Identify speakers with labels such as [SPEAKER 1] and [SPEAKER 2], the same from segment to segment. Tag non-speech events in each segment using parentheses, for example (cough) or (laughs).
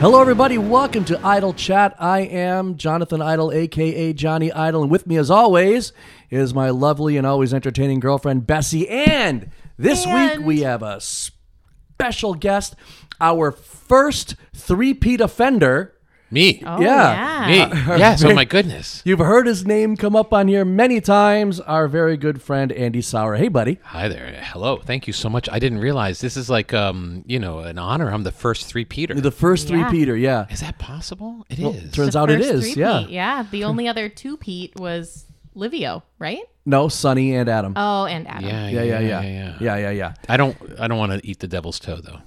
[SPEAKER 1] Hello, everybody. Welcome to Idle Chat. I am Jonathan Idle, aka Johnny Idle, and with me, as always, is my lovely and always entertaining girlfriend Bessie. And this
[SPEAKER 2] And-
[SPEAKER 1] week we have a special guest, our first three-peat offender.
[SPEAKER 3] Me.
[SPEAKER 2] Oh,
[SPEAKER 1] Yeah.
[SPEAKER 2] yeah.
[SPEAKER 3] Me. (laughs) yes. Oh my goodness.
[SPEAKER 1] You've heard his name come up on here many times. Our very good friend Andy Sauer. Hey, buddy.
[SPEAKER 3] Hi there. Hello. Thank you so much. I didn't realize this is like um, you know, an honor. I'm the first three Peter.
[SPEAKER 1] The first
[SPEAKER 2] Yeah.
[SPEAKER 1] three-peater. Yeah.
[SPEAKER 3] is that possible? It is.
[SPEAKER 1] Turns out it
[SPEAKER 2] First
[SPEAKER 1] is.
[SPEAKER 2] three-peat,
[SPEAKER 1] Yeah.
[SPEAKER 2] Yeah.
[SPEAKER 1] (laughs)
[SPEAKER 2] The only other two Pete was Livio, right?
[SPEAKER 1] No, Sonny and Adam.
[SPEAKER 2] Oh, and Adam.
[SPEAKER 3] yeah,
[SPEAKER 1] yeah, yeah, yeah,
[SPEAKER 3] yeah, yeah.
[SPEAKER 1] yeah, yeah, yeah.
[SPEAKER 3] I don't I don't want to eat the devil's toe though.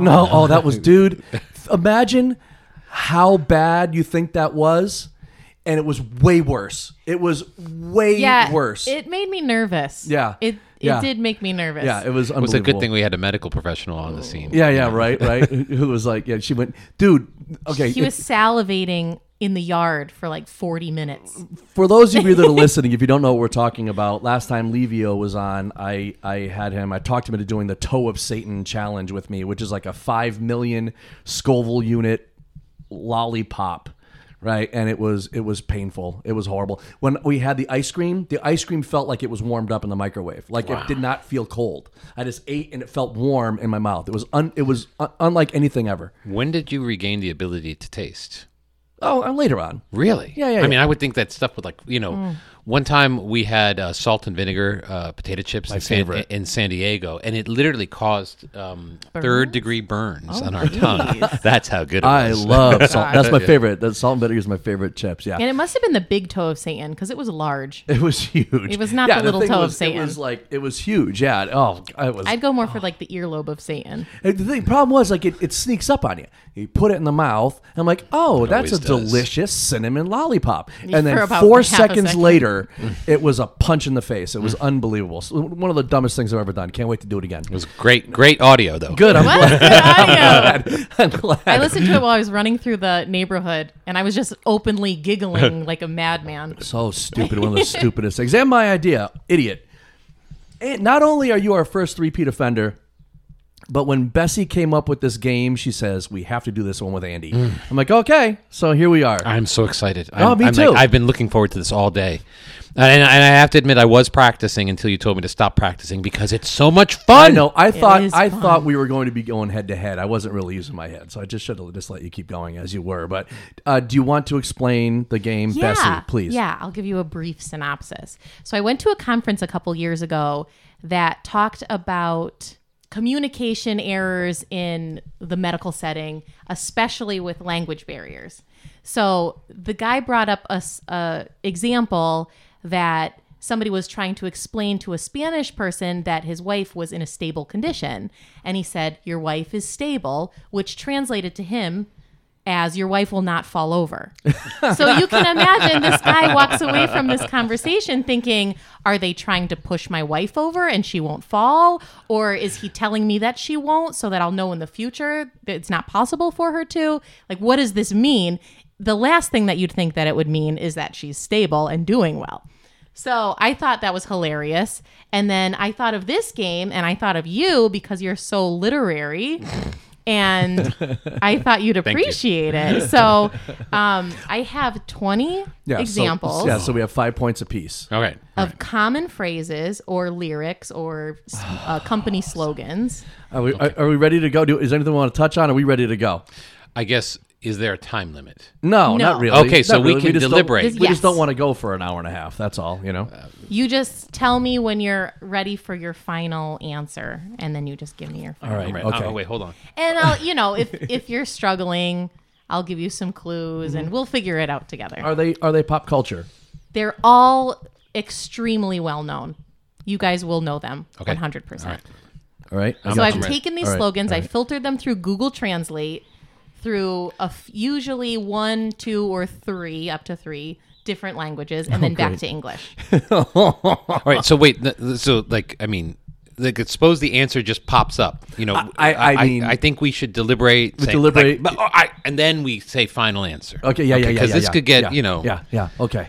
[SPEAKER 1] (laughs) No, oh, that was, dude. Imagine how bad you think that was, and it was way worse. It was way
[SPEAKER 2] Yeah.
[SPEAKER 1] worse.
[SPEAKER 2] It made me nervous.
[SPEAKER 1] Yeah.
[SPEAKER 2] It it
[SPEAKER 1] Yeah.
[SPEAKER 2] did make me nervous.
[SPEAKER 1] yeah, it was unbelievable.
[SPEAKER 3] It was a good thing we had a medical professional on the scene.
[SPEAKER 1] Yeah, yeah, right, right. (laughs) Who was like, yeah, she went, dude. Okay,
[SPEAKER 2] He was salivating in the yard for like 40 minutes.
[SPEAKER 1] for those of you that are listening, if you don't know what we're talking about, last time Levio was on, I, I had him, I talked him into doing the Toe of Satan challenge with me, which is like a 5 million Scoville unit lollipop. Right, and it was it was painful. It was horrible. When we had the ice cream, the ice cream felt like it was warmed up in the microwave. Like it did not feel cold. I just ate and it felt warm in my mouth. It was un, it was un, unlike anything ever.
[SPEAKER 3] When did you regain the ability to taste?
[SPEAKER 1] Oh, and later on,
[SPEAKER 3] Really?
[SPEAKER 1] Yeah, yeah,
[SPEAKER 3] I
[SPEAKER 1] yeah. Mm.
[SPEAKER 3] mean, I would think that stuff would like you know. One time we had uh, salt and vinegar uh, potato chips in San,
[SPEAKER 1] favorite.
[SPEAKER 3] in San Diego, and it literally caused um, third degree burns
[SPEAKER 1] Oh,
[SPEAKER 3] on our tongue. That's how good it
[SPEAKER 1] I
[SPEAKER 3] was.
[SPEAKER 1] love salt. That's my favorite. That salt and vinegar is my favorite chips. Yeah,
[SPEAKER 2] And it must have been the big toe of Satan because it was large.
[SPEAKER 1] (laughs) It was huge. It
[SPEAKER 2] was not the little toe of Satan.
[SPEAKER 1] It was like it was huge. Yeah. Oh, it was.
[SPEAKER 2] I'd go more for like the earlobe
[SPEAKER 1] (laughs)
[SPEAKER 2] of Satan.
[SPEAKER 1] and the thing, problem was like it, it sneaks up on you. You put it in the mouth. And I'm like, oh, that's a
[SPEAKER 3] always does.
[SPEAKER 1] delicious cinnamon lollipop.
[SPEAKER 2] For
[SPEAKER 1] And then
[SPEAKER 2] about
[SPEAKER 1] four
[SPEAKER 2] half a
[SPEAKER 1] seconds
[SPEAKER 2] second. (laughs)
[SPEAKER 1] later, it was a punch in the face. It was unbelievable. So, one of the dumbest things I've ever done. Can't wait to do it again.
[SPEAKER 3] Mm. It was great, great audio though.
[SPEAKER 1] Good. I'm
[SPEAKER 2] What?
[SPEAKER 1] glad.
[SPEAKER 2] Good audio.
[SPEAKER 1] I'm glad.
[SPEAKER 2] uh,
[SPEAKER 1] (laughs)
[SPEAKER 2] I listened to it while I was running through the neighborhood, and I was just
[SPEAKER 1] (laughs)
[SPEAKER 2] openly giggling like a madman.
[SPEAKER 1] So stupid. One of the stupidest things. And my idea, idiot. And not only are you our first three-peat offender, but when Bessie came up with this game, she says, we have to do this one with Andy. I'm like, okay. So here we are.
[SPEAKER 3] I'm so excited. I'm,
[SPEAKER 1] me
[SPEAKER 3] I'm
[SPEAKER 1] too.
[SPEAKER 3] Like, I've been looking forward to this all day. And, and I have to admit, I was practicing until you told me to stop practicing because it's so much fun.
[SPEAKER 1] I know. I thought
[SPEAKER 2] is
[SPEAKER 1] I
[SPEAKER 2] fun.
[SPEAKER 1] thought we were going to be going head to head. I wasn't really using my head, so I just should have just let you keep going as you were. But uh, do you want to explain the game, Bessie? Please.
[SPEAKER 2] Yeah, I'll give you a brief synopsis. So I went to a conference a couple years ago that talked about communication errors in the medical setting, especially with language barriers. So the guy brought up a, s- a example that somebody was trying to explain to a Spanish person that his wife was in a stable condition, and he said, "Your wife is stable," which translated to him as your wife will not fall
[SPEAKER 1] (laughs)
[SPEAKER 2] over. so you can imagine this guy walks away from this conversation thinking, are they trying to push my wife over and she won't fall? Or is he telling me that she won't so that I'll know in the future that it's not possible for her to? Like, what does this mean? The last thing that you'd think that it would mean is that she's stable and doing well. So I thought that was hilarious. And then I thought of this game and I thought of you because you're so literary. And I
[SPEAKER 1] (laughs)
[SPEAKER 2] thought you'd
[SPEAKER 3] you.
[SPEAKER 2] appreciate it. So um, I have 20
[SPEAKER 1] Yeah, so-
[SPEAKER 2] examples
[SPEAKER 1] yeah. So we have five points apiece.
[SPEAKER 3] All right.
[SPEAKER 2] of common phrases or lyrics or s- uh,
[SPEAKER 1] (sighs)
[SPEAKER 2] company slogans.
[SPEAKER 1] Are we, are, are we ready to go? Do, is there anything we want to touch on? Are we ready to go?
[SPEAKER 3] I guess, is there a time limit?
[SPEAKER 1] No,
[SPEAKER 2] No.
[SPEAKER 1] not really.
[SPEAKER 3] Okay, so
[SPEAKER 1] Not
[SPEAKER 3] we
[SPEAKER 1] really.
[SPEAKER 3] can
[SPEAKER 1] just don't-
[SPEAKER 3] deliberate. Uh,
[SPEAKER 1] We just
[SPEAKER 2] Yes.
[SPEAKER 1] don't want to go for an hour and a half. That's all, you know.
[SPEAKER 2] You just tell me when you're ready for your final answer, and then you just give me your final.
[SPEAKER 1] all right.
[SPEAKER 3] Right.
[SPEAKER 1] Okay.
[SPEAKER 3] Oh, wait, hold on.
[SPEAKER 2] And I'll, you know, if if you're struggling, I'll give you some clues,
[SPEAKER 1] Mm-hmm.
[SPEAKER 2] and we'll figure it out together.
[SPEAKER 1] Are they are they pop culture?
[SPEAKER 2] They're all extremely well known. You guys will know them
[SPEAKER 3] Okay.
[SPEAKER 2] 100%.
[SPEAKER 3] All right.
[SPEAKER 1] All right.
[SPEAKER 2] So
[SPEAKER 3] I'm
[SPEAKER 2] I've
[SPEAKER 3] ready.
[SPEAKER 2] taken these
[SPEAKER 1] All right.
[SPEAKER 2] slogans, I filtered them through Google Translate through a f- usually one, two, or three, up to three different languages,
[SPEAKER 3] Oh,
[SPEAKER 2] and then back to
[SPEAKER 3] (laughs)
[SPEAKER 2] English.
[SPEAKER 3] All right. So wait. th- th- So like, I mean, like, suppose the answer just pops up. You know,
[SPEAKER 1] I- I mean-
[SPEAKER 3] I, think we should deliberate. say,
[SPEAKER 1] deliberate-
[SPEAKER 3] like, but- oh, I- and then we say final answer.
[SPEAKER 1] Okay. Yeah. Yeah. Yeah.
[SPEAKER 3] Because
[SPEAKER 1] yeah,
[SPEAKER 3] this
[SPEAKER 1] yeah,
[SPEAKER 3] could get
[SPEAKER 1] yeah,
[SPEAKER 3] you know.
[SPEAKER 1] Yeah. Yeah. Okay.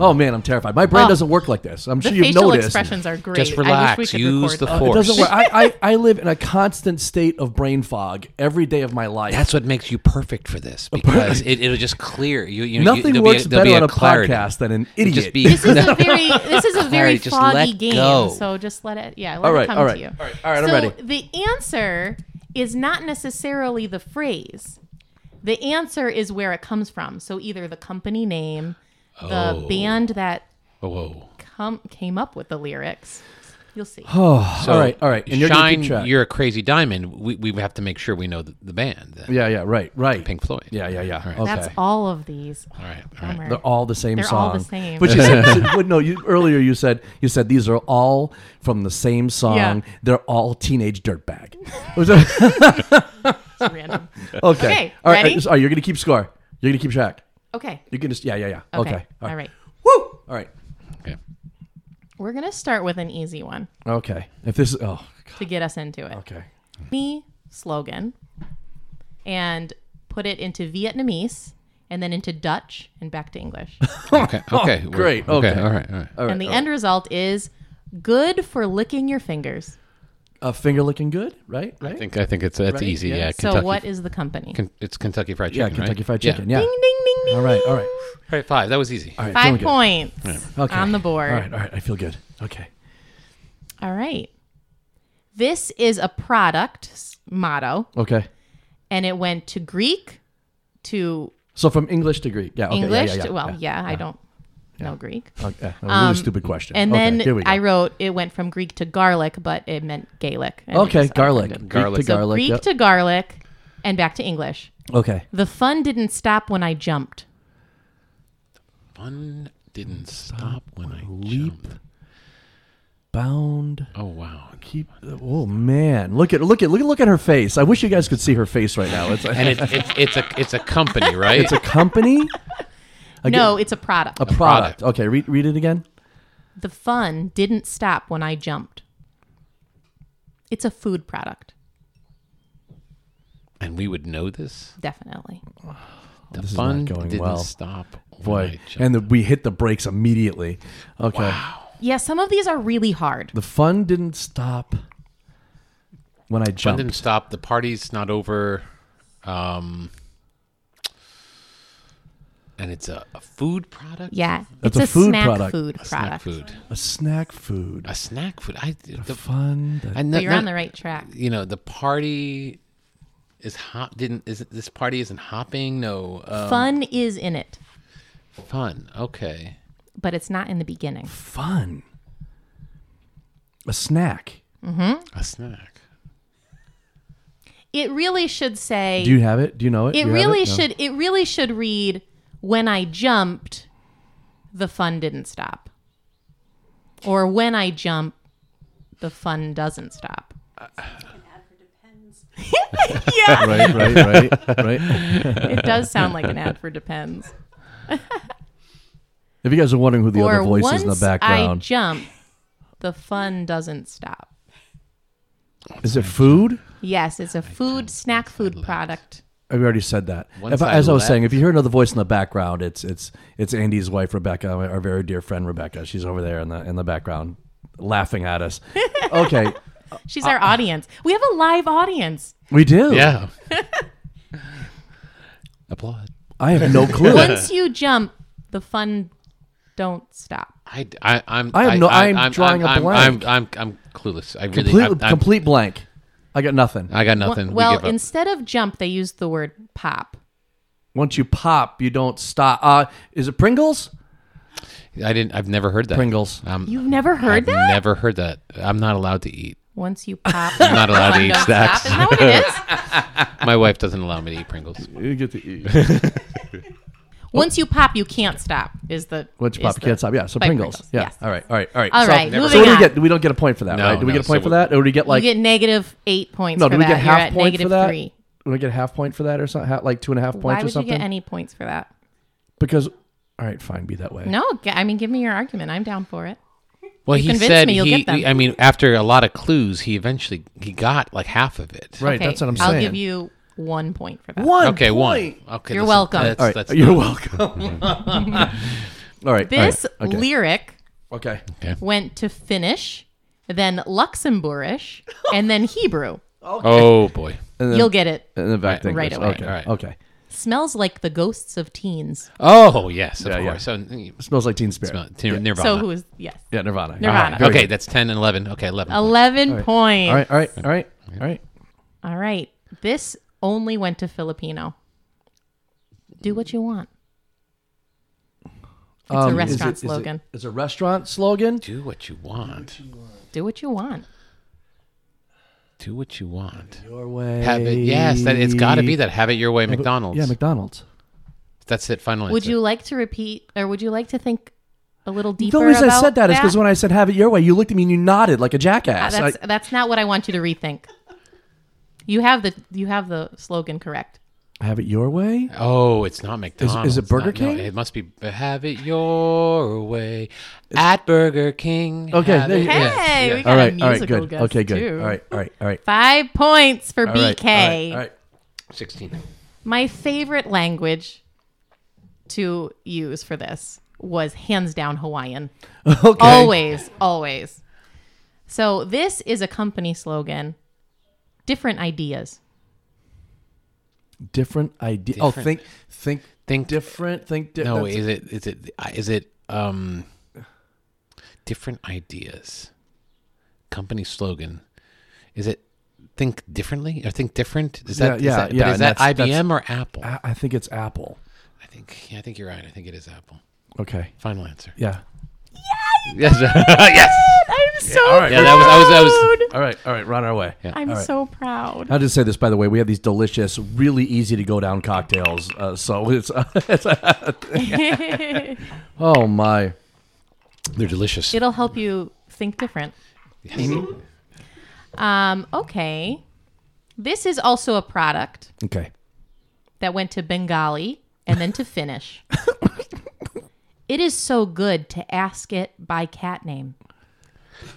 [SPEAKER 1] Oh man, I'm terrified. My brain
[SPEAKER 2] Oh.
[SPEAKER 1] doesn't work like this. I'm
[SPEAKER 2] The
[SPEAKER 1] sure you've
[SPEAKER 2] facial
[SPEAKER 1] noticed.
[SPEAKER 2] expressions are great.
[SPEAKER 3] Just
[SPEAKER 2] I wish
[SPEAKER 3] relax.
[SPEAKER 2] we could
[SPEAKER 3] Use
[SPEAKER 2] record
[SPEAKER 3] the
[SPEAKER 2] those.
[SPEAKER 1] It
[SPEAKER 3] force.
[SPEAKER 1] doesn't work. I, I, I live in a constant state of brain fog every day of my life.
[SPEAKER 3] That's what makes you perfect for this because it, it'll just clear you. you you,
[SPEAKER 1] Nothing
[SPEAKER 3] there'll
[SPEAKER 1] works
[SPEAKER 3] be a, there'll
[SPEAKER 1] better on
[SPEAKER 3] be
[SPEAKER 1] a
[SPEAKER 3] clarity.
[SPEAKER 1] podcast than an
[SPEAKER 3] It'll
[SPEAKER 1] idiot.
[SPEAKER 3] Just be,
[SPEAKER 2] This is a very this is a very
[SPEAKER 3] Larry, just
[SPEAKER 2] foggy
[SPEAKER 3] let
[SPEAKER 2] game.
[SPEAKER 3] go.
[SPEAKER 2] So just let it yeah, let
[SPEAKER 1] All
[SPEAKER 2] it
[SPEAKER 1] right,
[SPEAKER 2] come
[SPEAKER 1] all right.
[SPEAKER 2] to you.
[SPEAKER 1] All right, all right, I'm
[SPEAKER 2] so
[SPEAKER 1] ready.
[SPEAKER 2] the answer is not necessarily the phrase. The answer is where it comes from. So either the company name, the
[SPEAKER 3] Oh.
[SPEAKER 2] band that
[SPEAKER 3] whoa.
[SPEAKER 2] come came up with the lyrics. You'll see.
[SPEAKER 3] Oh.
[SPEAKER 1] (sighs) all right, all right. And you're gonna
[SPEAKER 3] Shine,
[SPEAKER 1] keep track.
[SPEAKER 3] you're a crazy diamond. We, we have to make sure we know the, the band. The
[SPEAKER 1] yeah, yeah, right, right.
[SPEAKER 3] Pink Floyd.
[SPEAKER 1] Yeah, yeah, yeah.
[SPEAKER 3] All right.
[SPEAKER 1] Okay.
[SPEAKER 2] That's all of these.
[SPEAKER 3] All right. All right.
[SPEAKER 2] Bummer.
[SPEAKER 1] They're all the same
[SPEAKER 2] They're
[SPEAKER 1] song.
[SPEAKER 2] all the same.
[SPEAKER 1] But you said you- well, no. You earlier you said you said these are all from the same song.
[SPEAKER 2] Yeah.
[SPEAKER 1] They're all teenage
[SPEAKER 2] (laughs)
[SPEAKER 1] dirtbag. Was that- (laughs)
[SPEAKER 2] It's
[SPEAKER 3] (laughs)
[SPEAKER 2] random.
[SPEAKER 1] okay.
[SPEAKER 2] Okay,
[SPEAKER 1] All right.
[SPEAKER 2] ready?
[SPEAKER 1] All right. You're gonna keep score. You're gonna keep track.
[SPEAKER 2] Okay.
[SPEAKER 1] You can just yeah, yeah, yeah.
[SPEAKER 2] Okay.
[SPEAKER 1] Okay.
[SPEAKER 2] All right.
[SPEAKER 1] Woo. All right. (laughs)
[SPEAKER 3] Okay.
[SPEAKER 2] We're gonna start with an easy one
[SPEAKER 1] Okay. If this is oh
[SPEAKER 2] to get us into it.
[SPEAKER 1] okay.
[SPEAKER 2] Vietnamese slogan and put it into Vietnamese and then into Dutch and back
[SPEAKER 1] (laughs)
[SPEAKER 2] to English.
[SPEAKER 3] Okay. Okay. We're-
[SPEAKER 1] great, okay.
[SPEAKER 3] All right. All right.
[SPEAKER 1] All right.
[SPEAKER 2] and the end result is good for licking your fingers.
[SPEAKER 1] uh, finger licking good, right? Right.
[SPEAKER 3] I think I think it's that's
[SPEAKER 1] Right?
[SPEAKER 3] easy.
[SPEAKER 1] Yeah.
[SPEAKER 3] Yeah.
[SPEAKER 2] So
[SPEAKER 3] Kentucky.
[SPEAKER 2] what is the company?
[SPEAKER 3] Ken- it's Kentucky Fried
[SPEAKER 1] yeah,
[SPEAKER 3] Chicken.
[SPEAKER 1] Kentucky
[SPEAKER 3] right?
[SPEAKER 1] Fried Chicken. Yeah.
[SPEAKER 2] ding ding ding ding.
[SPEAKER 1] All right. All right.
[SPEAKER 3] All right. Five. That was easy.
[SPEAKER 1] All right. feeling
[SPEAKER 2] Five
[SPEAKER 1] good.
[SPEAKER 2] points
[SPEAKER 1] Okay.
[SPEAKER 2] on the board.
[SPEAKER 1] All right. All right. I feel good. Okay.
[SPEAKER 2] All right. This is a product s- motto
[SPEAKER 1] Okay.
[SPEAKER 2] and it went to Greek to
[SPEAKER 1] So from English to Greek. Yeah. Okay. yeah,
[SPEAKER 2] English.
[SPEAKER 1] Yeah, yeah,
[SPEAKER 2] to, well, yeah, I
[SPEAKER 1] yeah.
[SPEAKER 2] don't know Greek.
[SPEAKER 1] Okay. A really stupid question.
[SPEAKER 2] And
[SPEAKER 1] okay, here we go.
[SPEAKER 2] then I wrote it went from Greek to garlic, but it meant Gaelic. and it
[SPEAKER 1] okay,
[SPEAKER 2] just
[SPEAKER 1] garlic.
[SPEAKER 2] unrhymed.
[SPEAKER 1] Greek to
[SPEAKER 3] Garlic.
[SPEAKER 2] So
[SPEAKER 1] garlic.
[SPEAKER 2] Greek
[SPEAKER 1] yep.
[SPEAKER 2] to garlic, and back to English.
[SPEAKER 1] okay.
[SPEAKER 2] The fun didn't stop when I jumped.
[SPEAKER 3] Fun didn't stop when I
[SPEAKER 1] leap.
[SPEAKER 3] jumped.
[SPEAKER 1] Bound.
[SPEAKER 3] Oh wow.
[SPEAKER 1] Keep. Oh man, look at look at look at look at her face. I wish you guys could see her face right now. It's a,
[SPEAKER 3] And it, it's it's a it's a
[SPEAKER 1] (laughs)
[SPEAKER 3] company, right?
[SPEAKER 1] it's a company, Again-
[SPEAKER 2] No, it's a product.
[SPEAKER 1] a
[SPEAKER 3] product.
[SPEAKER 1] product. Okay, read read it again.
[SPEAKER 2] the fun didn't stop when I jumped. It's a food product,
[SPEAKER 3] and we would know this.
[SPEAKER 2] definitely.
[SPEAKER 3] The
[SPEAKER 1] Oh, This is not
[SPEAKER 3] fun
[SPEAKER 1] going
[SPEAKER 3] didn't
[SPEAKER 1] well.
[SPEAKER 3] stop. when I
[SPEAKER 1] Boy,
[SPEAKER 3] jumped.
[SPEAKER 1] and the, we hit the brakes immediately. Okay,
[SPEAKER 2] Yeah, some of these are really hard.
[SPEAKER 1] the fun didn't stop when I
[SPEAKER 3] fun
[SPEAKER 1] jumped.
[SPEAKER 3] didn't stop. The party's not over. Um, and it's a, a food product.
[SPEAKER 2] Yeah,
[SPEAKER 1] That's
[SPEAKER 2] it's
[SPEAKER 1] a food
[SPEAKER 2] snack
[SPEAKER 1] product.
[SPEAKER 2] food
[SPEAKER 3] a snack
[SPEAKER 2] product.
[SPEAKER 3] food.
[SPEAKER 1] A snack food.
[SPEAKER 3] A snack food. I the
[SPEAKER 1] Fun. that-
[SPEAKER 3] I know,
[SPEAKER 2] But you're on the right track.
[SPEAKER 3] You know the party is hop. Didn't is this party isn't hopping? No uh,
[SPEAKER 2] fun is in it,
[SPEAKER 3] fun. Okay.
[SPEAKER 2] but it's not in the beginning.
[SPEAKER 1] fun. A snack.
[SPEAKER 3] A snack.
[SPEAKER 2] It really should say.
[SPEAKER 1] Do you have it? Do you know it?
[SPEAKER 2] it
[SPEAKER 1] You have
[SPEAKER 2] really
[SPEAKER 1] No.
[SPEAKER 2] should it really should read when i jumped the fun didn't stop or when i jump the fun doesn't stop yeah
[SPEAKER 1] Right, right, right, right.
[SPEAKER 2] it does sound like an ad for depends
[SPEAKER 1] If you guys are wondering who (laughs) the
[SPEAKER 2] or
[SPEAKER 1] other voice is
[SPEAKER 2] once
[SPEAKER 1] in the
[SPEAKER 2] i
[SPEAKER 1] background,
[SPEAKER 2] jump the fun doesn't stop
[SPEAKER 1] is it food?
[SPEAKER 2] yes it's a food snack food product
[SPEAKER 1] I've already said that.
[SPEAKER 3] Once
[SPEAKER 1] If I-
[SPEAKER 3] I
[SPEAKER 1] as I was
[SPEAKER 3] left-
[SPEAKER 1] saying, if you hear another voice in the background, it's it's it's Andy's wife Rebecca, our very dear friend Rebecca. She's over there in the in the background, laughing at
[SPEAKER 2] (laughs)
[SPEAKER 1] us. Okay,
[SPEAKER 3] Uh,
[SPEAKER 2] she's our audience we have a live
[SPEAKER 3] (laughs)
[SPEAKER 2] audience
[SPEAKER 1] we do.
[SPEAKER 3] Yeah. (laughs) Applaud.
[SPEAKER 1] I have no
[SPEAKER 3] (laughs)
[SPEAKER 1] clue.
[SPEAKER 2] once you jump the fun don't stop
[SPEAKER 3] I, I, I'm,
[SPEAKER 1] I have no- I'm drawing a
[SPEAKER 3] I'm,
[SPEAKER 1] blank.
[SPEAKER 3] I'm, I'm, I'm clueless. I really,
[SPEAKER 1] complete
[SPEAKER 3] I'm, I'm,
[SPEAKER 1] complete blank. I got nothing.
[SPEAKER 3] I got nothing. We
[SPEAKER 2] Well,
[SPEAKER 3] give up.
[SPEAKER 2] instead of jump, they used the word pop.
[SPEAKER 1] Once you pop, you don't stop. Uh, is it Pringles?
[SPEAKER 3] I didn't. I've never heard that.
[SPEAKER 1] Pringles.
[SPEAKER 3] Um,
[SPEAKER 2] You've never heard
[SPEAKER 3] I've
[SPEAKER 2] that?
[SPEAKER 3] never heard that. I'm not allowed to eat.
[SPEAKER 2] Once you pop, (laughs)
[SPEAKER 3] I'm not allowed to eat
[SPEAKER 2] don't Oh, stop.
[SPEAKER 3] snacks.
[SPEAKER 2] Isn't that what it is?
[SPEAKER 3] My wife doesn't allow me to eat Pringles.
[SPEAKER 1] You get to eat.
[SPEAKER 2] Once you pop, you can't stop. Is the
[SPEAKER 1] Once
[SPEAKER 2] (laughs)
[SPEAKER 1] you pop,
[SPEAKER 2] is
[SPEAKER 1] you
[SPEAKER 2] the-
[SPEAKER 1] can't stop. Yeah, so
[SPEAKER 2] by
[SPEAKER 1] Pringles. Yeah. Uh,
[SPEAKER 2] Yes.
[SPEAKER 1] All right. All right. All right.
[SPEAKER 2] All
[SPEAKER 1] so,
[SPEAKER 2] right,
[SPEAKER 1] So
[SPEAKER 2] moving
[SPEAKER 1] what do we
[SPEAKER 2] on.
[SPEAKER 1] get? We don't get a point for that,
[SPEAKER 3] No,
[SPEAKER 1] right? Do we
[SPEAKER 3] no,
[SPEAKER 1] get a point for
[SPEAKER 3] so we-
[SPEAKER 1] that, or do we get like
[SPEAKER 2] you get negative eight points.
[SPEAKER 1] no?
[SPEAKER 2] for
[SPEAKER 1] Do we
[SPEAKER 2] that.
[SPEAKER 1] get
[SPEAKER 2] You're
[SPEAKER 1] half
[SPEAKER 2] at
[SPEAKER 1] point for
[SPEAKER 2] negative
[SPEAKER 1] that?
[SPEAKER 2] three.
[SPEAKER 1] Do we get half point for that, or something? Like two and a half points
[SPEAKER 2] Why
[SPEAKER 1] or
[SPEAKER 2] would you
[SPEAKER 1] something?
[SPEAKER 2] get any points for that?
[SPEAKER 1] because all right, fine, be that way.
[SPEAKER 2] No, g- I mean, give me your argument. I'm down for it.
[SPEAKER 3] Well,
[SPEAKER 2] You
[SPEAKER 3] he
[SPEAKER 2] convinced
[SPEAKER 3] said
[SPEAKER 2] me you'll
[SPEAKER 3] he.
[SPEAKER 2] get them.
[SPEAKER 3] he- I mean, after a lot of clues, he eventually he got like half of it.
[SPEAKER 1] Right.
[SPEAKER 2] Okay,
[SPEAKER 1] that's what I'm
[SPEAKER 2] I'll
[SPEAKER 1] saying.
[SPEAKER 2] give you one point for that.
[SPEAKER 1] one.
[SPEAKER 3] Okay.
[SPEAKER 1] point.
[SPEAKER 3] One. Okay.
[SPEAKER 2] You're
[SPEAKER 3] listen,
[SPEAKER 2] welcome.
[SPEAKER 3] (laughs) That's,
[SPEAKER 1] All right,
[SPEAKER 3] that's
[SPEAKER 1] you're
[SPEAKER 3] not-
[SPEAKER 1] welcome. All right. all right,
[SPEAKER 2] This
[SPEAKER 1] okay.
[SPEAKER 2] lyric
[SPEAKER 1] okay.
[SPEAKER 2] went to Finnish, then
[SPEAKER 1] (laughs)
[SPEAKER 2] Luxembourgish, and then Hebrew.
[SPEAKER 3] Oh boy.
[SPEAKER 1] And then,
[SPEAKER 2] You'll get it.
[SPEAKER 1] and then back
[SPEAKER 3] Right,
[SPEAKER 1] to
[SPEAKER 2] right
[SPEAKER 1] English.
[SPEAKER 2] away.
[SPEAKER 1] Okay.
[SPEAKER 3] All right.
[SPEAKER 1] Okay.
[SPEAKER 2] Smells like the ghosts of teens.
[SPEAKER 3] Oh yes, of
[SPEAKER 1] Yeah, yeah.
[SPEAKER 3] course. So, mm,
[SPEAKER 1] Smells like Teen Spirit.
[SPEAKER 3] uh, Nir- Nirvana.
[SPEAKER 2] So who is yes?
[SPEAKER 1] yeah, Nirvana.
[SPEAKER 3] All
[SPEAKER 2] Nirvana.
[SPEAKER 3] right.
[SPEAKER 2] Very
[SPEAKER 3] Okay, that's ten and eleven. Okay, eleven.
[SPEAKER 2] Eleven points.
[SPEAKER 1] All right. All right. All right. All right.
[SPEAKER 2] All right. This only went to Filipino. Do what you want. It's a
[SPEAKER 1] Um, is
[SPEAKER 2] restaurant
[SPEAKER 1] it- is it-
[SPEAKER 2] slogan.
[SPEAKER 1] It's a restaurant slogan.
[SPEAKER 3] Do what you want.
[SPEAKER 2] Do what you want.
[SPEAKER 3] Do what you want.
[SPEAKER 1] Your way.
[SPEAKER 3] Have it. Yes, that it's got to be that. Have it your way, McDonald's.
[SPEAKER 1] Yeah, McDonald's.
[SPEAKER 3] that's it. Final
[SPEAKER 2] Would
[SPEAKER 3] answer.
[SPEAKER 2] you like to repeat, or would you like to think a little deeper?
[SPEAKER 1] The only reason I
[SPEAKER 2] about
[SPEAKER 1] said that is because
[SPEAKER 2] that?
[SPEAKER 1] when I said "Have it your way," you looked at me and you nodded like a
[SPEAKER 2] Uh,
[SPEAKER 1] jackass.
[SPEAKER 2] that's
[SPEAKER 1] I-
[SPEAKER 2] that's not what I want you to rethink. You have the you have the slogan correct.
[SPEAKER 1] have it your way.
[SPEAKER 3] Oh, it's not McDonald's.
[SPEAKER 1] is it Burger
[SPEAKER 3] Not- no,
[SPEAKER 1] King?
[SPEAKER 3] it must be. Have it your way at Burger King.
[SPEAKER 1] Okay,
[SPEAKER 3] Have
[SPEAKER 1] there
[SPEAKER 3] it-
[SPEAKER 1] you-
[SPEAKER 2] Hey, we got
[SPEAKER 1] All
[SPEAKER 2] a
[SPEAKER 1] right. All right.
[SPEAKER 2] musical
[SPEAKER 1] Good.
[SPEAKER 2] guest
[SPEAKER 1] Okay. Good.
[SPEAKER 2] too.
[SPEAKER 1] All right. All right. All right.
[SPEAKER 2] Five points for
[SPEAKER 1] All right,
[SPEAKER 2] BK.
[SPEAKER 1] All right.
[SPEAKER 3] Sixteen.
[SPEAKER 2] My favorite language to use for this was hands down Hawaiian.
[SPEAKER 1] all right. (laughs) Okay.
[SPEAKER 2] Always, always. So this is a company slogan. Different ideas.
[SPEAKER 1] Different idea. Oh, think, think,
[SPEAKER 3] Think-
[SPEAKER 1] different. Think different.
[SPEAKER 3] No, is it? Is it? Is it? Um, different ideas. Company slogan. Is it? Think differently or think different? Is that?
[SPEAKER 1] Yeah,
[SPEAKER 3] is that,
[SPEAKER 1] yeah, yeah,
[SPEAKER 3] But
[SPEAKER 1] and
[SPEAKER 3] is that
[SPEAKER 1] that's- that's-
[SPEAKER 3] IBM or Apple?
[SPEAKER 1] I, I think it's Apple.
[SPEAKER 3] I think. Yeah, I think you're right. I think it is Apple.
[SPEAKER 1] Okay. (laughs)
[SPEAKER 3] Final answer.
[SPEAKER 1] Yeah.
[SPEAKER 3] Yes. yes.
[SPEAKER 2] I'm so proud.
[SPEAKER 3] Yeah, that was. I was. I was.
[SPEAKER 1] All right. All right. We're on our way.
[SPEAKER 2] I'm
[SPEAKER 1] All right.
[SPEAKER 2] so proud.
[SPEAKER 1] I'll just say this, by the way, we have these delicious, really easy to go down cocktails. Uh, so (laughs) it's, (laughs) oh my,
[SPEAKER 3] They're delicious.
[SPEAKER 2] It'll help you think different.
[SPEAKER 3] Yes.
[SPEAKER 2] Um, okay. This is also a product
[SPEAKER 1] okay,
[SPEAKER 2] that went to Bengali and then to
[SPEAKER 3] (laughs)
[SPEAKER 2] Finnish. it is so good to ask it by cat name.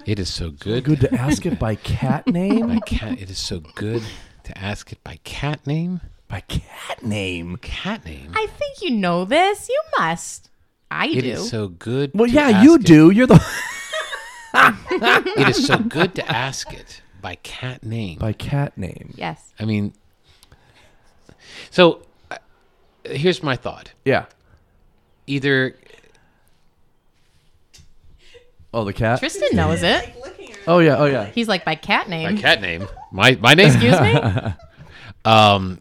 [SPEAKER 3] It is so good.
[SPEAKER 1] good to ask it by cat name.
[SPEAKER 3] by cat. It is so good to ask it by cat name.
[SPEAKER 1] by cat name.
[SPEAKER 3] Cat name.
[SPEAKER 2] I think you know this. You must. I
[SPEAKER 3] It
[SPEAKER 2] do.
[SPEAKER 3] is so good.
[SPEAKER 1] Well,
[SPEAKER 3] to
[SPEAKER 1] yeah, you
[SPEAKER 3] ask it-
[SPEAKER 1] do. You're the (laughs)
[SPEAKER 2] (laughs)
[SPEAKER 3] It is so good to ask it by cat name.
[SPEAKER 1] by cat name.
[SPEAKER 2] yes.
[SPEAKER 3] I mean, so uh, here's my thought.
[SPEAKER 1] Yeah.
[SPEAKER 3] Either
[SPEAKER 1] Oh, the cat.
[SPEAKER 2] Tristan knows it.
[SPEAKER 1] Oh yeah. Oh yeah.
[SPEAKER 2] He's like by cat name.
[SPEAKER 3] my cat name, my my name.
[SPEAKER 2] Excuse
[SPEAKER 1] (laughs)
[SPEAKER 2] me?
[SPEAKER 3] Um,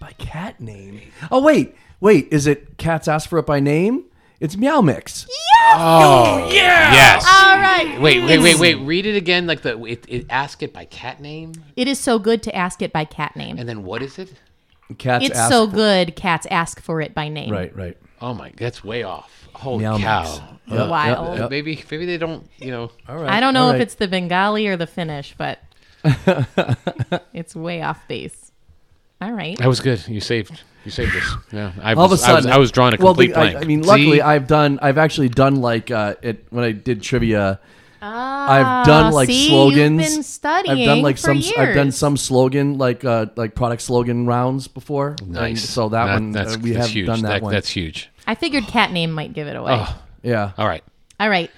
[SPEAKER 1] By cat name. Oh wait, wait. Is it cats ask for it by name? It's meow mix. Oh,
[SPEAKER 3] yes.
[SPEAKER 2] All right.
[SPEAKER 3] (laughs) Wait, wait, wait, wait. Read it again. Like the it, it, ask it by cat name,
[SPEAKER 2] It is so good to ask it by cat name.
[SPEAKER 3] and then what is it?
[SPEAKER 1] Cats.
[SPEAKER 2] It's
[SPEAKER 1] ask
[SPEAKER 2] so
[SPEAKER 1] for-
[SPEAKER 2] good cats ask for it by name.
[SPEAKER 1] Right. Right.
[SPEAKER 3] Oh my, that's way off. Holy
[SPEAKER 1] Meow
[SPEAKER 3] cow! Oh,
[SPEAKER 1] mix.
[SPEAKER 2] Yep, Wild. yep, yep.
[SPEAKER 3] Maybe maybe they don't. You know.
[SPEAKER 1] All right.
[SPEAKER 2] I don't know
[SPEAKER 1] all
[SPEAKER 2] if
[SPEAKER 1] right.
[SPEAKER 2] it's the Bengali or the Finnish, but
[SPEAKER 1] (laughs)
[SPEAKER 2] it's way off base. All right.
[SPEAKER 3] That was good. You saved. You saved us. Yeah. I was,
[SPEAKER 1] all of a
[SPEAKER 3] I was,
[SPEAKER 1] sudden
[SPEAKER 3] I was drawing a
[SPEAKER 1] well, the-
[SPEAKER 3] complete
[SPEAKER 1] I-
[SPEAKER 3] blank.
[SPEAKER 1] I, mean, luckily,
[SPEAKER 3] See?
[SPEAKER 1] I've done. I've actually done like uh, it when I did trivia.
[SPEAKER 2] Ah,
[SPEAKER 1] I've done like
[SPEAKER 2] see,
[SPEAKER 1] slogans.
[SPEAKER 2] You've been studying
[SPEAKER 1] I've done like
[SPEAKER 2] for
[SPEAKER 1] some. I've done
[SPEAKER 2] years.
[SPEAKER 1] some slogan like uh, like product slogan rounds before. And
[SPEAKER 3] nice.
[SPEAKER 1] so that, one
[SPEAKER 3] that's,
[SPEAKER 1] uh, we
[SPEAKER 3] that's
[SPEAKER 1] have
[SPEAKER 3] huge.
[SPEAKER 1] done that, one.
[SPEAKER 3] That's huge.
[SPEAKER 2] I figured cat name might give it away.
[SPEAKER 3] Oh,
[SPEAKER 1] yeah.
[SPEAKER 3] all right.
[SPEAKER 2] All right.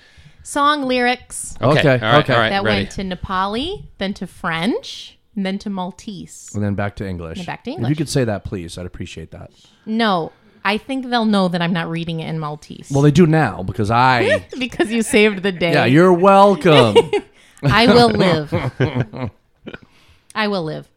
[SPEAKER 2] Song lyrics
[SPEAKER 1] Okay.
[SPEAKER 3] Okay, all right,
[SPEAKER 1] okay.
[SPEAKER 3] all right.
[SPEAKER 2] that
[SPEAKER 3] ready.
[SPEAKER 2] went to Nepali, then to French, and then to Maltese.
[SPEAKER 1] And then back to English.
[SPEAKER 2] And back to
[SPEAKER 1] If you
[SPEAKER 2] English.
[SPEAKER 1] could say that, please, I'd appreciate that.
[SPEAKER 2] No, I think they'll know that I'm not reading it in Maltese.
[SPEAKER 1] Well, they do now because I.
[SPEAKER 2] (laughs) because you saved the day.
[SPEAKER 1] yeah, you're welcome.
[SPEAKER 2] I will live. I will live.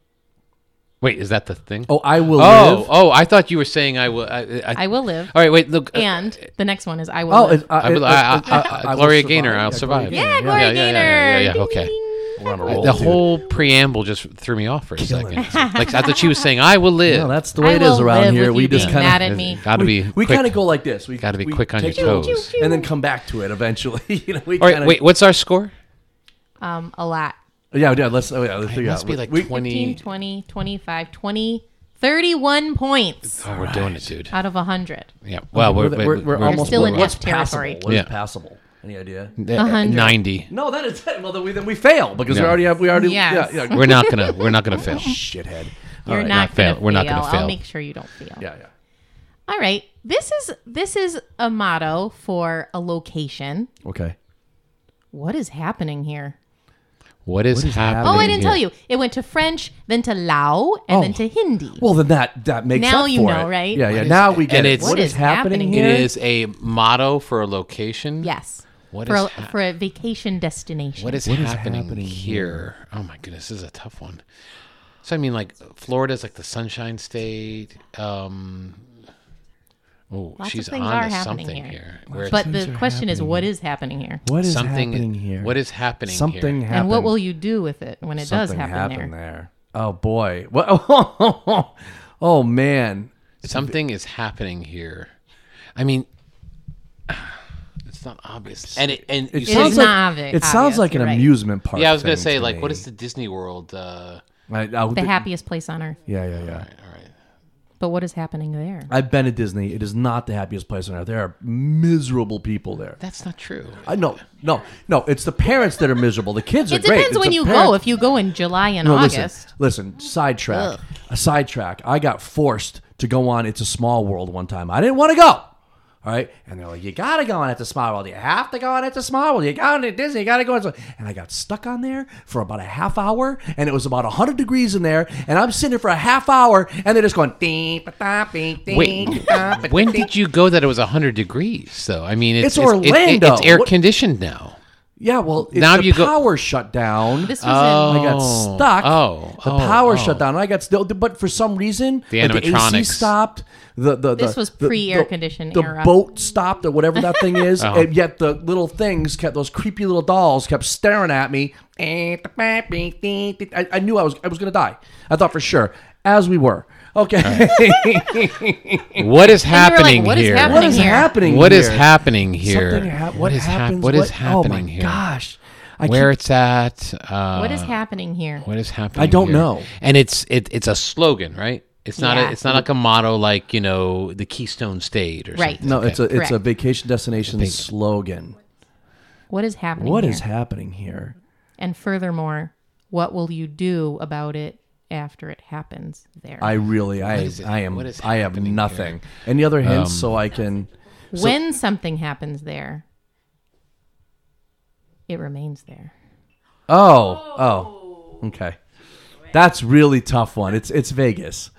[SPEAKER 3] Wait, is that the thing?
[SPEAKER 1] oh, I will
[SPEAKER 3] oh,
[SPEAKER 1] live.
[SPEAKER 3] oh, I thought you were saying I will. I, I,
[SPEAKER 2] I will live.
[SPEAKER 3] all right, wait. Look. uh,
[SPEAKER 2] And the next one is I will
[SPEAKER 1] Oh,
[SPEAKER 2] live.
[SPEAKER 1] it- I-
[SPEAKER 3] I will-
[SPEAKER 1] it-
[SPEAKER 3] I-
[SPEAKER 1] it-
[SPEAKER 3] I-
[SPEAKER 1] I- I will
[SPEAKER 3] Gloria
[SPEAKER 1] survive.
[SPEAKER 3] Gaynor, I'll
[SPEAKER 1] Gloria
[SPEAKER 3] survive.
[SPEAKER 1] Gaynor,
[SPEAKER 2] yeah, Gloria
[SPEAKER 3] yeah, yeah, yeah, yeah,
[SPEAKER 2] Gaynor.
[SPEAKER 3] yeah, okay.
[SPEAKER 1] We're on a
[SPEAKER 3] the
[SPEAKER 1] roll, dude.
[SPEAKER 3] whole preamble just threw me off for a second.
[SPEAKER 2] (laughs)
[SPEAKER 3] Like I thought she was saying I will live.
[SPEAKER 1] No, that's the way it is around here. We just kind of
[SPEAKER 2] mad at me.
[SPEAKER 3] Got to be.
[SPEAKER 1] we
[SPEAKER 3] quick.
[SPEAKER 1] kind of go like this. We
[SPEAKER 3] Gotta be
[SPEAKER 1] we
[SPEAKER 3] quick on
[SPEAKER 1] take
[SPEAKER 3] your
[SPEAKER 1] little-
[SPEAKER 3] toes.
[SPEAKER 1] and then come back to it eventually. you know, we
[SPEAKER 3] All right,
[SPEAKER 1] kinda-
[SPEAKER 3] wait. What's our score?
[SPEAKER 2] Um, a lot.
[SPEAKER 1] Yeah, yeah. Let's. Oh, yeah, let's
[SPEAKER 3] It
[SPEAKER 1] figure
[SPEAKER 3] must
[SPEAKER 1] out.
[SPEAKER 3] be
[SPEAKER 1] We-
[SPEAKER 3] like
[SPEAKER 1] we-
[SPEAKER 2] 15,
[SPEAKER 3] twenty.
[SPEAKER 2] 20, 25, 20, 31 points
[SPEAKER 3] Oh, we're doing it, dude.
[SPEAKER 2] out of 100.
[SPEAKER 3] Yeah. Well,
[SPEAKER 1] we're,
[SPEAKER 3] we're,
[SPEAKER 1] we're, we're, almost
[SPEAKER 2] still in
[SPEAKER 1] what's
[SPEAKER 2] F territory.
[SPEAKER 1] Passable? What's
[SPEAKER 3] Yeah.
[SPEAKER 1] passable? Any idea?
[SPEAKER 2] (laughs)
[SPEAKER 3] we're ninety.
[SPEAKER 1] No, that is well. Then we, then we fail because
[SPEAKER 3] No.
[SPEAKER 1] we already have. We already.
[SPEAKER 2] Yes.
[SPEAKER 1] Yeah, yeah.
[SPEAKER 3] We're not gonna.
[SPEAKER 1] (laughs)
[SPEAKER 3] We're not gonna fail.
[SPEAKER 1] Shithead. All
[SPEAKER 2] Eh. You're
[SPEAKER 1] right.
[SPEAKER 2] not, going
[SPEAKER 3] not fail.
[SPEAKER 2] to fail.
[SPEAKER 3] We're not gonna
[SPEAKER 2] I'll
[SPEAKER 3] fail.
[SPEAKER 2] make sure you don't fail.
[SPEAKER 1] Yeah, yeah.
[SPEAKER 2] All right. This is this is a motto for a location.
[SPEAKER 1] Okay.
[SPEAKER 2] What is happening here?
[SPEAKER 3] What is,
[SPEAKER 1] What is
[SPEAKER 3] happening?
[SPEAKER 1] happening
[SPEAKER 2] Oh, I didn't
[SPEAKER 3] here?
[SPEAKER 2] tell you. It went to French, then to Lao, and then
[SPEAKER 1] Oh.
[SPEAKER 2] to Hindi.
[SPEAKER 1] Well, then that that makes
[SPEAKER 2] Now
[SPEAKER 1] up
[SPEAKER 2] you
[SPEAKER 1] for
[SPEAKER 2] know,
[SPEAKER 1] it.
[SPEAKER 2] right?
[SPEAKER 1] Yeah, yeah.
[SPEAKER 3] is-
[SPEAKER 1] now we get
[SPEAKER 3] and
[SPEAKER 1] it.
[SPEAKER 3] it's-
[SPEAKER 1] what is happening,
[SPEAKER 2] happening
[SPEAKER 1] here?
[SPEAKER 3] It is a motto for a location.
[SPEAKER 2] yes.
[SPEAKER 3] What
[SPEAKER 2] for
[SPEAKER 3] is
[SPEAKER 2] a,
[SPEAKER 3] hap-
[SPEAKER 2] for a vacation destination.
[SPEAKER 3] What is
[SPEAKER 1] What is
[SPEAKER 3] happening,
[SPEAKER 1] happening
[SPEAKER 3] here? Oh my goodness, this is a tough one. So I mean, like Florida's like the Sunshine State. Um, oh,
[SPEAKER 2] Lots of
[SPEAKER 3] she's
[SPEAKER 2] things
[SPEAKER 3] on
[SPEAKER 2] are
[SPEAKER 3] to
[SPEAKER 2] happening
[SPEAKER 3] something
[SPEAKER 2] here.
[SPEAKER 3] here. where
[SPEAKER 2] but
[SPEAKER 1] things
[SPEAKER 2] the
[SPEAKER 1] are
[SPEAKER 2] question is,
[SPEAKER 1] happening.
[SPEAKER 2] what is happening here?
[SPEAKER 1] What is
[SPEAKER 3] something
[SPEAKER 1] happening here?
[SPEAKER 3] What is happening?
[SPEAKER 1] something
[SPEAKER 3] Here?
[SPEAKER 1] happened?
[SPEAKER 2] And what will you do with it when it does
[SPEAKER 1] something
[SPEAKER 2] happen
[SPEAKER 1] happened
[SPEAKER 2] there?
[SPEAKER 1] there? Oh boy. What? (laughs) oh man.
[SPEAKER 3] Something is happening here. I mean, (sighs) it's not obvious. And it and you
[SPEAKER 1] It
[SPEAKER 3] say-
[SPEAKER 2] sounds
[SPEAKER 1] like
[SPEAKER 2] not obvi-
[SPEAKER 1] it sounds
[SPEAKER 2] obvious,
[SPEAKER 1] like an
[SPEAKER 2] you're right.
[SPEAKER 1] amusement park.
[SPEAKER 3] yeah, I was gonna
[SPEAKER 1] thing
[SPEAKER 3] say
[SPEAKER 1] to
[SPEAKER 3] like,
[SPEAKER 1] me.
[SPEAKER 3] what is the Disney World? Uh,
[SPEAKER 1] I, I, would
[SPEAKER 2] The
[SPEAKER 1] thi-
[SPEAKER 2] happiest place on earth.
[SPEAKER 1] Yeah, yeah, yeah.
[SPEAKER 3] all right.
[SPEAKER 2] But what is happening there?
[SPEAKER 1] I've been at Disney. It is not the happiest place on earth. There are miserable people there.
[SPEAKER 3] That's not true.
[SPEAKER 1] I no, no, no. It's the parents that are miserable. The kids are
[SPEAKER 2] It
[SPEAKER 1] great.
[SPEAKER 2] depends
[SPEAKER 1] It's
[SPEAKER 2] when
[SPEAKER 1] the
[SPEAKER 2] you
[SPEAKER 1] parents-
[SPEAKER 2] go. If you go in July and
[SPEAKER 1] No,
[SPEAKER 2] August,
[SPEAKER 1] listen, listen. Sidetrack.
[SPEAKER 2] Ugh.
[SPEAKER 1] A sidetrack. I got forced to go on It's a Small World one time. I didn't want to go. All right, and they're like, "You gotta go on It's a Small World. You have to go on It's a Small World. You got to Disney. You gotta go." On. And I got stuck on there for about a half hour, and it was about hundred degrees in there, and I'm sitting there for a half hour, and they're just going. "Ding, ba, da, bing, ding,
[SPEAKER 3] Wait,
[SPEAKER 1] da, ba,
[SPEAKER 3] when did you go that it was 100 degrees, though? I mean, it's,
[SPEAKER 1] It's
[SPEAKER 3] it- it-
[SPEAKER 1] Orlando.
[SPEAKER 3] it's air
[SPEAKER 1] What-
[SPEAKER 3] conditioned now.
[SPEAKER 1] Yeah, well, it's
[SPEAKER 3] Now
[SPEAKER 1] the
[SPEAKER 3] you go-
[SPEAKER 1] power shut down.
[SPEAKER 2] this was
[SPEAKER 1] I got
[SPEAKER 3] Oh.
[SPEAKER 1] stuck.
[SPEAKER 3] Oh.
[SPEAKER 1] the
[SPEAKER 3] Oh.
[SPEAKER 1] power
[SPEAKER 3] Oh.
[SPEAKER 1] shut down. I got still, but for some reason,
[SPEAKER 3] The
[SPEAKER 1] like, AC
[SPEAKER 3] animatronics.
[SPEAKER 1] stopped. The the, the
[SPEAKER 2] This was
[SPEAKER 1] the-
[SPEAKER 2] pre-air
[SPEAKER 1] the-
[SPEAKER 2] condition
[SPEAKER 1] The
[SPEAKER 2] era.
[SPEAKER 1] boat stopped or whatever that thing
[SPEAKER 3] (laughs)
[SPEAKER 1] is,
[SPEAKER 3] Uh-huh.
[SPEAKER 1] and yet the little things kept those creepy little dolls kept staring at me. I, I knew I was I was gonna die. I thought for sure, as we were. Okay,
[SPEAKER 3] What is
[SPEAKER 2] And you were like,
[SPEAKER 3] happening
[SPEAKER 2] "What is
[SPEAKER 1] (laughs)
[SPEAKER 3] here?
[SPEAKER 1] what is
[SPEAKER 2] Happening here.
[SPEAKER 1] happening?
[SPEAKER 3] What is
[SPEAKER 1] here?
[SPEAKER 3] happening here?
[SPEAKER 1] Something hap- what,
[SPEAKER 3] is hap-
[SPEAKER 1] happens?
[SPEAKER 3] what is happening
[SPEAKER 1] oh my
[SPEAKER 3] here?
[SPEAKER 1] Gosh, I
[SPEAKER 3] Where
[SPEAKER 1] keep-
[SPEAKER 3] it's at? Uh,
[SPEAKER 2] in, what is happening here?
[SPEAKER 3] What is happening?
[SPEAKER 1] I don't
[SPEAKER 3] here?
[SPEAKER 1] know.
[SPEAKER 3] And it's it, it's a slogan, right? It's not
[SPEAKER 2] Yeah.
[SPEAKER 3] a, it's not like a motto like you know the Keystone State or
[SPEAKER 2] Right.
[SPEAKER 3] something.
[SPEAKER 1] No, it's a it's a
[SPEAKER 2] Correct.
[SPEAKER 1] vacation destination slogan.
[SPEAKER 2] What is happening?
[SPEAKER 1] What
[SPEAKER 2] here?
[SPEAKER 1] is happening here?
[SPEAKER 2] And furthermore, what will you do about it after it happens there?
[SPEAKER 1] I really, I,
[SPEAKER 3] is it-
[SPEAKER 1] I am,
[SPEAKER 3] what is
[SPEAKER 1] I have
[SPEAKER 3] happening
[SPEAKER 1] nothing. Any other hints so I can?
[SPEAKER 2] when something happens there, it remains there.
[SPEAKER 1] Oh, oh, okay. That's really tough one. It's it's Vegas.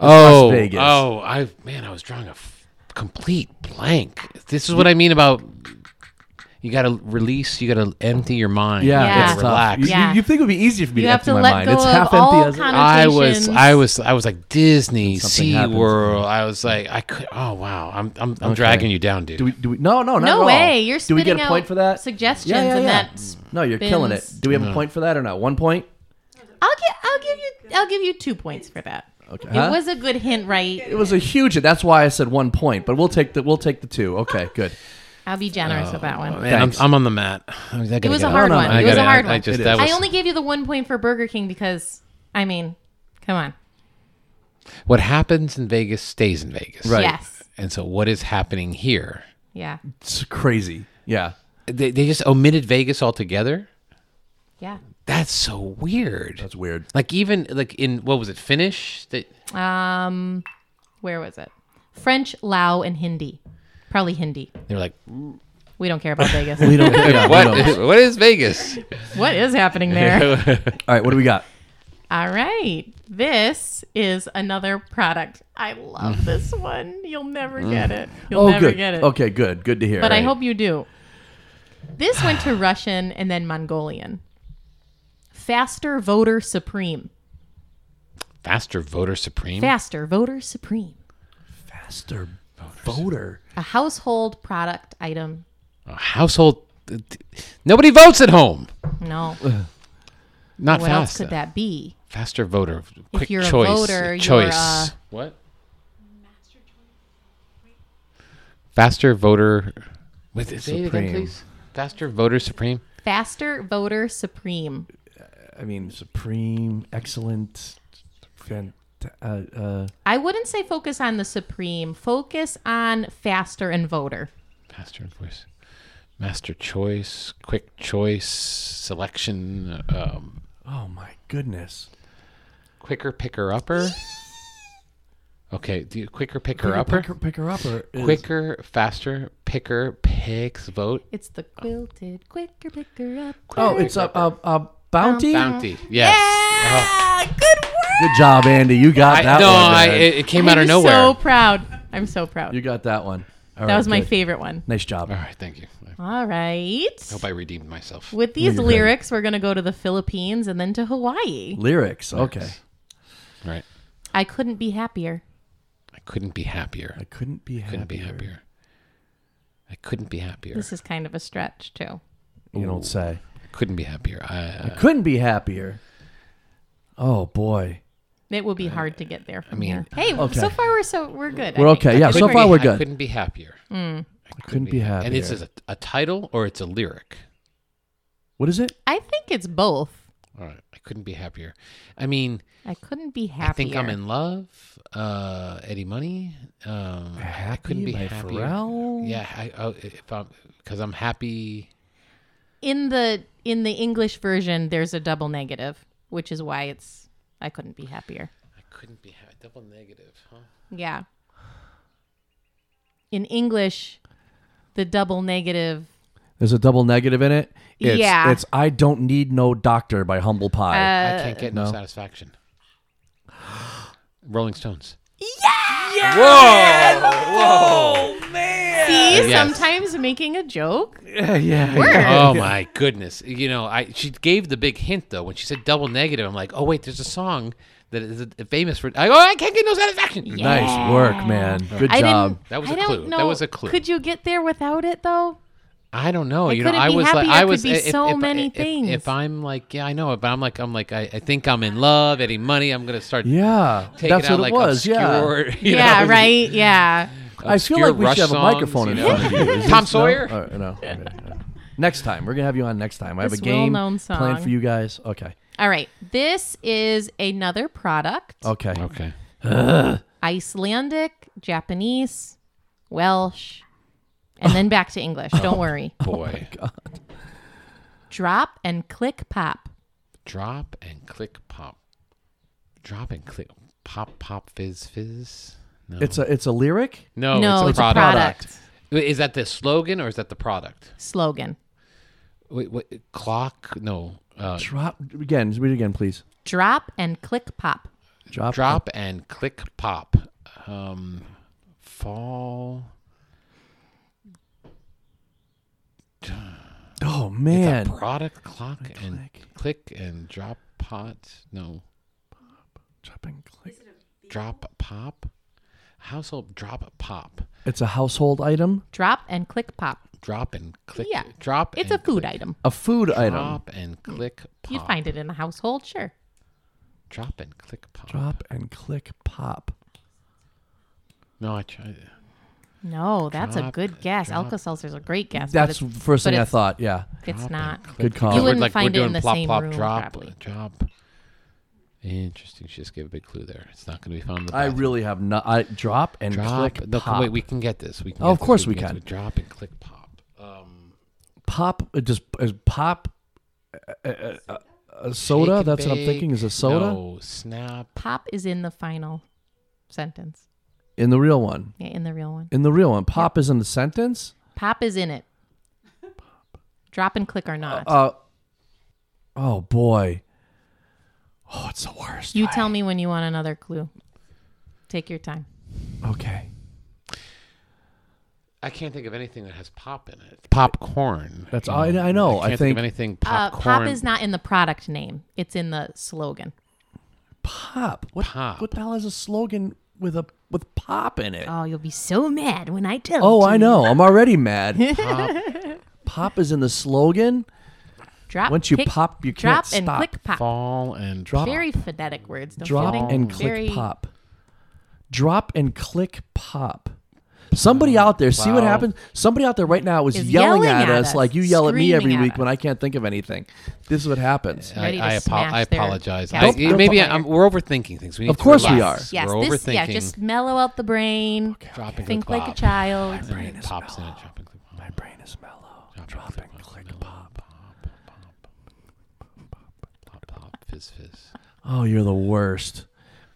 [SPEAKER 3] Oh,
[SPEAKER 1] Las Vegas.
[SPEAKER 3] oh, I man, I was drawing a f- complete blank. This is what I mean about you got to release, you got to empty your mind,
[SPEAKER 1] Yeah,
[SPEAKER 2] Yeah.
[SPEAKER 1] it's tough.
[SPEAKER 3] relax.
[SPEAKER 1] You, you-
[SPEAKER 2] Yeah.
[SPEAKER 1] you think it would be easier for me
[SPEAKER 2] You
[SPEAKER 1] to
[SPEAKER 2] have
[SPEAKER 1] empty
[SPEAKER 2] to
[SPEAKER 1] my
[SPEAKER 2] let
[SPEAKER 1] mind?
[SPEAKER 2] go
[SPEAKER 1] it's
[SPEAKER 2] of
[SPEAKER 1] half
[SPEAKER 2] all
[SPEAKER 1] empty. As it,
[SPEAKER 2] kind
[SPEAKER 3] I was, I was, I was like Disney,
[SPEAKER 1] Something
[SPEAKER 3] Sea
[SPEAKER 1] happens.
[SPEAKER 3] World. I was like, I could. Oh wow, I'm, I'm, I'm dragging you down, dude.
[SPEAKER 1] do we? Do we? No, no, not at
[SPEAKER 2] No
[SPEAKER 1] all.
[SPEAKER 2] way. You're
[SPEAKER 1] Do we get
[SPEAKER 2] spitting
[SPEAKER 1] a point
[SPEAKER 2] out
[SPEAKER 1] for that?
[SPEAKER 2] suggestions
[SPEAKER 1] yeah, yeah,
[SPEAKER 2] and
[SPEAKER 1] yeah.
[SPEAKER 2] that
[SPEAKER 1] No, you're killing it.
[SPEAKER 2] spins-
[SPEAKER 1] Do we have a point for that or not? One point.
[SPEAKER 2] I'll give I'll give you I'll give you two points for that.
[SPEAKER 1] Okay.
[SPEAKER 2] It
[SPEAKER 1] Huh?
[SPEAKER 2] was a good hint, right?
[SPEAKER 1] It was a huge. That's why I said one point. But we'll take the we'll take the two. Okay, good.
[SPEAKER 2] I'll be generous with
[SPEAKER 1] Oh,
[SPEAKER 2] that one.
[SPEAKER 3] Man, I'm,
[SPEAKER 1] Thanks.
[SPEAKER 3] I'm on the mat. I gotta
[SPEAKER 2] It was
[SPEAKER 3] get
[SPEAKER 2] a
[SPEAKER 3] up.
[SPEAKER 2] hard
[SPEAKER 1] no,
[SPEAKER 2] one.
[SPEAKER 1] no,
[SPEAKER 2] It was a
[SPEAKER 1] gotta-
[SPEAKER 2] hard
[SPEAKER 3] I
[SPEAKER 2] one.
[SPEAKER 3] just
[SPEAKER 1] It
[SPEAKER 3] that
[SPEAKER 1] is.
[SPEAKER 3] was
[SPEAKER 2] I only gave you the one point for Burger King because I mean, come on.
[SPEAKER 3] what happens in Vegas stays in Vegas.
[SPEAKER 1] Right.
[SPEAKER 2] Yes.
[SPEAKER 3] And so, what is happening here?
[SPEAKER 2] Yeah.
[SPEAKER 1] It's crazy. Yeah.
[SPEAKER 3] They, they just omitted Vegas altogether.
[SPEAKER 2] Yeah.
[SPEAKER 3] That's so weird.
[SPEAKER 1] That's (laughs) weird.
[SPEAKER 3] Like even like in what was it Finnish? That
[SPEAKER 2] Um, where was it? French, Lao, and Hindi. Probably Hindi.
[SPEAKER 1] (laughs)
[SPEAKER 3] they were like,
[SPEAKER 2] We don't care about Vegas.
[SPEAKER 1] We don't. yeah, we
[SPEAKER 3] what?
[SPEAKER 1] don't. (laughs)
[SPEAKER 3] what is Vegas?
[SPEAKER 2] what is happening there?
[SPEAKER 1] All right, what do we (laughs) got?
[SPEAKER 2] All right. This is another product.
[SPEAKER 1] (laughs)
[SPEAKER 2] I love this one. You'll never get it. You'll
[SPEAKER 1] oh,
[SPEAKER 2] never
[SPEAKER 1] good.
[SPEAKER 2] get it.
[SPEAKER 1] Okay, good. Good to hear.
[SPEAKER 2] But I
[SPEAKER 1] Right.
[SPEAKER 2] hope you do. This
[SPEAKER 1] (sighs)
[SPEAKER 2] went to Russian and then Mongolian. Faster voter supreme.
[SPEAKER 3] Faster voter supreme.
[SPEAKER 2] Faster voter supreme.
[SPEAKER 1] faster voter.
[SPEAKER 2] A household product item.
[SPEAKER 3] A household. Nobody votes at home.
[SPEAKER 2] No.
[SPEAKER 3] (laughs) Not
[SPEAKER 2] What else
[SPEAKER 3] fast.
[SPEAKER 2] could that be?
[SPEAKER 3] Faster voter. Quick
[SPEAKER 2] you're a
[SPEAKER 3] choice.
[SPEAKER 2] voter, you're
[SPEAKER 3] choice.
[SPEAKER 2] a-
[SPEAKER 3] What? Faster voter. With say it again,
[SPEAKER 1] Supreme.
[SPEAKER 3] please. Faster voter supreme.
[SPEAKER 2] Faster voter supreme.
[SPEAKER 1] I mean, supreme, excellent, fant- uh, uh,
[SPEAKER 2] I wouldn't say focus on the supreme. Focus on faster and voter.
[SPEAKER 3] Master voice. Master choice. Quick choice. Selection. Um,
[SPEAKER 1] oh my goodness.
[SPEAKER 3] quicker picker upper. Okay, do you quicker picker upper?
[SPEAKER 1] Pick her, pick her up. Or is-
[SPEAKER 3] Quicker, faster, picker, picks, vote.
[SPEAKER 2] It's the quilted quicker picker up.
[SPEAKER 1] Oh, it's a, a, a bounty.
[SPEAKER 3] Bounty. Yes. Oh.
[SPEAKER 2] Ah, good work.
[SPEAKER 1] Good job, Andy. You got
[SPEAKER 3] I,
[SPEAKER 1] that
[SPEAKER 3] no,
[SPEAKER 1] one.
[SPEAKER 3] I,
[SPEAKER 1] man.
[SPEAKER 3] it, it came out
[SPEAKER 2] I'm
[SPEAKER 3] of nowhere.
[SPEAKER 2] so proud. I'm so proud.
[SPEAKER 1] you got that one. All
[SPEAKER 2] that
[SPEAKER 1] right,
[SPEAKER 2] was my
[SPEAKER 1] good.
[SPEAKER 2] favorite one.
[SPEAKER 1] Nice job.
[SPEAKER 3] All right, thank you. I
[SPEAKER 2] All right.
[SPEAKER 3] hope I redeemed myself.
[SPEAKER 2] With these
[SPEAKER 1] you're good.
[SPEAKER 2] lyrics, we're going to go to the Philippines and then to Hawaii.
[SPEAKER 1] Lyrics. Okay.
[SPEAKER 3] All right.
[SPEAKER 2] I couldn't be happier.
[SPEAKER 3] I couldn't be happier.
[SPEAKER 1] I couldn't be happier.
[SPEAKER 3] couldn't be happier. I couldn't be happier.
[SPEAKER 2] This is kind of a stretch, too.
[SPEAKER 1] You don't say.
[SPEAKER 3] Couldn't be happier. I, uh,
[SPEAKER 1] Couldn't be happier. Oh boy.
[SPEAKER 2] It will be hard to get there from
[SPEAKER 3] mean,
[SPEAKER 2] here. Hey,
[SPEAKER 1] okay.
[SPEAKER 2] so far we're so we're good. I
[SPEAKER 1] We're
[SPEAKER 2] think.
[SPEAKER 1] okay. Yeah. So
[SPEAKER 3] couldn't
[SPEAKER 1] far
[SPEAKER 3] be-
[SPEAKER 1] we're
[SPEAKER 3] I
[SPEAKER 1] good.
[SPEAKER 3] couldn't be happier.
[SPEAKER 2] Hmm.
[SPEAKER 3] I couldn't,
[SPEAKER 1] be
[SPEAKER 3] hap- And this
[SPEAKER 1] happier.
[SPEAKER 3] is a, a title or it's a lyric.
[SPEAKER 1] What is it?
[SPEAKER 2] I think it's both.
[SPEAKER 3] All right. I couldn't be happier. I mean,
[SPEAKER 2] I couldn't be happier.
[SPEAKER 3] I think I'm in love. Uh, Eddie Money. Um, I couldn't be
[SPEAKER 1] by
[SPEAKER 3] happier.
[SPEAKER 1] Pharrell?
[SPEAKER 3] Yeah, I, I, if I'm because I'm happy.
[SPEAKER 2] in the in the English version. There's a double negative, which is why it's I couldn't be happier.
[SPEAKER 3] I couldn't be happy. Double negative, huh?
[SPEAKER 2] Yeah. In English, the double negative.
[SPEAKER 1] There's a double negative in it. It's,
[SPEAKER 2] Yeah. Uh,
[SPEAKER 1] It's I don't need no doctor by Humble Pie.
[SPEAKER 3] I can't get no, satisfaction. Rolling Stones.
[SPEAKER 2] See,
[SPEAKER 3] Yes.
[SPEAKER 2] sometimes making a joke.
[SPEAKER 1] (laughs) yeah.
[SPEAKER 3] Oh my goodness! You know, I she gave the big hint though when she said double negative. I'm like, oh wait, there's a song that is famous for. I, oh, I can't get no satisfaction.
[SPEAKER 1] Nice work, man. Good
[SPEAKER 2] I
[SPEAKER 1] job.
[SPEAKER 2] didn't.
[SPEAKER 3] That was
[SPEAKER 2] I
[SPEAKER 3] a
[SPEAKER 2] don't
[SPEAKER 3] clue. That
[SPEAKER 2] know.
[SPEAKER 3] was a clue.
[SPEAKER 2] Could you get there without it though?
[SPEAKER 3] I don't know.
[SPEAKER 2] I
[SPEAKER 3] you know,
[SPEAKER 2] couldn't
[SPEAKER 3] I
[SPEAKER 2] be
[SPEAKER 3] was like,
[SPEAKER 2] happy. I
[SPEAKER 3] I
[SPEAKER 2] could
[SPEAKER 3] was uh,
[SPEAKER 2] be
[SPEAKER 3] if-
[SPEAKER 2] so
[SPEAKER 3] if-
[SPEAKER 2] many
[SPEAKER 3] if-
[SPEAKER 2] things.
[SPEAKER 3] If I'm like, yeah, I know. If I'm like, I'm like, I, I think I'm in love, Eddie Money. I'm gonna start
[SPEAKER 1] Yeah.
[SPEAKER 3] taking
[SPEAKER 1] That's what
[SPEAKER 3] out
[SPEAKER 1] it
[SPEAKER 3] like
[SPEAKER 1] was. Yeah.
[SPEAKER 3] obscure. (laughs) (laughs) you
[SPEAKER 2] yeah.
[SPEAKER 3] know,
[SPEAKER 2] Right. Yeah.
[SPEAKER 1] I feel
[SPEAKER 3] obscure
[SPEAKER 1] like we
[SPEAKER 3] Rush
[SPEAKER 1] should have a
[SPEAKER 3] songs,
[SPEAKER 1] microphone in
[SPEAKER 3] you know?
[SPEAKER 1] front
[SPEAKER 3] (laughs)
[SPEAKER 1] of you. Is
[SPEAKER 3] Tom
[SPEAKER 1] this-
[SPEAKER 3] Sawyer?
[SPEAKER 1] No? Uh, no. Okay, no. Next time. We're going to have you on next time. I have
[SPEAKER 2] This
[SPEAKER 1] a game
[SPEAKER 2] well-known song.
[SPEAKER 1] planned for you guys. Okay.
[SPEAKER 2] All right. This is another product.
[SPEAKER 1] Okay.
[SPEAKER 3] Okay.
[SPEAKER 2] Icelandic, Japanese, Welsh, and then back to English.
[SPEAKER 3] Oh.
[SPEAKER 2] Don't worry.
[SPEAKER 3] Boy,
[SPEAKER 2] Drop and click pop.
[SPEAKER 3] drop and click pop. Drop and click pop pop fizz fizz. No,
[SPEAKER 1] It's a it's a lyric.
[SPEAKER 3] no,
[SPEAKER 2] no,
[SPEAKER 3] Oh, it's a product.
[SPEAKER 2] product.
[SPEAKER 3] Wait, Is that the slogan or is that the product?
[SPEAKER 2] Slogan.
[SPEAKER 3] Wait, wait clock? No. Uh,
[SPEAKER 1] Drop again. Read it again, please.
[SPEAKER 2] Drop and click pop.
[SPEAKER 1] Drop.
[SPEAKER 3] drop and click pop. Um, fall.
[SPEAKER 1] Oh
[SPEAKER 3] It's
[SPEAKER 1] man.
[SPEAKER 3] a product clock and click and drop pot. No,
[SPEAKER 1] Drop and click.
[SPEAKER 3] drop pop. Household drop pop.
[SPEAKER 1] It's a household item,
[SPEAKER 2] Drop and click pop.
[SPEAKER 3] Drop and click.
[SPEAKER 2] Yeah.
[SPEAKER 3] Drop.
[SPEAKER 2] It's a
[SPEAKER 3] and
[SPEAKER 2] food
[SPEAKER 3] click.
[SPEAKER 2] item.
[SPEAKER 1] a food item.
[SPEAKER 3] Drop and click pop.
[SPEAKER 2] You'd find it in the household, sure.
[SPEAKER 3] Drop and click pop.
[SPEAKER 1] Drop and click pop.
[SPEAKER 3] No, I uh, tried.
[SPEAKER 2] No, that's a
[SPEAKER 3] Drop-
[SPEAKER 2] good guess.
[SPEAKER 3] drop-
[SPEAKER 2] Alka Seltzer's a great guess. but
[SPEAKER 1] That's
[SPEAKER 2] it's,
[SPEAKER 1] the first
[SPEAKER 2] but
[SPEAKER 1] thing I
[SPEAKER 2] it's-
[SPEAKER 1] thought. Yeah.
[SPEAKER 2] it's not.
[SPEAKER 1] Good call.
[SPEAKER 2] You
[SPEAKER 3] We're
[SPEAKER 2] wouldn't find it in the
[SPEAKER 3] plop,
[SPEAKER 2] same
[SPEAKER 3] plop,
[SPEAKER 2] room,
[SPEAKER 3] drop,
[SPEAKER 2] probably.
[SPEAKER 3] drop. Interesting. She just gave a big clue there. It's not going to be found. in the
[SPEAKER 1] I
[SPEAKER 3] bathroom.
[SPEAKER 1] really have not. I drop and
[SPEAKER 3] drop.
[SPEAKER 1] click
[SPEAKER 3] no,
[SPEAKER 1] pop.
[SPEAKER 3] wait, we can get this. We can.
[SPEAKER 1] Oh,
[SPEAKER 3] get
[SPEAKER 1] of
[SPEAKER 3] this.
[SPEAKER 1] course we
[SPEAKER 3] get
[SPEAKER 1] can.
[SPEAKER 3] this. Drop and click pop. Um,
[SPEAKER 1] pop. It just is pop. uh, A, a, a, a soda.
[SPEAKER 3] shake and
[SPEAKER 1] That's what I'm
[SPEAKER 3] bake.
[SPEAKER 1] thinking. Is a soda
[SPEAKER 3] No, snap.
[SPEAKER 2] Pop is in the final sentence.
[SPEAKER 1] in the real one.
[SPEAKER 2] Yeah, in the real one.
[SPEAKER 1] In the real one, pop is in the sentence.
[SPEAKER 2] Pop is in it. Drop and click are not.
[SPEAKER 1] Uh. Oh boy. Oh, it's the worst.
[SPEAKER 2] you tell me when you want another clue. Take your time.
[SPEAKER 1] Okay.
[SPEAKER 3] I can't think of anything that has pop in it. Popcorn.
[SPEAKER 1] That's
[SPEAKER 3] Um,
[SPEAKER 1] I, I know.
[SPEAKER 3] I
[SPEAKER 1] I
[SPEAKER 3] can't
[SPEAKER 1] think
[SPEAKER 3] of anything
[SPEAKER 2] Uh,
[SPEAKER 3] popcorn.
[SPEAKER 2] pop is not in the product name. It's in the slogan.
[SPEAKER 1] pop. What,
[SPEAKER 3] Pop. Uh,
[SPEAKER 1] What the hell is a slogan with a with pop in it?
[SPEAKER 2] Oh, you'll be so mad when I tell
[SPEAKER 1] oh,
[SPEAKER 2] you.
[SPEAKER 1] I know. I'm already
[SPEAKER 2] (laughs)
[SPEAKER 1] mad. pop. pop is in the slogan.
[SPEAKER 2] Drop,
[SPEAKER 1] Once you
[SPEAKER 2] kick,
[SPEAKER 1] pop, you
[SPEAKER 2] drop
[SPEAKER 1] can't
[SPEAKER 2] and
[SPEAKER 1] stop.
[SPEAKER 2] click pop.
[SPEAKER 3] fall and
[SPEAKER 1] Drop.
[SPEAKER 2] Very phonetic words. Don't
[SPEAKER 1] Drop
[SPEAKER 2] you think?
[SPEAKER 1] and click
[SPEAKER 2] Very-
[SPEAKER 1] pop. Drop and click pop. Somebody out there, see what
[SPEAKER 3] Wow.
[SPEAKER 1] happens. Somebody out there right now is,
[SPEAKER 2] Is
[SPEAKER 1] yelling,
[SPEAKER 2] yelling
[SPEAKER 1] at,
[SPEAKER 2] at
[SPEAKER 1] us
[SPEAKER 2] us,
[SPEAKER 1] like you yell at me every
[SPEAKER 2] screaming at
[SPEAKER 1] week when
[SPEAKER 2] us.
[SPEAKER 1] I can't think of anything. This is what happens.
[SPEAKER 3] I,
[SPEAKER 2] Ready to
[SPEAKER 3] I, apo- I
[SPEAKER 2] smash their
[SPEAKER 3] apologize. I,
[SPEAKER 2] Don't-
[SPEAKER 1] don't
[SPEAKER 3] maybe
[SPEAKER 1] pop-
[SPEAKER 3] I'm, we're overthinking things. We need
[SPEAKER 1] Of
[SPEAKER 3] to
[SPEAKER 1] course we
[SPEAKER 3] relax.
[SPEAKER 1] are.
[SPEAKER 2] Yes,
[SPEAKER 3] we're
[SPEAKER 2] this,
[SPEAKER 3] overthinking.
[SPEAKER 2] yeah, just mellow out the brain.
[SPEAKER 3] drop and
[SPEAKER 2] Think
[SPEAKER 3] click
[SPEAKER 2] like a
[SPEAKER 3] pop.
[SPEAKER 2] child.
[SPEAKER 3] And it pops in. Drop and click pop.
[SPEAKER 1] My brain is mellow. Drop and click pop.
[SPEAKER 3] Pop pop fizz fizz.
[SPEAKER 1] Oh, you're the worst.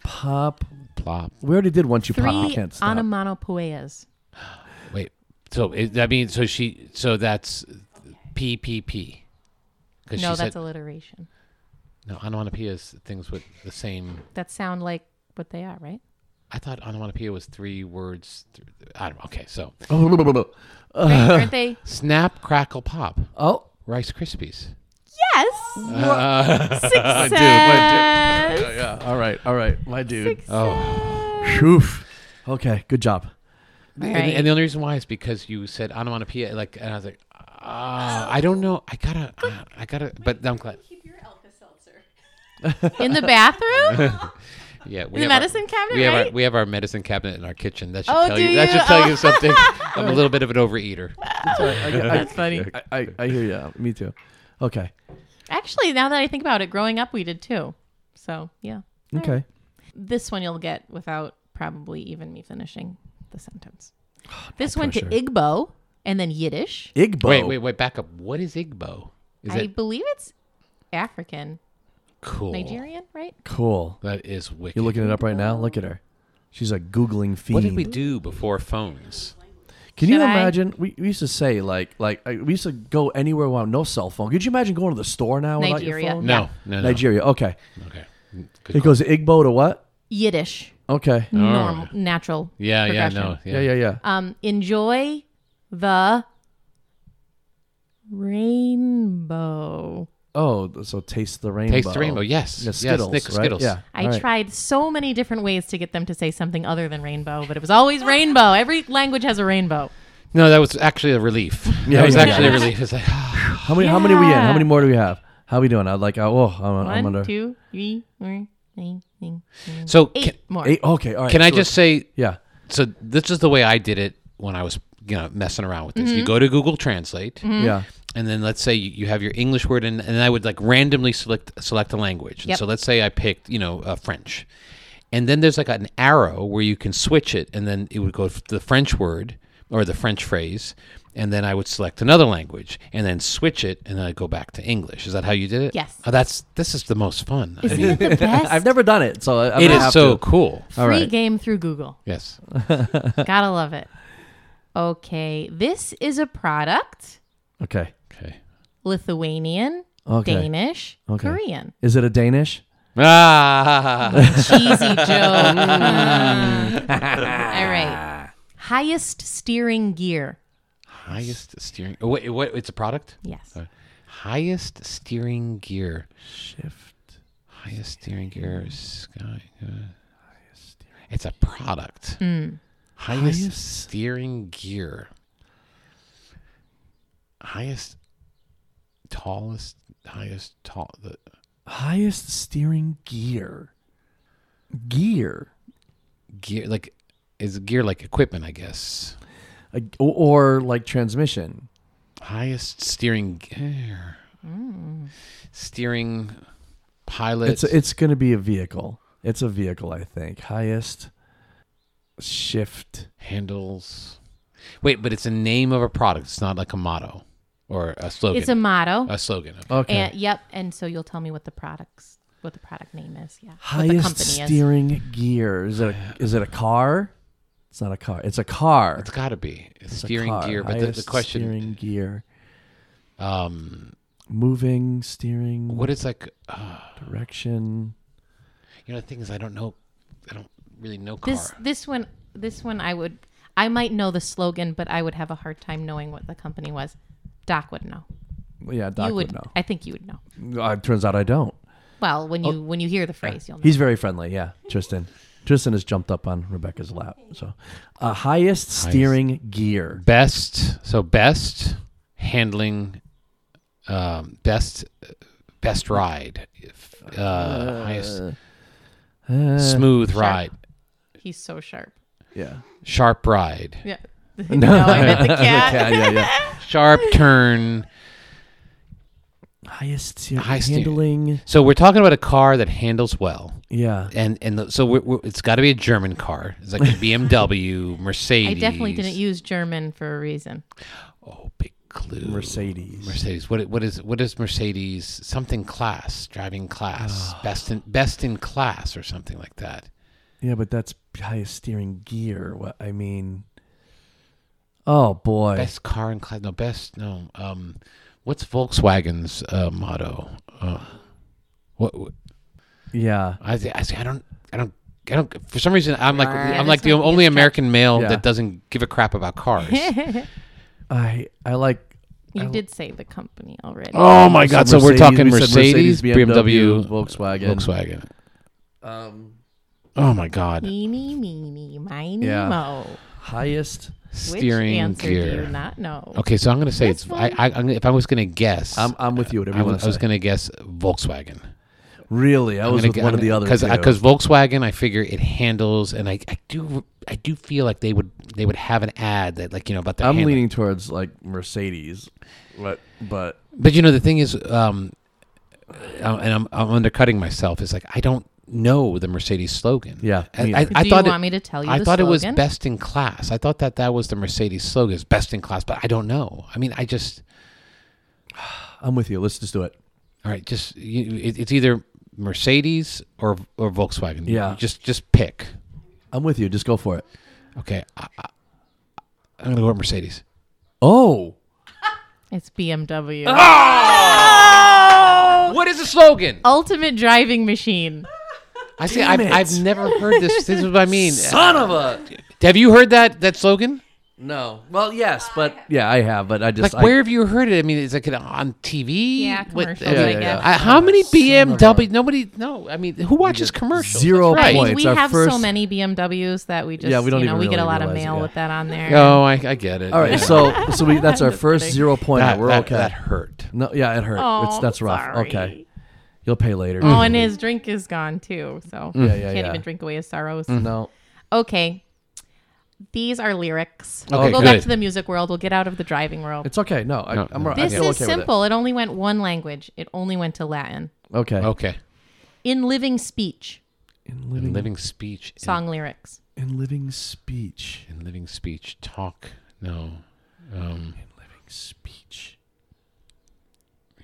[SPEAKER 1] Pop
[SPEAKER 3] plop.
[SPEAKER 1] We already did once you
[SPEAKER 2] Three
[SPEAKER 1] pop. I can't stop.
[SPEAKER 2] onomatopoeias.
[SPEAKER 3] Wait. So it, that means so she so that's PPP. Because
[SPEAKER 2] No, that's alliteration.
[SPEAKER 3] no onomatopoeia is things with the same.
[SPEAKER 2] That sound like what they are,
[SPEAKER 1] (laughs)
[SPEAKER 2] right?
[SPEAKER 3] I thought onomatopoeia was three words. Th- I don't. Okay, so
[SPEAKER 1] oh, blah, blah, blah, blah.
[SPEAKER 2] Right, aren't they?
[SPEAKER 3] snap, crackle, pop,
[SPEAKER 1] oh,
[SPEAKER 3] Rice Krispies.
[SPEAKER 2] Yes. Success.
[SPEAKER 1] dude, my dude. Yeah, all right, all right, my dude.
[SPEAKER 3] Oh,
[SPEAKER 1] Oof. Okay, good job.
[SPEAKER 3] and,
[SPEAKER 2] right.
[SPEAKER 3] and the only reason why is because you said onomatopoeia. Like, and I was like, ah, I don't know. I gotta, uh, I gotta. But I'm glad.
[SPEAKER 2] Keep your Alka Seltzer. In the
[SPEAKER 3] (laughs)
[SPEAKER 2] bathroom?
[SPEAKER 3] Yeah, we
[SPEAKER 2] In the
[SPEAKER 3] have our-
[SPEAKER 2] medicine cabinet,
[SPEAKER 3] We have,
[SPEAKER 2] right?
[SPEAKER 3] our, we have our medicine cabinet in our kitchen. That should
[SPEAKER 2] Oh,
[SPEAKER 3] tell
[SPEAKER 2] do
[SPEAKER 3] you, That
[SPEAKER 2] you?
[SPEAKER 3] should tell
[SPEAKER 2] Oh. (laughs)
[SPEAKER 3] you something. I'm a little bit of an overeater. (laughs)
[SPEAKER 1] That's
[SPEAKER 2] funny.
[SPEAKER 1] I, I, I hear you. Me too. Okay.
[SPEAKER 2] Actually, now that I think about it, growing up we did too. So yeah.
[SPEAKER 1] Okay.
[SPEAKER 2] This one you'll get without probably even me finishing the sentence.
[SPEAKER 3] Oh,
[SPEAKER 2] This went to
[SPEAKER 1] pressure.
[SPEAKER 2] Igbo and then Yiddish.
[SPEAKER 1] Igbo.
[SPEAKER 3] Wait, wait, wait. Back up. What is Igbo? Is
[SPEAKER 2] I
[SPEAKER 3] it
[SPEAKER 2] believe it's African,
[SPEAKER 3] cool?
[SPEAKER 2] Nigerian, right?
[SPEAKER 1] Cool.
[SPEAKER 3] That is wicked.
[SPEAKER 1] You're looking it up right now. Look at her. She's a googling fiend.
[SPEAKER 3] what did we do before phones?
[SPEAKER 1] Can you
[SPEAKER 2] Should I?
[SPEAKER 1] imagine? We, we used to say like like I, we used to go anywhere without no cell phone. Could you imagine going to the store now without
[SPEAKER 2] Nigeria.
[SPEAKER 1] your phone?
[SPEAKER 3] No, no, no.
[SPEAKER 1] Nigeria. Okay.
[SPEAKER 3] Okay. Good
[SPEAKER 1] It
[SPEAKER 3] call.
[SPEAKER 1] goes Igbo to what?
[SPEAKER 2] Yiddish,
[SPEAKER 1] Okay.
[SPEAKER 2] normal, natural.
[SPEAKER 3] Oh. yeah, yeah,
[SPEAKER 2] progression.
[SPEAKER 3] no, yeah,
[SPEAKER 1] Yeah, yeah, yeah.
[SPEAKER 2] Um, enjoy the rainbow.
[SPEAKER 1] Oh, so taste the rainbow.
[SPEAKER 3] Taste the rainbow. Yes,
[SPEAKER 1] Yeah,
[SPEAKER 3] yes.
[SPEAKER 1] Skittles,
[SPEAKER 3] Nick
[SPEAKER 1] right?
[SPEAKER 3] Skittles.
[SPEAKER 1] Yeah.
[SPEAKER 2] I
[SPEAKER 1] all right.
[SPEAKER 2] tried so many different ways to get them to say something other than rainbow, but it was always rainbow. Every language has a rainbow.
[SPEAKER 3] No, that was actually a relief.
[SPEAKER 1] Yeah,
[SPEAKER 3] that was
[SPEAKER 1] yeah,
[SPEAKER 3] actually
[SPEAKER 2] (laughs)
[SPEAKER 1] yeah.
[SPEAKER 3] a relief. It's like, (gasps) ah,
[SPEAKER 1] How many? How many we in? How
[SPEAKER 2] Yeah.
[SPEAKER 1] many more do we have? How we doing? I like. Oh, I'm, I'm
[SPEAKER 2] One,
[SPEAKER 1] under
[SPEAKER 2] two, three, four, nine, nine, nine.
[SPEAKER 3] so
[SPEAKER 2] eight
[SPEAKER 3] can,
[SPEAKER 2] more. (laughs)
[SPEAKER 1] eight. Okay. All right.
[SPEAKER 3] can I
[SPEAKER 1] so-
[SPEAKER 3] just say?
[SPEAKER 1] Yeah.
[SPEAKER 3] So this is the way I did it when I was, you know, messing around with this.
[SPEAKER 2] Mm-hmm.
[SPEAKER 3] You go to Google Translate,
[SPEAKER 2] Mm.
[SPEAKER 1] Yeah.
[SPEAKER 3] and then let's say you, you have your English word, and, and I would like randomly select select a language. And
[SPEAKER 2] Yep.
[SPEAKER 3] So let's say I picked, you know, uh, French, and then there's like an arrow where you can switch it, and then it would go to the French word or the French phrase, and then I would select another language, and then switch it, and then I go back to English. Is that how you did it?
[SPEAKER 2] Yes.
[SPEAKER 3] Oh, that's this is the most fun. I
[SPEAKER 2] Isn't
[SPEAKER 3] mean,
[SPEAKER 1] (laughs)
[SPEAKER 2] it the best?
[SPEAKER 1] I've never done it, so I, I'm
[SPEAKER 3] it
[SPEAKER 1] gonna
[SPEAKER 3] is
[SPEAKER 1] have
[SPEAKER 3] so
[SPEAKER 1] to.
[SPEAKER 3] cool.
[SPEAKER 1] All
[SPEAKER 2] Free
[SPEAKER 1] right.
[SPEAKER 2] game through
[SPEAKER 1] (laughs)
[SPEAKER 2] Google.
[SPEAKER 3] Yes.
[SPEAKER 2] Gotta love it. Okay, this is a product
[SPEAKER 1] Okay.
[SPEAKER 3] Okay.
[SPEAKER 2] Lithuanian,
[SPEAKER 1] Okay.
[SPEAKER 2] Danish,
[SPEAKER 1] Okay.
[SPEAKER 2] Korean.
[SPEAKER 1] Is it a Danish?
[SPEAKER 3] Ah.
[SPEAKER 2] (laughs) Cheesy joke. Mm. All right. Highest steering gear.
[SPEAKER 3] (laughs) Highest steering. oh, Wait, what? It's a product.
[SPEAKER 2] Yes.
[SPEAKER 3] Uh, Highest steering gear.
[SPEAKER 1] Shift.
[SPEAKER 3] Highest steering gear. Sky. uh, It's a product. Highest,
[SPEAKER 1] Highest-
[SPEAKER 3] steering gear. Highest. Tallest. Highest tall. The
[SPEAKER 1] Highest steering gear. Gear.
[SPEAKER 3] gear like is gear like equipment, I guess.
[SPEAKER 1] Like, or, or like transmission.
[SPEAKER 3] Highest steering gear. Hmm. Steering pilot.
[SPEAKER 1] It's it's, going to be a vehicle. It's a vehicle, I think. Highest shift.
[SPEAKER 3] handles. Wait, but it's a name of a product. It's not like a motto or a slogan.
[SPEAKER 2] It's a motto.
[SPEAKER 3] a slogan. okay.
[SPEAKER 1] Uh, Okay.
[SPEAKER 2] And yep, and so you'll tell me what the products, what the product name is. Yeah. what the
[SPEAKER 1] Highest
[SPEAKER 2] company is.
[SPEAKER 1] steering gear. Is it a, is it a car? It's not a car. It's a car.
[SPEAKER 3] It's got to be it's
[SPEAKER 1] It's a
[SPEAKER 3] steering
[SPEAKER 1] car.
[SPEAKER 3] gear. But the, the
[SPEAKER 1] Highest
[SPEAKER 3] question,
[SPEAKER 1] steering gear.
[SPEAKER 3] um,
[SPEAKER 1] Moving steering
[SPEAKER 3] what is like? Uh,
[SPEAKER 1] direction.
[SPEAKER 3] you know, the thing is, I don't know. I don't really know car.
[SPEAKER 2] This this one this one I would I might know the slogan, but I would have a hard time knowing what the company was. Doc would know.
[SPEAKER 1] Yeah, Doc
[SPEAKER 2] you
[SPEAKER 1] would,
[SPEAKER 2] would,
[SPEAKER 1] know.
[SPEAKER 2] I think you would know.
[SPEAKER 1] Uh, it turns out I don't.
[SPEAKER 2] Well, when you when you hear the phrase, you'll
[SPEAKER 1] Oh.
[SPEAKER 2] know.
[SPEAKER 1] Uh, He's very friendly. Yeah, Tristan. Tristan has jumped up on Rebecca's lap. So, uh, highest steering gear.
[SPEAKER 3] best. So best handling. Um, best. Best ride. If, uh, highest smooth ride.
[SPEAKER 2] He's so sharp.
[SPEAKER 1] Yeah. (laughs)
[SPEAKER 3] Sharp ride.
[SPEAKER 2] Yeah. (laughs) No, I meant the cat.
[SPEAKER 1] Yeah, yeah,
[SPEAKER 2] (laughs)
[SPEAKER 1] yeah.
[SPEAKER 3] Sharp turn.
[SPEAKER 1] highest steering
[SPEAKER 3] High steering.
[SPEAKER 1] handling.
[SPEAKER 3] So we're talking about a car that handles well.
[SPEAKER 1] Yeah.
[SPEAKER 3] and and the, so we're, we're, it's got to be a German car. It's
[SPEAKER 2] (laughs)
[SPEAKER 3] like a BMW, Mercedes.
[SPEAKER 2] I definitely didn't use German for a reason.
[SPEAKER 3] Oh, big clue.
[SPEAKER 1] Mercedes.
[SPEAKER 3] Mercedes. What what is what is Mercedes?
[SPEAKER 1] Ah.
[SPEAKER 3] Something class, driving class, best in best in class, or something like that.
[SPEAKER 1] Yeah, but that's highest steering gear. What I mean. Oh boy.
[SPEAKER 3] Best car in class. No, best. No. Um, what's Volkswagen's uh, motto? Uh, what, what
[SPEAKER 1] Yeah.
[SPEAKER 3] I, th- I, see, I don't. I don't. I don't. For some reason, I'm like
[SPEAKER 2] Yeah,
[SPEAKER 3] I'm like
[SPEAKER 2] this
[SPEAKER 3] the
[SPEAKER 2] might be a
[SPEAKER 3] only
[SPEAKER 2] stretch.
[SPEAKER 3] American male
[SPEAKER 1] Yeah.
[SPEAKER 3] that doesn't give a crap
[SPEAKER 2] (laughs)
[SPEAKER 3] about cars.
[SPEAKER 1] I I like
[SPEAKER 2] You
[SPEAKER 1] I-
[SPEAKER 2] did say the company already.
[SPEAKER 3] oh my
[SPEAKER 1] We
[SPEAKER 3] God!
[SPEAKER 1] said
[SPEAKER 3] So we're talking
[SPEAKER 1] we said
[SPEAKER 3] Mercedes, BMW,
[SPEAKER 1] Volkswagen.
[SPEAKER 3] Volkswagen.
[SPEAKER 1] Um,
[SPEAKER 3] Oh my God!
[SPEAKER 2] Eeny, meeny, miny,
[SPEAKER 1] Yeah.
[SPEAKER 2] mo.
[SPEAKER 1] highest.
[SPEAKER 2] Which
[SPEAKER 3] Steering
[SPEAKER 2] answer do you
[SPEAKER 3] gear.
[SPEAKER 2] not know?
[SPEAKER 3] Okay, so I'm gonna say
[SPEAKER 2] This
[SPEAKER 3] it's. I,
[SPEAKER 2] one.
[SPEAKER 3] I, I'm, if I was gonna guess,
[SPEAKER 1] I'm I'm with you. Whatever
[SPEAKER 3] I
[SPEAKER 1] you
[SPEAKER 3] was,
[SPEAKER 1] want to
[SPEAKER 3] I was
[SPEAKER 1] say.
[SPEAKER 3] gonna guess Volkswagen.
[SPEAKER 1] really, I was with one of the other
[SPEAKER 3] because
[SPEAKER 1] two.
[SPEAKER 3] because Volkswagen, I figure it handles, and I, I do I do feel like they would they would have an ad that like you know about their.
[SPEAKER 1] I'm
[SPEAKER 3] handling.
[SPEAKER 1] leaning towards like Mercedes, but but
[SPEAKER 3] But you know the thing is, um, uh, and I'm, I'm undercutting myself. Is like I don't know the Mercedes slogan.
[SPEAKER 1] Yeah,
[SPEAKER 3] I,
[SPEAKER 1] me
[SPEAKER 3] I,
[SPEAKER 1] neither.
[SPEAKER 3] I
[SPEAKER 2] do
[SPEAKER 3] thought
[SPEAKER 2] you
[SPEAKER 3] it,
[SPEAKER 2] want me to tell you?
[SPEAKER 3] I
[SPEAKER 2] the
[SPEAKER 3] thought it was
[SPEAKER 2] slogan?
[SPEAKER 3] best in class. I thought that that was the Mercedes slogan, is best in class. But I don't know. I mean, I just
[SPEAKER 1] I'm with you. Let's just do it.
[SPEAKER 3] all right. Just you, it, it's either Mercedes or or Volkswagen.
[SPEAKER 1] Yeah.
[SPEAKER 3] Just just pick.
[SPEAKER 1] I'm with you. Just go for it.
[SPEAKER 3] Okay. I, I, I'm gonna go with Mercedes.
[SPEAKER 1] Oh,
[SPEAKER 2] It's BMW.
[SPEAKER 1] Ah!
[SPEAKER 3] What is the slogan?
[SPEAKER 2] Ultimate driving machine.
[SPEAKER 3] I see. I've,
[SPEAKER 1] it.
[SPEAKER 3] I've never heard this. This is what
[SPEAKER 1] (laughs)
[SPEAKER 3] I mean.
[SPEAKER 1] son of a
[SPEAKER 3] Have you heard that that slogan?
[SPEAKER 1] no. Well, yes, but yeah, I have, but I just
[SPEAKER 3] Like
[SPEAKER 1] I-
[SPEAKER 3] where have you heard it? I mean, is it on TV?
[SPEAKER 2] Yeah,
[SPEAKER 3] What-
[SPEAKER 2] commercials,
[SPEAKER 3] I
[SPEAKER 1] Yeah,
[SPEAKER 3] mean,
[SPEAKER 1] yeah, yeah.
[SPEAKER 3] I- Uh, how many BMW? Nobody. No, I mean, who watches commercials?
[SPEAKER 1] zero
[SPEAKER 3] That's right.
[SPEAKER 1] points.
[SPEAKER 2] Hey, we
[SPEAKER 1] Oh, our
[SPEAKER 2] have so
[SPEAKER 1] first-
[SPEAKER 2] many BMWs that we just,
[SPEAKER 1] Yeah, we don't
[SPEAKER 2] you know,
[SPEAKER 1] even
[SPEAKER 2] we get a
[SPEAKER 1] really
[SPEAKER 2] lot of
[SPEAKER 1] realize it,
[SPEAKER 2] mail
[SPEAKER 1] yeah.
[SPEAKER 2] with that on there.
[SPEAKER 3] Oh, I, I get it.
[SPEAKER 1] All right,
[SPEAKER 3] Yeah.
[SPEAKER 1] so so we
[SPEAKER 2] (laughs)
[SPEAKER 1] that's our first zero point.
[SPEAKER 3] that,
[SPEAKER 1] We're
[SPEAKER 3] that-
[SPEAKER 1] okay.
[SPEAKER 3] That hurt.
[SPEAKER 1] No, yeah, it hurt.
[SPEAKER 2] Oh,
[SPEAKER 1] it's that's rough.
[SPEAKER 2] sorry.
[SPEAKER 1] Okay, you'll pay later.
[SPEAKER 2] Oh, and his drink is gone too, so
[SPEAKER 1] Mm. yeah,
[SPEAKER 2] can't
[SPEAKER 1] yeah. Mm-hmm.
[SPEAKER 2] even drink away his sorrows.
[SPEAKER 1] no.
[SPEAKER 2] Okay, these are lyrics.
[SPEAKER 3] Okay,
[SPEAKER 2] we'll go
[SPEAKER 3] good.
[SPEAKER 2] back to the music world. We'll get out of the driving world.
[SPEAKER 1] It's okay. No, I,
[SPEAKER 3] No,
[SPEAKER 1] I'm
[SPEAKER 3] no.
[SPEAKER 1] all right.
[SPEAKER 2] this
[SPEAKER 1] I feel okay
[SPEAKER 2] is
[SPEAKER 1] with it.
[SPEAKER 2] simple. It. only went one language. It only went to Latin.
[SPEAKER 1] Okay.
[SPEAKER 3] Okay.
[SPEAKER 2] In living speech,
[SPEAKER 1] In
[SPEAKER 3] In
[SPEAKER 1] living,
[SPEAKER 3] living speech. in-
[SPEAKER 2] Mm-hmm. song lyrics.
[SPEAKER 1] in living speech.
[SPEAKER 3] In, living speech. Talk. No. Um,
[SPEAKER 1] In living speech.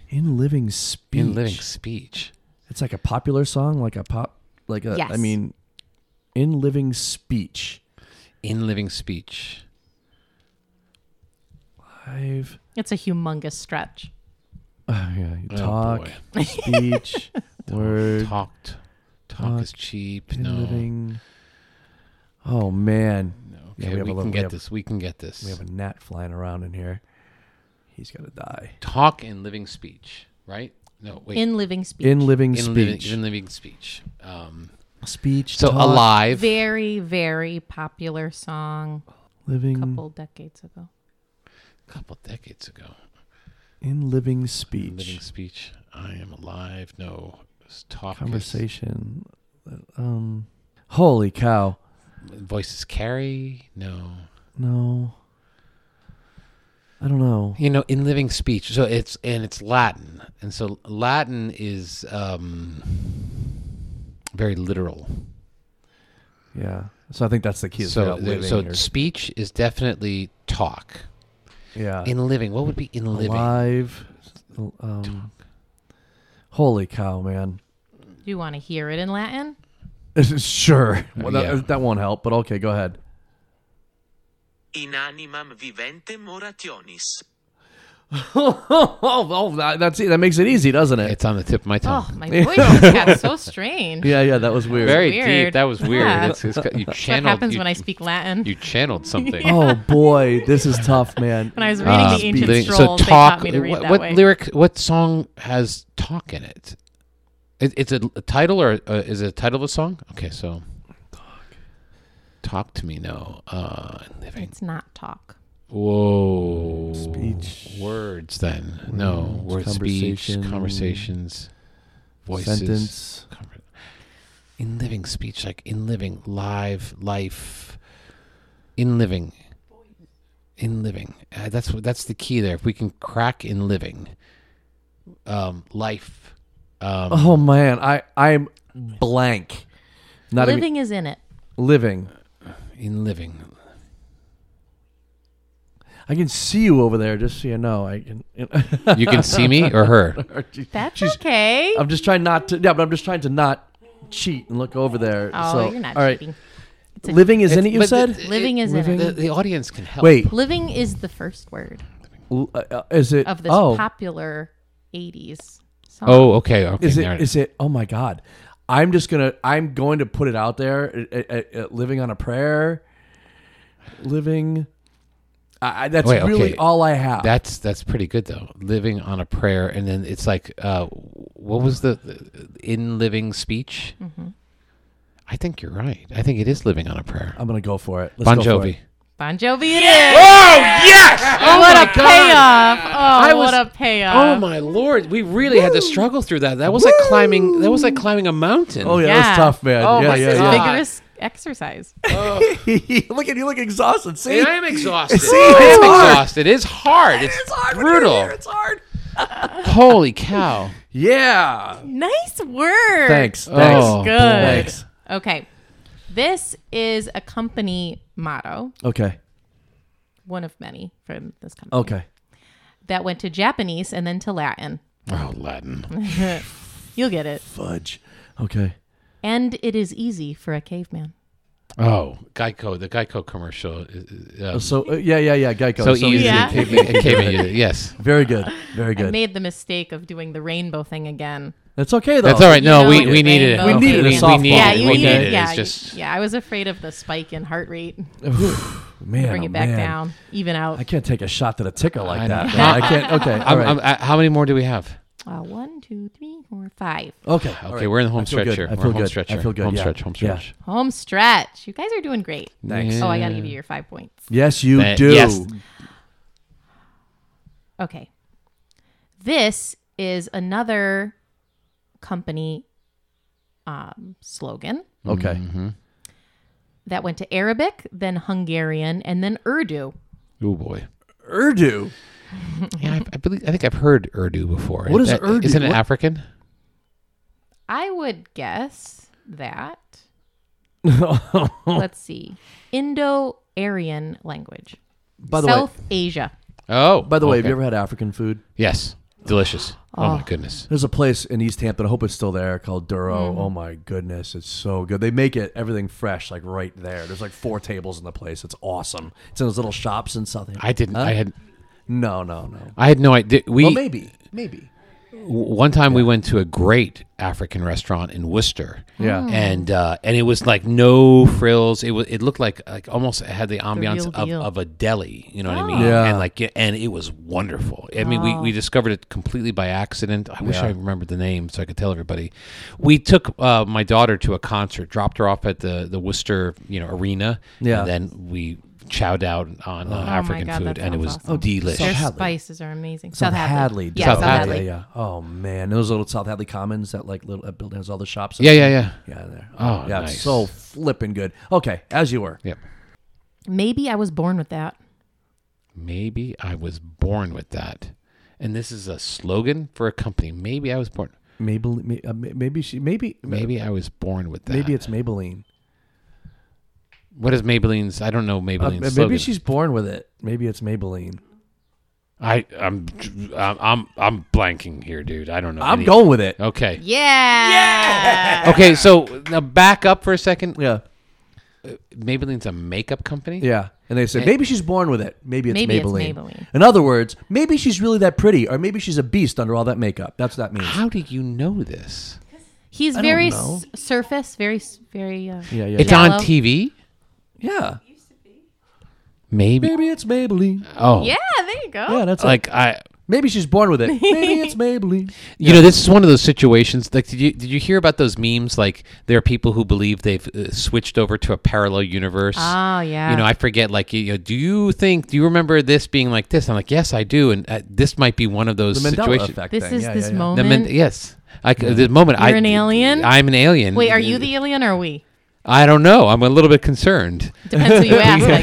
[SPEAKER 1] In living speech.
[SPEAKER 3] in living speech.
[SPEAKER 1] It's like a popular song, like a pop, like a. I
[SPEAKER 2] Yes.
[SPEAKER 1] mean, in living speech.
[SPEAKER 3] In living speech.
[SPEAKER 1] Live.
[SPEAKER 2] It's a humongous stretch.
[SPEAKER 1] Oh, yeah. you
[SPEAKER 3] Oh,
[SPEAKER 1] talk. (laughs)
[SPEAKER 3] (laughs)
[SPEAKER 1] speech. word.
[SPEAKER 3] Talked. Talk is cheap.
[SPEAKER 1] in
[SPEAKER 3] no.
[SPEAKER 1] living. Oh man,
[SPEAKER 3] no.
[SPEAKER 1] Yeah,
[SPEAKER 3] Okay,
[SPEAKER 1] we have a
[SPEAKER 3] we,
[SPEAKER 1] little-
[SPEAKER 3] can
[SPEAKER 1] we
[SPEAKER 3] get
[SPEAKER 1] have-
[SPEAKER 3] this. We can get this.
[SPEAKER 1] we have a gnat flying around in here. He's gonna die.
[SPEAKER 3] talk in living speech, right? No, wait.
[SPEAKER 2] In living speech.
[SPEAKER 1] In living
[SPEAKER 3] In living,
[SPEAKER 1] speech.
[SPEAKER 3] in living speech. Um,
[SPEAKER 1] speech.
[SPEAKER 3] so
[SPEAKER 1] talk,
[SPEAKER 3] alive.
[SPEAKER 2] very, very popular song
[SPEAKER 1] Living.
[SPEAKER 2] a couple decades ago.
[SPEAKER 3] A couple decades ago.
[SPEAKER 1] In living speech.
[SPEAKER 3] In living speech. I am alive. No. it's Talk. is-
[SPEAKER 1] Conversation. Um. Holy cow.
[SPEAKER 3] Voices carry. No.
[SPEAKER 1] No. I don't know.
[SPEAKER 3] You know, in living speech. So it's and it's Latin, and so Latin is um, very literal.
[SPEAKER 1] Yeah. So I think that's the key. is
[SPEAKER 3] so
[SPEAKER 1] not living
[SPEAKER 3] so
[SPEAKER 1] or-
[SPEAKER 3] speech is definitely talk.
[SPEAKER 1] yeah.
[SPEAKER 3] In living, what would be in living?
[SPEAKER 1] Alive. Um, holy cow, man. (laughs)
[SPEAKER 2] Do you want to hear it in Latin?
[SPEAKER 1] sure. Well, that,
[SPEAKER 3] Yeah.
[SPEAKER 1] that won't help, but okay, go ahead. (laughs)
[SPEAKER 4] In animam viventem orationis.
[SPEAKER 1] oh, oh, that- that's it. That makes it easy, doesn't it?
[SPEAKER 3] It's on the tip of my tongue.
[SPEAKER 1] (laughs)
[SPEAKER 2] Oh, my voice just got so strange.
[SPEAKER 1] yeah, yeah, that was weird.
[SPEAKER 3] Very
[SPEAKER 2] weird.
[SPEAKER 3] deep. That was weird.
[SPEAKER 2] Yeah.
[SPEAKER 3] It's, it's, got- you
[SPEAKER 2] What
[SPEAKER 3] channeled.
[SPEAKER 2] happens
[SPEAKER 3] you,
[SPEAKER 2] when I speak Latin? (laughs)
[SPEAKER 3] You channeled something.
[SPEAKER 1] (laughs) oh boy, this is tough, man.
[SPEAKER 2] when I was
[SPEAKER 3] Ah.
[SPEAKER 2] reading
[SPEAKER 1] Uh,
[SPEAKER 2] the ancient
[SPEAKER 1] living-
[SPEAKER 2] Strolls,
[SPEAKER 1] so
[SPEAKER 2] they taught me to read
[SPEAKER 3] what
[SPEAKER 2] that
[SPEAKER 3] what
[SPEAKER 2] way.
[SPEAKER 3] lyric? What song has talk in it? it it's a, a title, or uh, is it a title of a song? Okay, so talk to me now. Uh, living.
[SPEAKER 2] it's not talk.
[SPEAKER 3] Whoa.
[SPEAKER 1] Speech.
[SPEAKER 3] Words. Then no words. Speech.
[SPEAKER 1] Conversation.
[SPEAKER 3] Conversations. (laughs) Voices.
[SPEAKER 1] Sentence.
[SPEAKER 3] Conver- In living speech, like in living, live, life, in living, in living. Uh, that's what that's the key there. If we can crack in living, um, life, um,
[SPEAKER 1] Oh man, I I'm blank. Not even
[SPEAKER 2] Living is in it.
[SPEAKER 1] living.
[SPEAKER 3] in living,
[SPEAKER 1] I can see you over there. Just so you know, (laughs) I can.
[SPEAKER 3] you can see me or her.
[SPEAKER 1] (laughs)
[SPEAKER 2] That's okay.
[SPEAKER 1] I'm just trying not to. Yeah, but I'm just trying to not cheat and look over there.
[SPEAKER 2] Oh,
[SPEAKER 1] so,
[SPEAKER 2] you're not
[SPEAKER 1] all right.
[SPEAKER 2] cheating.
[SPEAKER 1] Living is in it, you
[SPEAKER 3] But
[SPEAKER 1] said?
[SPEAKER 3] the-
[SPEAKER 2] Living is in it.
[SPEAKER 3] The, the audience can help.
[SPEAKER 1] Wait,
[SPEAKER 2] Living is the first word
[SPEAKER 1] l- uh, uh, is it?
[SPEAKER 2] of this
[SPEAKER 1] oh,
[SPEAKER 2] popular 80s song.
[SPEAKER 3] Oh, okay. okay
[SPEAKER 1] is
[SPEAKER 3] there
[SPEAKER 1] it? Is it? Oh my God! I'm just gonna. I'm going to put it out there. uh, uh, uh, living on a prayer. Living. I, I, that's
[SPEAKER 3] Wait,
[SPEAKER 1] really
[SPEAKER 3] okay.
[SPEAKER 1] all I have.
[SPEAKER 3] That's that's pretty good though. Living on a prayer, and then it's like, uh, what was the, the in living speech?
[SPEAKER 1] Mm-hmm.
[SPEAKER 3] I think you're right. I think it is living on a prayer.
[SPEAKER 1] I'm gonna go for it. Oh, Let's
[SPEAKER 3] Bon
[SPEAKER 1] go for
[SPEAKER 3] Jovi.
[SPEAKER 1] it.
[SPEAKER 2] Bon Jovi it is.
[SPEAKER 3] Oh yes! Oh
[SPEAKER 2] what
[SPEAKER 3] my
[SPEAKER 2] a
[SPEAKER 3] God.
[SPEAKER 2] payoff. Oh,
[SPEAKER 3] was-
[SPEAKER 2] what a payoff.
[SPEAKER 3] Oh my lord! We really had to struggle through that. That was like climbing. That was like climbing a mountain.
[SPEAKER 1] Oh yeah,
[SPEAKER 2] Yeah.
[SPEAKER 1] that was tough, man.
[SPEAKER 3] Oh,
[SPEAKER 1] yeah,
[SPEAKER 3] my
[SPEAKER 1] yeah,
[SPEAKER 2] It's
[SPEAKER 1] yeah.
[SPEAKER 3] God.
[SPEAKER 2] vigorous exercise.
[SPEAKER 1] look at (laughs) you. Look exhausted. See,
[SPEAKER 3] And I am
[SPEAKER 1] (laughs)
[SPEAKER 3] exhausted.
[SPEAKER 1] See,
[SPEAKER 3] I
[SPEAKER 1] it's
[SPEAKER 3] am
[SPEAKER 1] hard.
[SPEAKER 3] exhausted. It is hard. It's,
[SPEAKER 1] it's hard. when you're
[SPEAKER 3] brutal.
[SPEAKER 1] here, It's hard. (laughs)
[SPEAKER 3] Holy cow!
[SPEAKER 1] Yeah.
[SPEAKER 2] Nice word.
[SPEAKER 1] Thanks.
[SPEAKER 3] Oh,
[SPEAKER 1] Thanks.
[SPEAKER 2] Good.
[SPEAKER 1] Thanks.
[SPEAKER 2] Okay. This is a company motto,
[SPEAKER 1] Okay.
[SPEAKER 2] one of many from this company,
[SPEAKER 1] Okay.
[SPEAKER 2] that went to Japanese and then to Latin.
[SPEAKER 3] Oh, Latin.
[SPEAKER 2] You'll get it.
[SPEAKER 1] Fudge. Okay.
[SPEAKER 2] And it is easy for a caveman.
[SPEAKER 3] Oh, Geico. The Geico commercial. uh, uh,
[SPEAKER 1] So uh, yeah, yeah, yeah. Geico.
[SPEAKER 3] so,
[SPEAKER 1] easy. Oh.
[SPEAKER 3] easy.
[SPEAKER 1] (laughs)
[SPEAKER 2] Yeah.
[SPEAKER 3] It came in- it came in easy. Yes.
[SPEAKER 1] Very good. Very good.
[SPEAKER 2] Made the mistake of doing the rainbow thing again.
[SPEAKER 1] That's okay though.
[SPEAKER 3] That's all right. No,
[SPEAKER 2] know,
[SPEAKER 3] we,
[SPEAKER 2] your
[SPEAKER 3] we needed it.
[SPEAKER 2] rainbow We
[SPEAKER 1] needed a
[SPEAKER 3] we,
[SPEAKER 1] softball.
[SPEAKER 3] needed
[SPEAKER 2] Yeah,
[SPEAKER 3] it.
[SPEAKER 2] you
[SPEAKER 3] we
[SPEAKER 2] need,
[SPEAKER 3] needed it.
[SPEAKER 2] yeah,
[SPEAKER 3] It's just
[SPEAKER 2] yeah. I was afraid of the spike in heart rate.
[SPEAKER 1] Man,
[SPEAKER 2] Bring
[SPEAKER 1] oh,
[SPEAKER 2] it back
[SPEAKER 1] man.
[SPEAKER 2] down, even out.
[SPEAKER 1] I can't take a shot to the ticker like
[SPEAKER 3] I know.
[SPEAKER 1] that. Man. I
[SPEAKER 3] (laughs)
[SPEAKER 1] can't. Okay. All
[SPEAKER 3] I'm,
[SPEAKER 1] right.
[SPEAKER 3] I'm, I, how many more do we have?
[SPEAKER 2] Uh, one, two, three, four, five.
[SPEAKER 1] okay.
[SPEAKER 3] Okay,
[SPEAKER 1] all right.
[SPEAKER 3] we're in the home
[SPEAKER 1] I feel
[SPEAKER 3] stretch
[SPEAKER 1] good.
[SPEAKER 3] here.
[SPEAKER 1] I
[SPEAKER 3] We're
[SPEAKER 1] feel
[SPEAKER 3] home
[SPEAKER 1] good.
[SPEAKER 3] stretch.
[SPEAKER 1] I feel good.
[SPEAKER 3] Home
[SPEAKER 1] yeah.
[SPEAKER 3] stretch. Home
[SPEAKER 1] Yeah.
[SPEAKER 3] stretch.
[SPEAKER 2] Home stretch. You guys are doing great.
[SPEAKER 1] Thanks.
[SPEAKER 2] Oh, I got to give you your five points.
[SPEAKER 1] Yes, you
[SPEAKER 3] Thank-
[SPEAKER 1] do.
[SPEAKER 3] yes.
[SPEAKER 2] Okay. This is another company um, slogan
[SPEAKER 1] Okay.
[SPEAKER 3] Mm-hmm.
[SPEAKER 2] that went to Arabic, then Hungarian, and then Urdu.
[SPEAKER 3] Oh boy.
[SPEAKER 1] Urdu.
[SPEAKER 3] Yeah, I, I believe I think I've heard Urdu before.
[SPEAKER 1] What is
[SPEAKER 3] That-
[SPEAKER 1] Urdu?
[SPEAKER 3] Isn't it
[SPEAKER 1] What-
[SPEAKER 3] African?
[SPEAKER 2] I would guess
[SPEAKER 1] (laughs)
[SPEAKER 2] that. Let's see. Indo Aryan language.
[SPEAKER 1] By the way,
[SPEAKER 2] South Asia.
[SPEAKER 3] Oh,
[SPEAKER 1] by the way, have
[SPEAKER 3] okay.
[SPEAKER 1] you ever had African food?
[SPEAKER 3] Yes, delicious. Oh, my goodness.
[SPEAKER 1] There's a place in East Hampton. I hope it's still there called
[SPEAKER 2] Mm.
[SPEAKER 1] Duro. Oh my goodness, it's so good. They make it everything fresh, like right there. There's like four tables in the place. It's awesome. It's in those little shops in South.
[SPEAKER 3] I didn't. I had.
[SPEAKER 1] no, no, no.
[SPEAKER 3] I had no idea. We
[SPEAKER 1] Well, maybe, maybe.
[SPEAKER 3] w- one time we went to a great African restaurant in Worcester.
[SPEAKER 1] Yeah.
[SPEAKER 2] Oh.
[SPEAKER 1] Mm.
[SPEAKER 3] and uh, and it was like no frills. It was. It looked like like almost it had the ambiance
[SPEAKER 2] real
[SPEAKER 3] of,
[SPEAKER 2] deal.
[SPEAKER 3] of a deli. You know what I mean?
[SPEAKER 1] Yeah.
[SPEAKER 3] and like yeah, and it was wonderful. I mean, we, we discovered it completely by accident. I wish I remembered the name so I could tell everybody. We took uh, my daughter to a concert, dropped her off at the the Worcester you know arena.
[SPEAKER 1] Yeah.
[SPEAKER 3] and then we. Chowed out on uh, African
[SPEAKER 2] Oh God,
[SPEAKER 3] food,
[SPEAKER 2] that
[SPEAKER 3] and it
[SPEAKER 2] sounds
[SPEAKER 3] was
[SPEAKER 1] Oh,
[SPEAKER 2] awesome.
[SPEAKER 3] delicious.
[SPEAKER 2] Their
[SPEAKER 1] Hadley.
[SPEAKER 2] spices are amazing.
[SPEAKER 1] South Hadley.
[SPEAKER 2] Yeah,
[SPEAKER 3] South
[SPEAKER 2] South,
[SPEAKER 3] Hadley.
[SPEAKER 2] Hadley.
[SPEAKER 1] Yeah, yeah. Oh man, those little South Hadley Commons that like little that building has all the shops.
[SPEAKER 3] Yeah, yeah, yeah.
[SPEAKER 1] yeah. There.
[SPEAKER 3] Oh,
[SPEAKER 1] yeah.
[SPEAKER 3] nice.
[SPEAKER 1] So flipping good. Okay, as you were.
[SPEAKER 3] Yep.
[SPEAKER 2] Maybe I was born with that.
[SPEAKER 3] Maybe I was born with that. And this is a slogan for a company. Maybe I was born.
[SPEAKER 1] Maybelline. may- uh, may- Maybe she. Maybe. Maybe.
[SPEAKER 3] Maybe I was born with that.
[SPEAKER 1] Maybe it's Maybelline.
[SPEAKER 3] What is Maybelline's? I don't know
[SPEAKER 1] Uh,
[SPEAKER 3] Maybelline's
[SPEAKER 1] maybe
[SPEAKER 3] slogan.
[SPEAKER 1] she's born with it. Maybe it's Maybelline.
[SPEAKER 3] I I'm I'm I'm, I'm blanking here, dude. I don't know.
[SPEAKER 1] I'm
[SPEAKER 3] any-
[SPEAKER 1] going with it.
[SPEAKER 3] Okay.
[SPEAKER 2] Yeah.
[SPEAKER 3] Okay. So now back up for a second.
[SPEAKER 1] Yeah.
[SPEAKER 3] Maybelline's a makeup company.
[SPEAKER 1] Yeah. And they said, maybe she's born with it. Maybe it's
[SPEAKER 2] Maybe it's
[SPEAKER 1] Maybelline.
[SPEAKER 2] Maybelline.
[SPEAKER 1] In other words, maybe she's really that pretty, or maybe she's a beast under all that makeup. That's what that means.
[SPEAKER 3] How do you know this?
[SPEAKER 2] He's
[SPEAKER 1] I don't
[SPEAKER 2] very
[SPEAKER 1] know.
[SPEAKER 2] s- surface, very, s- very. Uh,
[SPEAKER 1] Yeah, yeah,
[SPEAKER 3] It's
[SPEAKER 1] yeah.
[SPEAKER 3] on
[SPEAKER 2] Hello?
[SPEAKER 3] TV.
[SPEAKER 1] yeah.
[SPEAKER 3] Maybe.
[SPEAKER 1] Maybe it's Maybelline.
[SPEAKER 3] Oh.
[SPEAKER 2] Yeah, there you go.
[SPEAKER 1] Yeah, that's like
[SPEAKER 3] Like I.
[SPEAKER 1] maybe she's born
[SPEAKER 3] (laughs)
[SPEAKER 1] with it. Maybe it's Maybelline.
[SPEAKER 3] You know, this is one of those situations. Like, did you did you hear about those memes? Like, there are people who believe they've uh, switched over to a parallel universe.
[SPEAKER 2] Oh, yeah.
[SPEAKER 3] You know, I forget. Like, you know, do you think? Do you remember this being like this? I'm like, yes, I do, and uh, this might be one of those
[SPEAKER 1] The Mandela
[SPEAKER 3] situations.
[SPEAKER 1] effect.
[SPEAKER 2] this
[SPEAKER 1] thing.
[SPEAKER 2] is
[SPEAKER 1] Yeah,
[SPEAKER 2] this
[SPEAKER 1] yeah, yeah.
[SPEAKER 3] The
[SPEAKER 2] moment.
[SPEAKER 3] men- yes, I, c- the moment I
[SPEAKER 2] You're an alien?
[SPEAKER 3] I'm an alien.
[SPEAKER 2] Wait, are you the alien or are we?
[SPEAKER 3] I don't know. I'm a little bit concerned.
[SPEAKER 2] Depends who you ask, I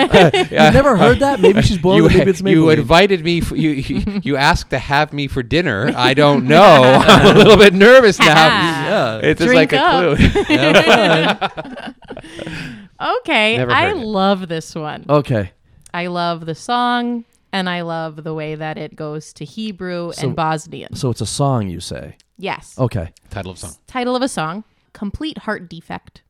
[SPEAKER 2] guess.
[SPEAKER 1] You've never heard that? Maybe she's born
[SPEAKER 3] (laughs) you
[SPEAKER 1] with it. Maybe it's Maybelline.
[SPEAKER 3] you invited me. For,
[SPEAKER 2] (laughs)
[SPEAKER 3] you you you asked to have me for dinner. I don't know. (laughs) I'm a little bit nervous now.
[SPEAKER 2] (laughs)
[SPEAKER 1] yeah.
[SPEAKER 3] It's just
[SPEAKER 2] Drink
[SPEAKER 3] like a
[SPEAKER 2] up.
[SPEAKER 3] clue.
[SPEAKER 2] (laughs) Okay,
[SPEAKER 3] Never
[SPEAKER 2] I
[SPEAKER 3] heard it.
[SPEAKER 2] love this one.
[SPEAKER 1] Okay.
[SPEAKER 2] I love the song. and I love the way that it goes to Hebrew
[SPEAKER 1] So-
[SPEAKER 2] and Bosnian.
[SPEAKER 1] So oh. it's a song, you say?
[SPEAKER 2] Yes.
[SPEAKER 1] Okay.
[SPEAKER 3] Title of song.
[SPEAKER 2] Title of a song: "Complete Heart Defect."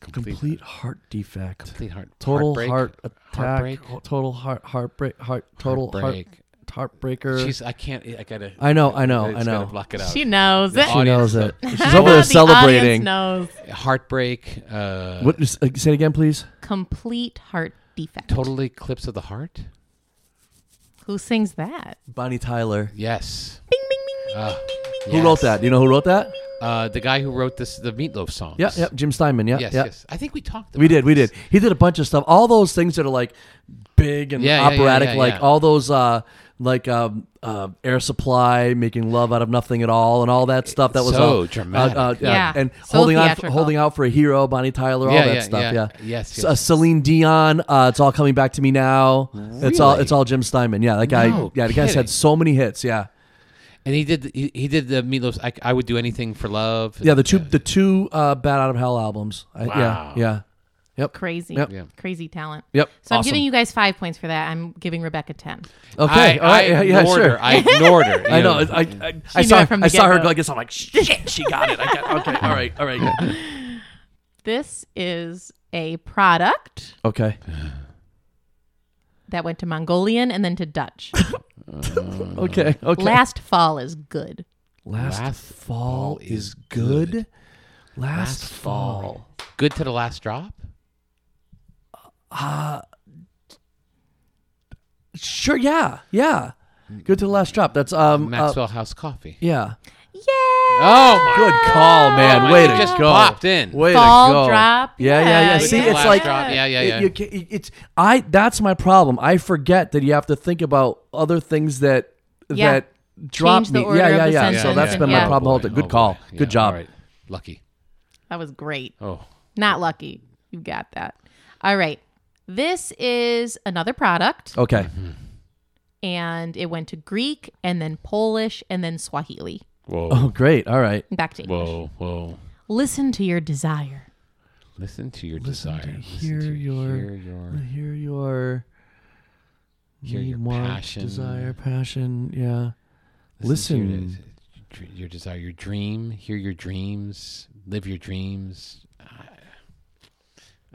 [SPEAKER 1] Complete heart defect.
[SPEAKER 3] Complete heart.
[SPEAKER 1] Total
[SPEAKER 3] heartbreak,
[SPEAKER 1] heart attack.
[SPEAKER 3] Heartbreak.
[SPEAKER 1] ho- Total heart heartbreak. Heart total
[SPEAKER 3] Heartbreak.
[SPEAKER 1] heart heartbreaker.
[SPEAKER 3] She's. I can't. I gotta.
[SPEAKER 1] I know. I know.
[SPEAKER 3] it's
[SPEAKER 1] I
[SPEAKER 3] gotta
[SPEAKER 1] know.
[SPEAKER 3] Block it out.
[SPEAKER 2] She knows it.
[SPEAKER 1] She knows it.
[SPEAKER 2] (laughs)
[SPEAKER 3] audience
[SPEAKER 1] She's over there
[SPEAKER 2] The audience
[SPEAKER 1] celebrating.
[SPEAKER 2] knows
[SPEAKER 3] heartbreak. Uh,
[SPEAKER 1] What? is- uh, Say it again, please.
[SPEAKER 2] complete heart defect.
[SPEAKER 3] Total eclipse of the heart.
[SPEAKER 2] Who sings that?
[SPEAKER 1] Bonnie Tyler.
[SPEAKER 3] Yes.
[SPEAKER 2] Bing, bing, bing, bing.
[SPEAKER 3] Ah,
[SPEAKER 1] Who
[SPEAKER 3] yes.
[SPEAKER 1] wrote that? Do you know who wrote that?
[SPEAKER 3] Uh, the guy who wrote this, the Meatloaf songs.
[SPEAKER 1] Yeah, yeah. Jim Steinman. Yeah,
[SPEAKER 3] Yes,
[SPEAKER 1] yeah.
[SPEAKER 3] yes. I think we talked. About
[SPEAKER 1] We did, we
[SPEAKER 3] this.
[SPEAKER 1] did. He did a bunch of stuff. All those things that are like big and
[SPEAKER 3] Yeah, yeah, yeah,
[SPEAKER 1] operatic,
[SPEAKER 3] yeah,
[SPEAKER 1] like
[SPEAKER 3] yeah.
[SPEAKER 1] all those, uh, like um, uh, Air Supply, making love out of nothing at all, and all that stuff. That was
[SPEAKER 3] So
[SPEAKER 1] all, uh,
[SPEAKER 3] dramatic.
[SPEAKER 1] uh,
[SPEAKER 2] Yeah,
[SPEAKER 1] and
[SPEAKER 2] so
[SPEAKER 1] holding out,
[SPEAKER 2] theatrical.
[SPEAKER 1] holding out for a hero, Bonnie Tyler, all
[SPEAKER 3] Yeah,
[SPEAKER 1] that
[SPEAKER 3] yeah,
[SPEAKER 1] stuff.
[SPEAKER 3] yeah.
[SPEAKER 1] Yeah,
[SPEAKER 3] Yes,
[SPEAKER 1] C-
[SPEAKER 3] yes.
[SPEAKER 1] uh, Celine Dion. Uh, it's all coming back to me now. It's all,
[SPEAKER 3] Really?
[SPEAKER 1] it's all Jim Steinman. Yeah, that guy.
[SPEAKER 3] No
[SPEAKER 1] yeah, the guy's
[SPEAKER 3] kidding.
[SPEAKER 1] had so many hits. Yeah.
[SPEAKER 3] And he did. He, he did the Meatloaf. I, I would do anything for love.
[SPEAKER 1] Yeah, the two the two uh, Bad Out of Hell albums. I,
[SPEAKER 3] Wow.
[SPEAKER 1] Yeah, yeah,
[SPEAKER 2] Crazy,
[SPEAKER 1] Yep.
[SPEAKER 3] Yeah.
[SPEAKER 2] crazy talent.
[SPEAKER 1] yep.
[SPEAKER 2] So I'm
[SPEAKER 1] Awesome.
[SPEAKER 2] giving you guys five points for that. I'm giving Rebecca ten.
[SPEAKER 1] Okay,
[SPEAKER 3] I,
[SPEAKER 1] all right,
[SPEAKER 3] I
[SPEAKER 1] yeah, yeah,
[SPEAKER 3] ignored
[SPEAKER 1] sure.
[SPEAKER 3] her. I ignored her.
[SPEAKER 1] (laughs) I
[SPEAKER 3] you
[SPEAKER 1] know. I, I, I, I
[SPEAKER 2] knew
[SPEAKER 1] saw.
[SPEAKER 2] it from the
[SPEAKER 1] I saw her
[SPEAKER 2] get-go.
[SPEAKER 1] go like this.
[SPEAKER 2] (laughs)
[SPEAKER 1] I'm like, shit, she got it. I got. Okay, all right, all right.
[SPEAKER 2] This is a product
[SPEAKER 1] (laughs) Okay,
[SPEAKER 2] that went to Mongolian and then to Dutch.
[SPEAKER 1] okay, okay.
[SPEAKER 2] Last fall is good.
[SPEAKER 1] Last
[SPEAKER 3] Last
[SPEAKER 1] fall
[SPEAKER 3] fall
[SPEAKER 1] is
[SPEAKER 3] is
[SPEAKER 1] good.
[SPEAKER 3] good.
[SPEAKER 1] Last, fall. Uh,
[SPEAKER 3] Good to the last drop.
[SPEAKER 1] Sure. Yeah. Yeah. Good to the last drop. That's um. uh,
[SPEAKER 3] Maxwell House Coffee.
[SPEAKER 1] yeah.
[SPEAKER 2] Yeah.
[SPEAKER 3] Oh my
[SPEAKER 1] Good call, man.
[SPEAKER 2] Oh,
[SPEAKER 3] God,
[SPEAKER 1] Way
[SPEAKER 3] it
[SPEAKER 1] to
[SPEAKER 3] just
[SPEAKER 1] go.
[SPEAKER 3] popped in.
[SPEAKER 1] Way to
[SPEAKER 2] Fall
[SPEAKER 1] go.
[SPEAKER 2] drop.
[SPEAKER 1] Yeah, yeah, yeah. See,
[SPEAKER 3] Good
[SPEAKER 1] it's
[SPEAKER 3] to the last
[SPEAKER 1] like-
[SPEAKER 3] drop. yeah, yeah,
[SPEAKER 1] It-
[SPEAKER 3] yeah.
[SPEAKER 1] you ca- it- it's I. That's my problem. I forget that you have to think about other things that
[SPEAKER 2] Yeah.
[SPEAKER 1] that drop
[SPEAKER 2] Change the
[SPEAKER 1] me.
[SPEAKER 2] order
[SPEAKER 1] yeah,
[SPEAKER 2] of
[SPEAKER 1] yeah,
[SPEAKER 2] the
[SPEAKER 1] yeah. So
[SPEAKER 2] sentence
[SPEAKER 1] that's
[SPEAKER 2] and-
[SPEAKER 1] been
[SPEAKER 2] yeah.
[SPEAKER 1] my problem. all day.
[SPEAKER 3] Oh,
[SPEAKER 1] Good
[SPEAKER 3] boy.
[SPEAKER 1] call.
[SPEAKER 3] Yeah,
[SPEAKER 1] Good job.
[SPEAKER 3] all right. Lucky.
[SPEAKER 2] that was great.
[SPEAKER 3] Oh,
[SPEAKER 2] Not lucky. You got that. All right. This is another product,
[SPEAKER 1] Okay.
[SPEAKER 3] Mm-hmm.
[SPEAKER 2] and it went to Greek and then Polish and then Swahili.
[SPEAKER 3] whoa,
[SPEAKER 1] Oh, great. All right.
[SPEAKER 2] Back to English.
[SPEAKER 3] whoa, whoa.
[SPEAKER 2] Listen to your desire.
[SPEAKER 3] Listen to your desire.
[SPEAKER 1] hear your- Hear
[SPEAKER 3] hear your
[SPEAKER 1] your
[SPEAKER 3] hear
[SPEAKER 1] need,
[SPEAKER 3] your
[SPEAKER 1] want,
[SPEAKER 3] passion.
[SPEAKER 1] desire, passion. Yeah.
[SPEAKER 3] to your
[SPEAKER 1] Listen.
[SPEAKER 3] des- dr- your desire, your dream. Hear your dreams. Live your dreams. I,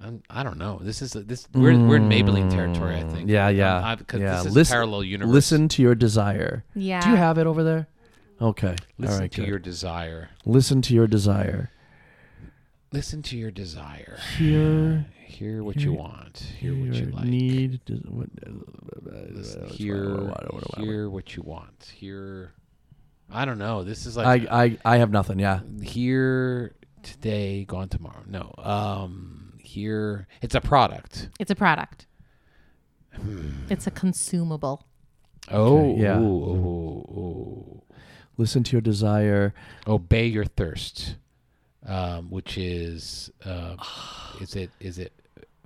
[SPEAKER 3] I'm, I don't know. This is this. We're, we're in Maybelline territory. I think.
[SPEAKER 1] Yeah,
[SPEAKER 3] Um,
[SPEAKER 1] yeah.
[SPEAKER 3] I- 'cause
[SPEAKER 1] yeah.
[SPEAKER 3] This is
[SPEAKER 1] listen,
[SPEAKER 3] parallel universe.
[SPEAKER 1] Listen to your desire.
[SPEAKER 2] Yeah.
[SPEAKER 1] Do you have it over there? Okay.
[SPEAKER 3] Listen
[SPEAKER 1] all right.
[SPEAKER 3] to
[SPEAKER 1] good.
[SPEAKER 3] your desire.
[SPEAKER 1] listen to your desire.
[SPEAKER 3] Listen to your desire.
[SPEAKER 1] Hear.
[SPEAKER 3] Hear what you want. Hear what you
[SPEAKER 1] your
[SPEAKER 3] like.
[SPEAKER 1] Need. des- what-
[SPEAKER 3] Listen, hear, hear what you want. Hear. I don't know. This is like
[SPEAKER 1] I, I I have nothing. Yeah.
[SPEAKER 3] here today, gone tomorrow. No. Um here it's a product.
[SPEAKER 2] It's a product. it's a consumable.
[SPEAKER 3] Oh,
[SPEAKER 1] yeah.
[SPEAKER 3] ooh, ooh, ooh.
[SPEAKER 1] Listen to your desire.
[SPEAKER 3] Obey your thirst. Um, which is
[SPEAKER 1] (sighs)
[SPEAKER 3] uh, is it is it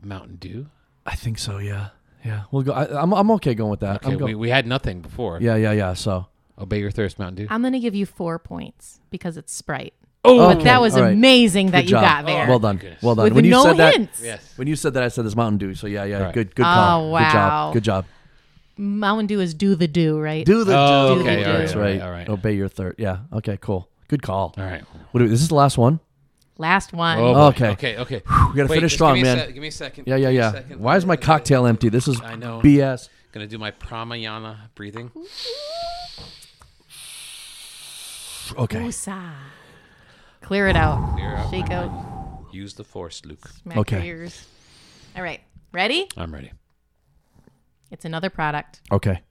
[SPEAKER 3] Mountain Dew?
[SPEAKER 1] I think so. Yeah. Yeah. We'll go. I, I'm I'm okay going with that.
[SPEAKER 3] Okay,
[SPEAKER 1] I'm go-
[SPEAKER 3] we, we had nothing before.
[SPEAKER 1] yeah. Yeah. Yeah. So.
[SPEAKER 3] Obey your thirst, Mountain Dew.
[SPEAKER 2] I'm going to give you four points because it's Sprite.
[SPEAKER 1] Oh,
[SPEAKER 2] But that was
[SPEAKER 1] all right.
[SPEAKER 2] amazing that
[SPEAKER 1] Good
[SPEAKER 2] you
[SPEAKER 1] job.
[SPEAKER 2] got there.
[SPEAKER 1] Well done.
[SPEAKER 3] Goodness.
[SPEAKER 1] Well done.
[SPEAKER 2] With
[SPEAKER 1] when you
[SPEAKER 2] no
[SPEAKER 1] said
[SPEAKER 2] hints.
[SPEAKER 1] that,
[SPEAKER 3] Yes.
[SPEAKER 1] when you said that, I said this Mountain Dew. So yeah, yeah,
[SPEAKER 3] right.
[SPEAKER 1] good, good
[SPEAKER 2] Oh,
[SPEAKER 1] call. Good
[SPEAKER 2] wow.
[SPEAKER 1] job. Good job.
[SPEAKER 2] Mountain Dew is do the do, right?
[SPEAKER 1] Do the
[SPEAKER 3] Oh,
[SPEAKER 1] do.
[SPEAKER 2] okay, all right,
[SPEAKER 1] That's
[SPEAKER 3] all
[SPEAKER 1] right.
[SPEAKER 3] right, all right.
[SPEAKER 1] Obey your third. Yeah. Okay. Cool. Good call.
[SPEAKER 3] All right.
[SPEAKER 1] What do we, is this the last one?
[SPEAKER 2] Last one.
[SPEAKER 3] Oh, boy.
[SPEAKER 1] Okay.
[SPEAKER 3] Okay. Okay.
[SPEAKER 1] We gotta finish strong,
[SPEAKER 3] give me a
[SPEAKER 1] man.
[SPEAKER 3] sec- give me a second.
[SPEAKER 1] Yeah, yeah,
[SPEAKER 3] Give me a
[SPEAKER 1] yeah.
[SPEAKER 3] second.
[SPEAKER 1] Why is my cocktail empty? This is
[SPEAKER 3] I know.
[SPEAKER 1] BS.
[SPEAKER 3] Gonna do my pranayama breathing.
[SPEAKER 1] Okay.
[SPEAKER 2] Woosah. Clear it out.
[SPEAKER 3] Clear out
[SPEAKER 2] Shake
[SPEAKER 3] my
[SPEAKER 2] out.
[SPEAKER 3] Use the force, Luke.
[SPEAKER 2] Smack
[SPEAKER 1] Okay.
[SPEAKER 2] your ears. All right. Ready?
[SPEAKER 3] I'm ready.
[SPEAKER 2] It's another product.
[SPEAKER 1] Okay.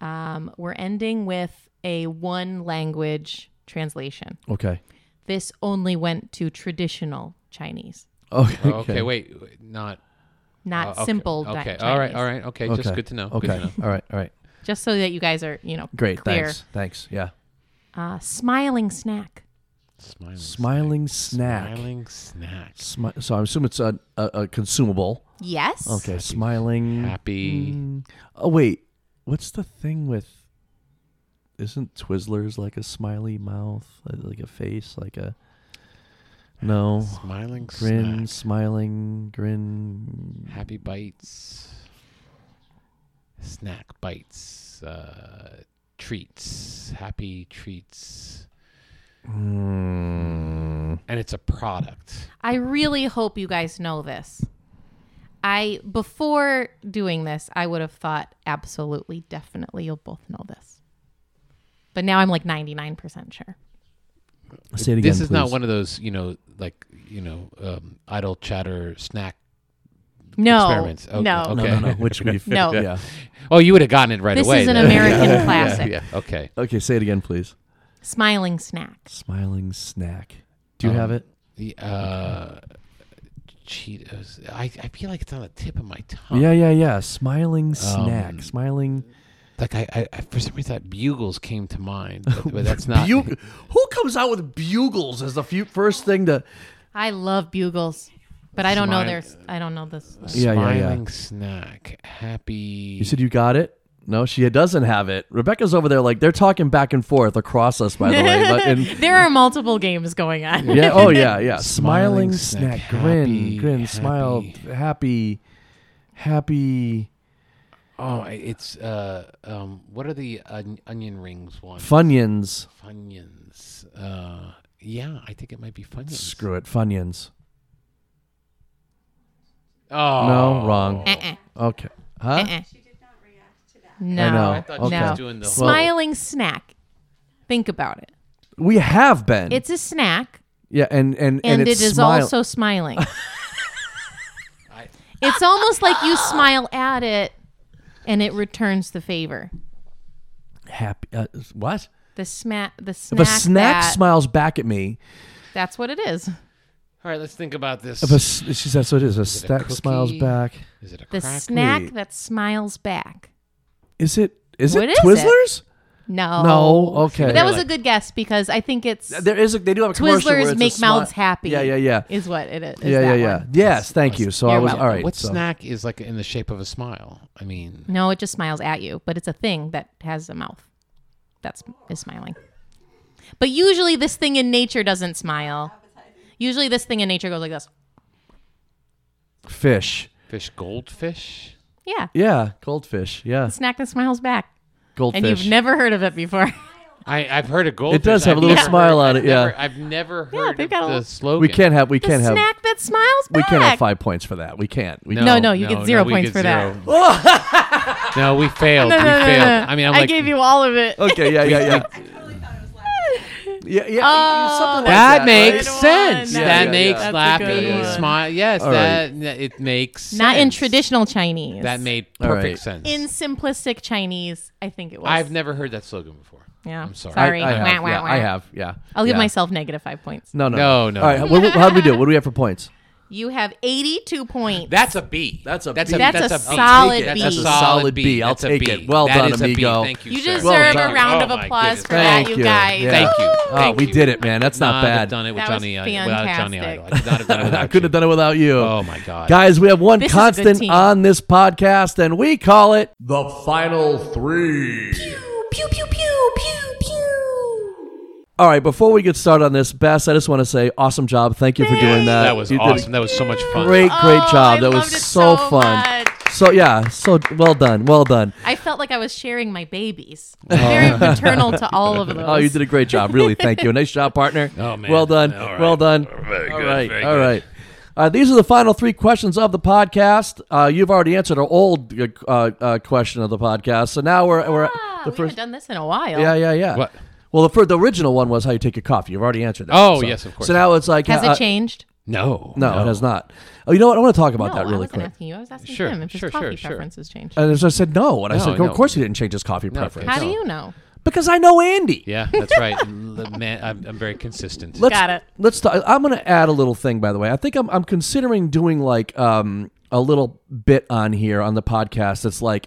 [SPEAKER 2] Um, we're ending with a one language translation.
[SPEAKER 1] Okay.
[SPEAKER 2] This only went to traditional Chinese,
[SPEAKER 3] (laughs)
[SPEAKER 1] Okay.
[SPEAKER 3] Oh, Okay, wait, wait, not
[SPEAKER 2] not
[SPEAKER 3] uh, okay,
[SPEAKER 2] simple. di-
[SPEAKER 3] Okay,
[SPEAKER 2] Chinese.
[SPEAKER 3] all right, all right, okay,
[SPEAKER 1] Okay.
[SPEAKER 3] Just good to know.
[SPEAKER 1] Okay.
[SPEAKER 3] Good to know.
[SPEAKER 1] All right. All right.
[SPEAKER 2] Just so that you guys are, you know,
[SPEAKER 1] Great.
[SPEAKER 2] Clear.
[SPEAKER 1] Thanks. Thanks. Yeah.
[SPEAKER 2] Uh, smiling snack.
[SPEAKER 3] Smiling,
[SPEAKER 1] Smiling snack.
[SPEAKER 3] smiling snack.
[SPEAKER 1] Smi- so I assume it's a, a, a consumable.
[SPEAKER 2] Yes.
[SPEAKER 1] Okay. Smiling.
[SPEAKER 3] Happy.
[SPEAKER 1] Oh wait, what's the thing with? Isn't Twizzlers like a smiley mouth, like- like a face, like a? No,
[SPEAKER 3] Smiling
[SPEAKER 1] grin,
[SPEAKER 3] snack.
[SPEAKER 1] smiling, grin.
[SPEAKER 3] Happy bites. snack bites, uh, treats, happy treats.
[SPEAKER 1] Hmm.
[SPEAKER 3] And it's a product.
[SPEAKER 2] I really hope you guys know this. I before doing this, I would have thought absolutely, definitely, you'll both know this. But now I'm like 99% sure.
[SPEAKER 1] Say it again.
[SPEAKER 3] this is not
[SPEAKER 1] please.
[SPEAKER 3] one of those, you know, like you know, um, idle chatter snack
[SPEAKER 2] No,
[SPEAKER 3] experiments. Oh,
[SPEAKER 2] no,
[SPEAKER 3] okay.
[SPEAKER 1] No, no, no. Which
[SPEAKER 2] (laughs)
[SPEAKER 1] we've
[SPEAKER 2] No.
[SPEAKER 1] Yeah.
[SPEAKER 3] Oh, you would have gotten it right
[SPEAKER 2] This
[SPEAKER 3] away.
[SPEAKER 2] is an
[SPEAKER 3] then.
[SPEAKER 2] American
[SPEAKER 3] (laughs) Yeah,
[SPEAKER 2] classic.
[SPEAKER 3] Yeah, Okay.
[SPEAKER 1] Okay, say it again, please.
[SPEAKER 2] smiling snack.
[SPEAKER 1] Smiling snack. Do
[SPEAKER 3] Um,
[SPEAKER 1] you have it?
[SPEAKER 3] The, uh, Cheetos. I, I feel like it's on the tip of my tongue.
[SPEAKER 1] Yeah, yeah, yeah. Smiling snack. Smiling.
[SPEAKER 3] Like I, I, I for some reason that bugles came to mind, but,
[SPEAKER 1] (laughs)
[SPEAKER 3] but that's not.
[SPEAKER 1] Bug- Who comes out with bugles as the few, first thing to?
[SPEAKER 2] I love bugles, but I don't know
[SPEAKER 3] Smile-
[SPEAKER 2] there's I don't know this.
[SPEAKER 1] Yeah, yeah,
[SPEAKER 3] smiling
[SPEAKER 1] yeah.
[SPEAKER 3] snack. Happy.
[SPEAKER 1] You said you got it. No, she doesn't have it. Rebecca's over there, like they're talking back and forth across us. By the way, but and
[SPEAKER 2] (laughs) There are multiple games going on.
[SPEAKER 1] yeah, oh yeah, yeah. Smiling,
[SPEAKER 3] Smiling
[SPEAKER 1] snack,
[SPEAKER 3] snack,
[SPEAKER 1] grin,
[SPEAKER 3] happy,
[SPEAKER 1] grin, smile,
[SPEAKER 3] happy.
[SPEAKER 1] happy, happy,
[SPEAKER 3] oh, I- it's uh um. What are the on- onion rings ones?
[SPEAKER 1] funyuns.
[SPEAKER 3] Funyuns. Uh, yeah, I think it might be Funyuns.
[SPEAKER 1] Screw it, funyuns.
[SPEAKER 3] Oh
[SPEAKER 1] No, wrong.
[SPEAKER 2] Uh-uh,
[SPEAKER 1] Okay, huh?
[SPEAKER 2] uh-uh. No,
[SPEAKER 1] I know.
[SPEAKER 3] I thought she
[SPEAKER 1] Okay.
[SPEAKER 3] was doing the whole-
[SPEAKER 2] smiling snack. Think about it.
[SPEAKER 1] We have been.
[SPEAKER 2] It's a snack,
[SPEAKER 1] yeah, and and
[SPEAKER 2] and,
[SPEAKER 1] it's
[SPEAKER 2] it is
[SPEAKER 1] smile- (laughs)
[SPEAKER 2] also smiling. it's almost like you smile at it, and it returns the favor.
[SPEAKER 1] happy. Uh, what?
[SPEAKER 2] The sma- the
[SPEAKER 1] If a
[SPEAKER 2] snack.
[SPEAKER 1] snack
[SPEAKER 2] that-
[SPEAKER 1] smiles back at me,
[SPEAKER 2] That's what it is.
[SPEAKER 3] All right, let's think about this.
[SPEAKER 1] if a s- she says so, it is. A snack
[SPEAKER 3] cookie?
[SPEAKER 1] smiles back.
[SPEAKER 3] Is it a
[SPEAKER 2] The
[SPEAKER 3] cracker?
[SPEAKER 2] snack
[SPEAKER 1] Wait.
[SPEAKER 2] that smiles back.
[SPEAKER 1] Is it? Is
[SPEAKER 2] What
[SPEAKER 1] it
[SPEAKER 2] is it?
[SPEAKER 1] Twizzlers?
[SPEAKER 2] No.
[SPEAKER 1] No, okay.
[SPEAKER 2] But that was a
[SPEAKER 3] Like-
[SPEAKER 2] good guess because I think it's
[SPEAKER 1] Uh, There is a. They do have a commercial where
[SPEAKER 2] Twizzlers
[SPEAKER 1] it's a
[SPEAKER 2] make
[SPEAKER 1] smi-
[SPEAKER 2] mouths happy.
[SPEAKER 1] Yeah, yeah, yeah,
[SPEAKER 2] Is what it is. is
[SPEAKER 1] yeah, yeah,
[SPEAKER 2] that
[SPEAKER 1] yeah.
[SPEAKER 2] one.
[SPEAKER 1] Yes, thank you. So I
[SPEAKER 2] You're
[SPEAKER 1] was
[SPEAKER 2] welcome.
[SPEAKER 1] all right.
[SPEAKER 3] What
[SPEAKER 1] so-
[SPEAKER 3] snack is like in the shape of a smile? I mean,
[SPEAKER 2] No, it just smiles at you, but it's a thing that has a mouth that's is smiling. But usually, this thing in nature doesn't smile. Usually, this thing in nature goes like this.
[SPEAKER 1] Fish.
[SPEAKER 3] fish, goldfish.
[SPEAKER 2] Yeah,
[SPEAKER 1] Yeah, goldfish. Yeah,
[SPEAKER 2] snack that smiles back,
[SPEAKER 1] goldfish.
[SPEAKER 2] and you've never heard of it before. (laughs)
[SPEAKER 3] I, I've heard of goldfish.
[SPEAKER 1] does have a
[SPEAKER 3] I've
[SPEAKER 1] little
[SPEAKER 3] never
[SPEAKER 1] smile
[SPEAKER 3] heard-
[SPEAKER 1] on
[SPEAKER 3] I've
[SPEAKER 1] it, yeah.
[SPEAKER 3] never- I've never heard
[SPEAKER 2] they've
[SPEAKER 3] of
[SPEAKER 2] got a
[SPEAKER 3] the
[SPEAKER 2] little-
[SPEAKER 3] slogan.
[SPEAKER 1] we can't have. We
[SPEAKER 2] the
[SPEAKER 1] can't have.
[SPEAKER 2] snack that smiles back.
[SPEAKER 1] We can't have five points for that. We can't. We
[SPEAKER 2] No, no, you get zero points for that.
[SPEAKER 3] that. no, we failed. we failed. I mean, I'm like,
[SPEAKER 2] gave you all of it.
[SPEAKER 1] can't. Okay. Yeah.
[SPEAKER 2] (laughs)
[SPEAKER 1] Yeah. Yeah. yeah. Yeah. something like
[SPEAKER 3] that,
[SPEAKER 1] that
[SPEAKER 3] makes
[SPEAKER 2] Good
[SPEAKER 1] right?
[SPEAKER 2] one.
[SPEAKER 3] sense.
[SPEAKER 1] Yeah,
[SPEAKER 3] that
[SPEAKER 1] yeah, yeah.
[SPEAKER 3] makes
[SPEAKER 1] That's
[SPEAKER 2] a
[SPEAKER 3] laughing,
[SPEAKER 2] good one.
[SPEAKER 3] smile. Yes,
[SPEAKER 1] All
[SPEAKER 3] that it makes
[SPEAKER 2] Not in
[SPEAKER 3] sense.
[SPEAKER 2] traditional Chinese.
[SPEAKER 3] That made
[SPEAKER 1] All
[SPEAKER 3] perfect
[SPEAKER 1] right.
[SPEAKER 3] sense.
[SPEAKER 2] in simplistic Chinese. I think it was.
[SPEAKER 3] I've never heard that slogan before.
[SPEAKER 2] Yeah.
[SPEAKER 3] I'm sorry.
[SPEAKER 1] I-
[SPEAKER 2] Sorry.
[SPEAKER 1] I, have,
[SPEAKER 2] Wah, wah,
[SPEAKER 1] yeah,
[SPEAKER 2] wah.
[SPEAKER 1] I have. Yeah.
[SPEAKER 2] I'll give
[SPEAKER 1] yeah.
[SPEAKER 2] myself negative five points.
[SPEAKER 1] No. No.
[SPEAKER 3] No, no.
[SPEAKER 1] All right. What, what- how do we do? What do we have for
[SPEAKER 2] (laughs)
[SPEAKER 1] points?
[SPEAKER 2] You have 82 points.
[SPEAKER 3] That's a B.
[SPEAKER 1] That's a
[SPEAKER 3] that's
[SPEAKER 1] B.
[SPEAKER 3] A,
[SPEAKER 2] That's a
[SPEAKER 3] B.
[SPEAKER 2] solid
[SPEAKER 3] That's
[SPEAKER 2] B.
[SPEAKER 3] a solid B.
[SPEAKER 1] I'll
[SPEAKER 3] That's a
[SPEAKER 1] take
[SPEAKER 3] B.
[SPEAKER 1] it. Well
[SPEAKER 3] That
[SPEAKER 1] done,
[SPEAKER 3] is a B.
[SPEAKER 1] amigo.
[SPEAKER 3] Thank you.
[SPEAKER 2] you
[SPEAKER 3] sir.
[SPEAKER 2] deserve
[SPEAKER 1] Well
[SPEAKER 2] a
[SPEAKER 1] done.
[SPEAKER 2] round
[SPEAKER 3] Oh
[SPEAKER 2] of
[SPEAKER 3] my
[SPEAKER 2] applause for
[SPEAKER 3] goodness.
[SPEAKER 1] Thank
[SPEAKER 2] that, you,
[SPEAKER 1] you.
[SPEAKER 2] guys.
[SPEAKER 1] Yeah.
[SPEAKER 3] Thank you.
[SPEAKER 1] Oh,
[SPEAKER 3] Thank
[SPEAKER 1] we
[SPEAKER 3] you.
[SPEAKER 1] did it, man. That's not
[SPEAKER 3] Not have
[SPEAKER 1] bad.
[SPEAKER 3] done it
[SPEAKER 2] That
[SPEAKER 3] without
[SPEAKER 2] was
[SPEAKER 3] Johnny. Without Johnny Idol. I
[SPEAKER 2] fantastic.
[SPEAKER 3] could not have done it without
[SPEAKER 1] I couldn't
[SPEAKER 3] you.
[SPEAKER 1] have done it without you.
[SPEAKER 3] Oh my God.
[SPEAKER 1] Guys, we have one
[SPEAKER 2] This is good
[SPEAKER 1] constant
[SPEAKER 2] team.
[SPEAKER 1] on this podcast, and we call it the final three.
[SPEAKER 2] Pew, pew, pew, pew, pew.
[SPEAKER 1] All right, before we get started on this, Bess, I just want to say awesome job. Thank you for doing that.
[SPEAKER 3] That was
[SPEAKER 1] Uh, You did a
[SPEAKER 3] awesome. That was so much fun.
[SPEAKER 1] Great, great
[SPEAKER 2] Oh,
[SPEAKER 1] job.
[SPEAKER 2] I
[SPEAKER 1] that was
[SPEAKER 2] loved it
[SPEAKER 1] so,
[SPEAKER 2] so
[SPEAKER 1] fun.
[SPEAKER 2] much.
[SPEAKER 1] So yeah, so well done, well done.
[SPEAKER 2] I felt like I was sharing my
[SPEAKER 1] (laughs)
[SPEAKER 2] babies. Very paternal to all of those.
[SPEAKER 1] Oh, you did a great job. Really, thank you. Nice job, partner.
[SPEAKER 3] (laughs) Oh, man.
[SPEAKER 1] Well done.
[SPEAKER 3] All right.
[SPEAKER 1] Well done.
[SPEAKER 3] Very
[SPEAKER 1] All
[SPEAKER 3] good,
[SPEAKER 1] right.
[SPEAKER 3] very
[SPEAKER 1] All
[SPEAKER 3] good.
[SPEAKER 1] right. Uh, these are the final three questions of the podcast. Uh, you've already answered our old uh, uh, question of the podcast, so now we're we're
[SPEAKER 2] Ah,
[SPEAKER 1] the
[SPEAKER 2] we haven't
[SPEAKER 1] first.
[SPEAKER 2] done this in a while.
[SPEAKER 1] Yeah, yeah, yeah.
[SPEAKER 3] What?
[SPEAKER 1] Well, the, fir- the original one was how you take a coffee. You've already answered that.
[SPEAKER 3] Oh,
[SPEAKER 1] So-
[SPEAKER 3] yes, of course.
[SPEAKER 1] So now it's like
[SPEAKER 2] Has
[SPEAKER 1] uh,
[SPEAKER 2] it changed?
[SPEAKER 3] No.
[SPEAKER 1] No, it has not. Oh, you know what? I want to talk about
[SPEAKER 2] No,
[SPEAKER 1] that
[SPEAKER 2] I
[SPEAKER 1] really
[SPEAKER 2] wasn't
[SPEAKER 1] quick. Uh,
[SPEAKER 2] asking you. I was asking
[SPEAKER 3] Sure,
[SPEAKER 2] him if his
[SPEAKER 3] sure,
[SPEAKER 2] coffee
[SPEAKER 3] sure, sure.
[SPEAKER 2] preferences changed.
[SPEAKER 1] And so I said no, and I
[SPEAKER 3] No,
[SPEAKER 1] said, "Oh,
[SPEAKER 3] no.
[SPEAKER 1] of course he didn't change his coffee
[SPEAKER 3] No,
[SPEAKER 1] preference
[SPEAKER 2] How do
[SPEAKER 3] No.
[SPEAKER 2] you know?
[SPEAKER 3] Mm-hmm.
[SPEAKER 1] because I know Andy.
[SPEAKER 3] Yeah, that's right. (laughs) L- Man, I'm, I'm very consistent.
[SPEAKER 1] Let's,
[SPEAKER 2] Got it.
[SPEAKER 1] Let's. Talk, I'm going to add a little thing, by the way. I think I'm. I'm considering doing like um a little bit on here on the podcast. That's like.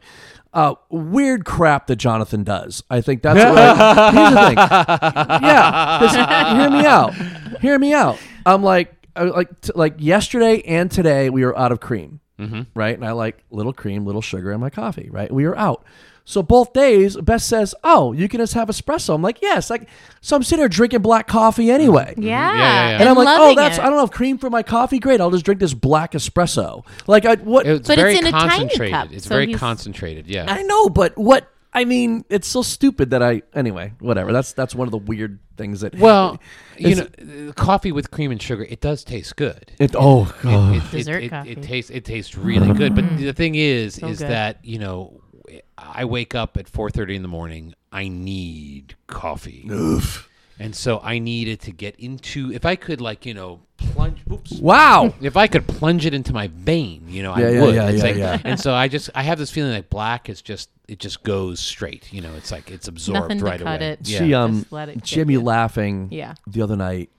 [SPEAKER 1] Uh, weird crap that Jonathan does. I think that's what I, here's the thing. Yeah, 'cause- hear me out. uh, Hear me out. I'm like, I- like, t- like yesterday and today we were out of cream. right? And I like little cream, little sugar in my coffee, right? We were out. So both days, Beth says, "Oh, you can just have espresso." I'm like, "Yes." Like, so I'm sitting there drinking black coffee anyway.
[SPEAKER 2] Yeah.
[SPEAKER 3] yeah, yeah.
[SPEAKER 1] And I'm like, oh,
[SPEAKER 2] loving
[SPEAKER 1] that's
[SPEAKER 2] it.
[SPEAKER 1] I don't know if cream for my coffee. Great, I'll just drink this black espresso. Like, I what?
[SPEAKER 3] It's
[SPEAKER 2] But it's
[SPEAKER 3] very
[SPEAKER 2] in a tiny
[SPEAKER 3] concentrated.
[SPEAKER 2] cup,
[SPEAKER 3] it's
[SPEAKER 2] so
[SPEAKER 3] very
[SPEAKER 2] he's-
[SPEAKER 3] concentrated. Yeah.
[SPEAKER 1] I know, but what? I mean, it's so stupid that I. Anyway, whatever. That's that's one of the weird things that. (laughs)
[SPEAKER 3] Well, you
[SPEAKER 1] It's-
[SPEAKER 3] know, uh, coffee with cream and sugar, it does taste good.
[SPEAKER 1] it, oh god.
[SPEAKER 3] It,
[SPEAKER 2] Dessert
[SPEAKER 3] it, it,
[SPEAKER 2] coffee. Mm-hmm.
[SPEAKER 3] it tastes it tastes really good. But the thing is, is
[SPEAKER 2] good.
[SPEAKER 3] that you know, I wake up at four thirty in the morning. I need coffee, and so I needed to get into. If I could, like you know, plunge. Oops.
[SPEAKER 1] wow.
[SPEAKER 3] If I could plunge it into my vein, you know,
[SPEAKER 1] Yeah,
[SPEAKER 3] I
[SPEAKER 1] yeah,
[SPEAKER 3] would.
[SPEAKER 1] yeah,
[SPEAKER 3] It's
[SPEAKER 1] yeah,
[SPEAKER 3] like-
[SPEAKER 1] yeah.
[SPEAKER 3] And so I just, I have this feeling like black is just, it just goes straight. You know, it's like it's absorbed
[SPEAKER 2] Nothing to
[SPEAKER 3] right
[SPEAKER 2] cut
[SPEAKER 3] away.
[SPEAKER 2] it.
[SPEAKER 3] Yeah.
[SPEAKER 1] She um
[SPEAKER 2] Just let it kick
[SPEAKER 1] Jimmy
[SPEAKER 2] in.
[SPEAKER 1] laughing
[SPEAKER 2] Yeah.
[SPEAKER 1] the other night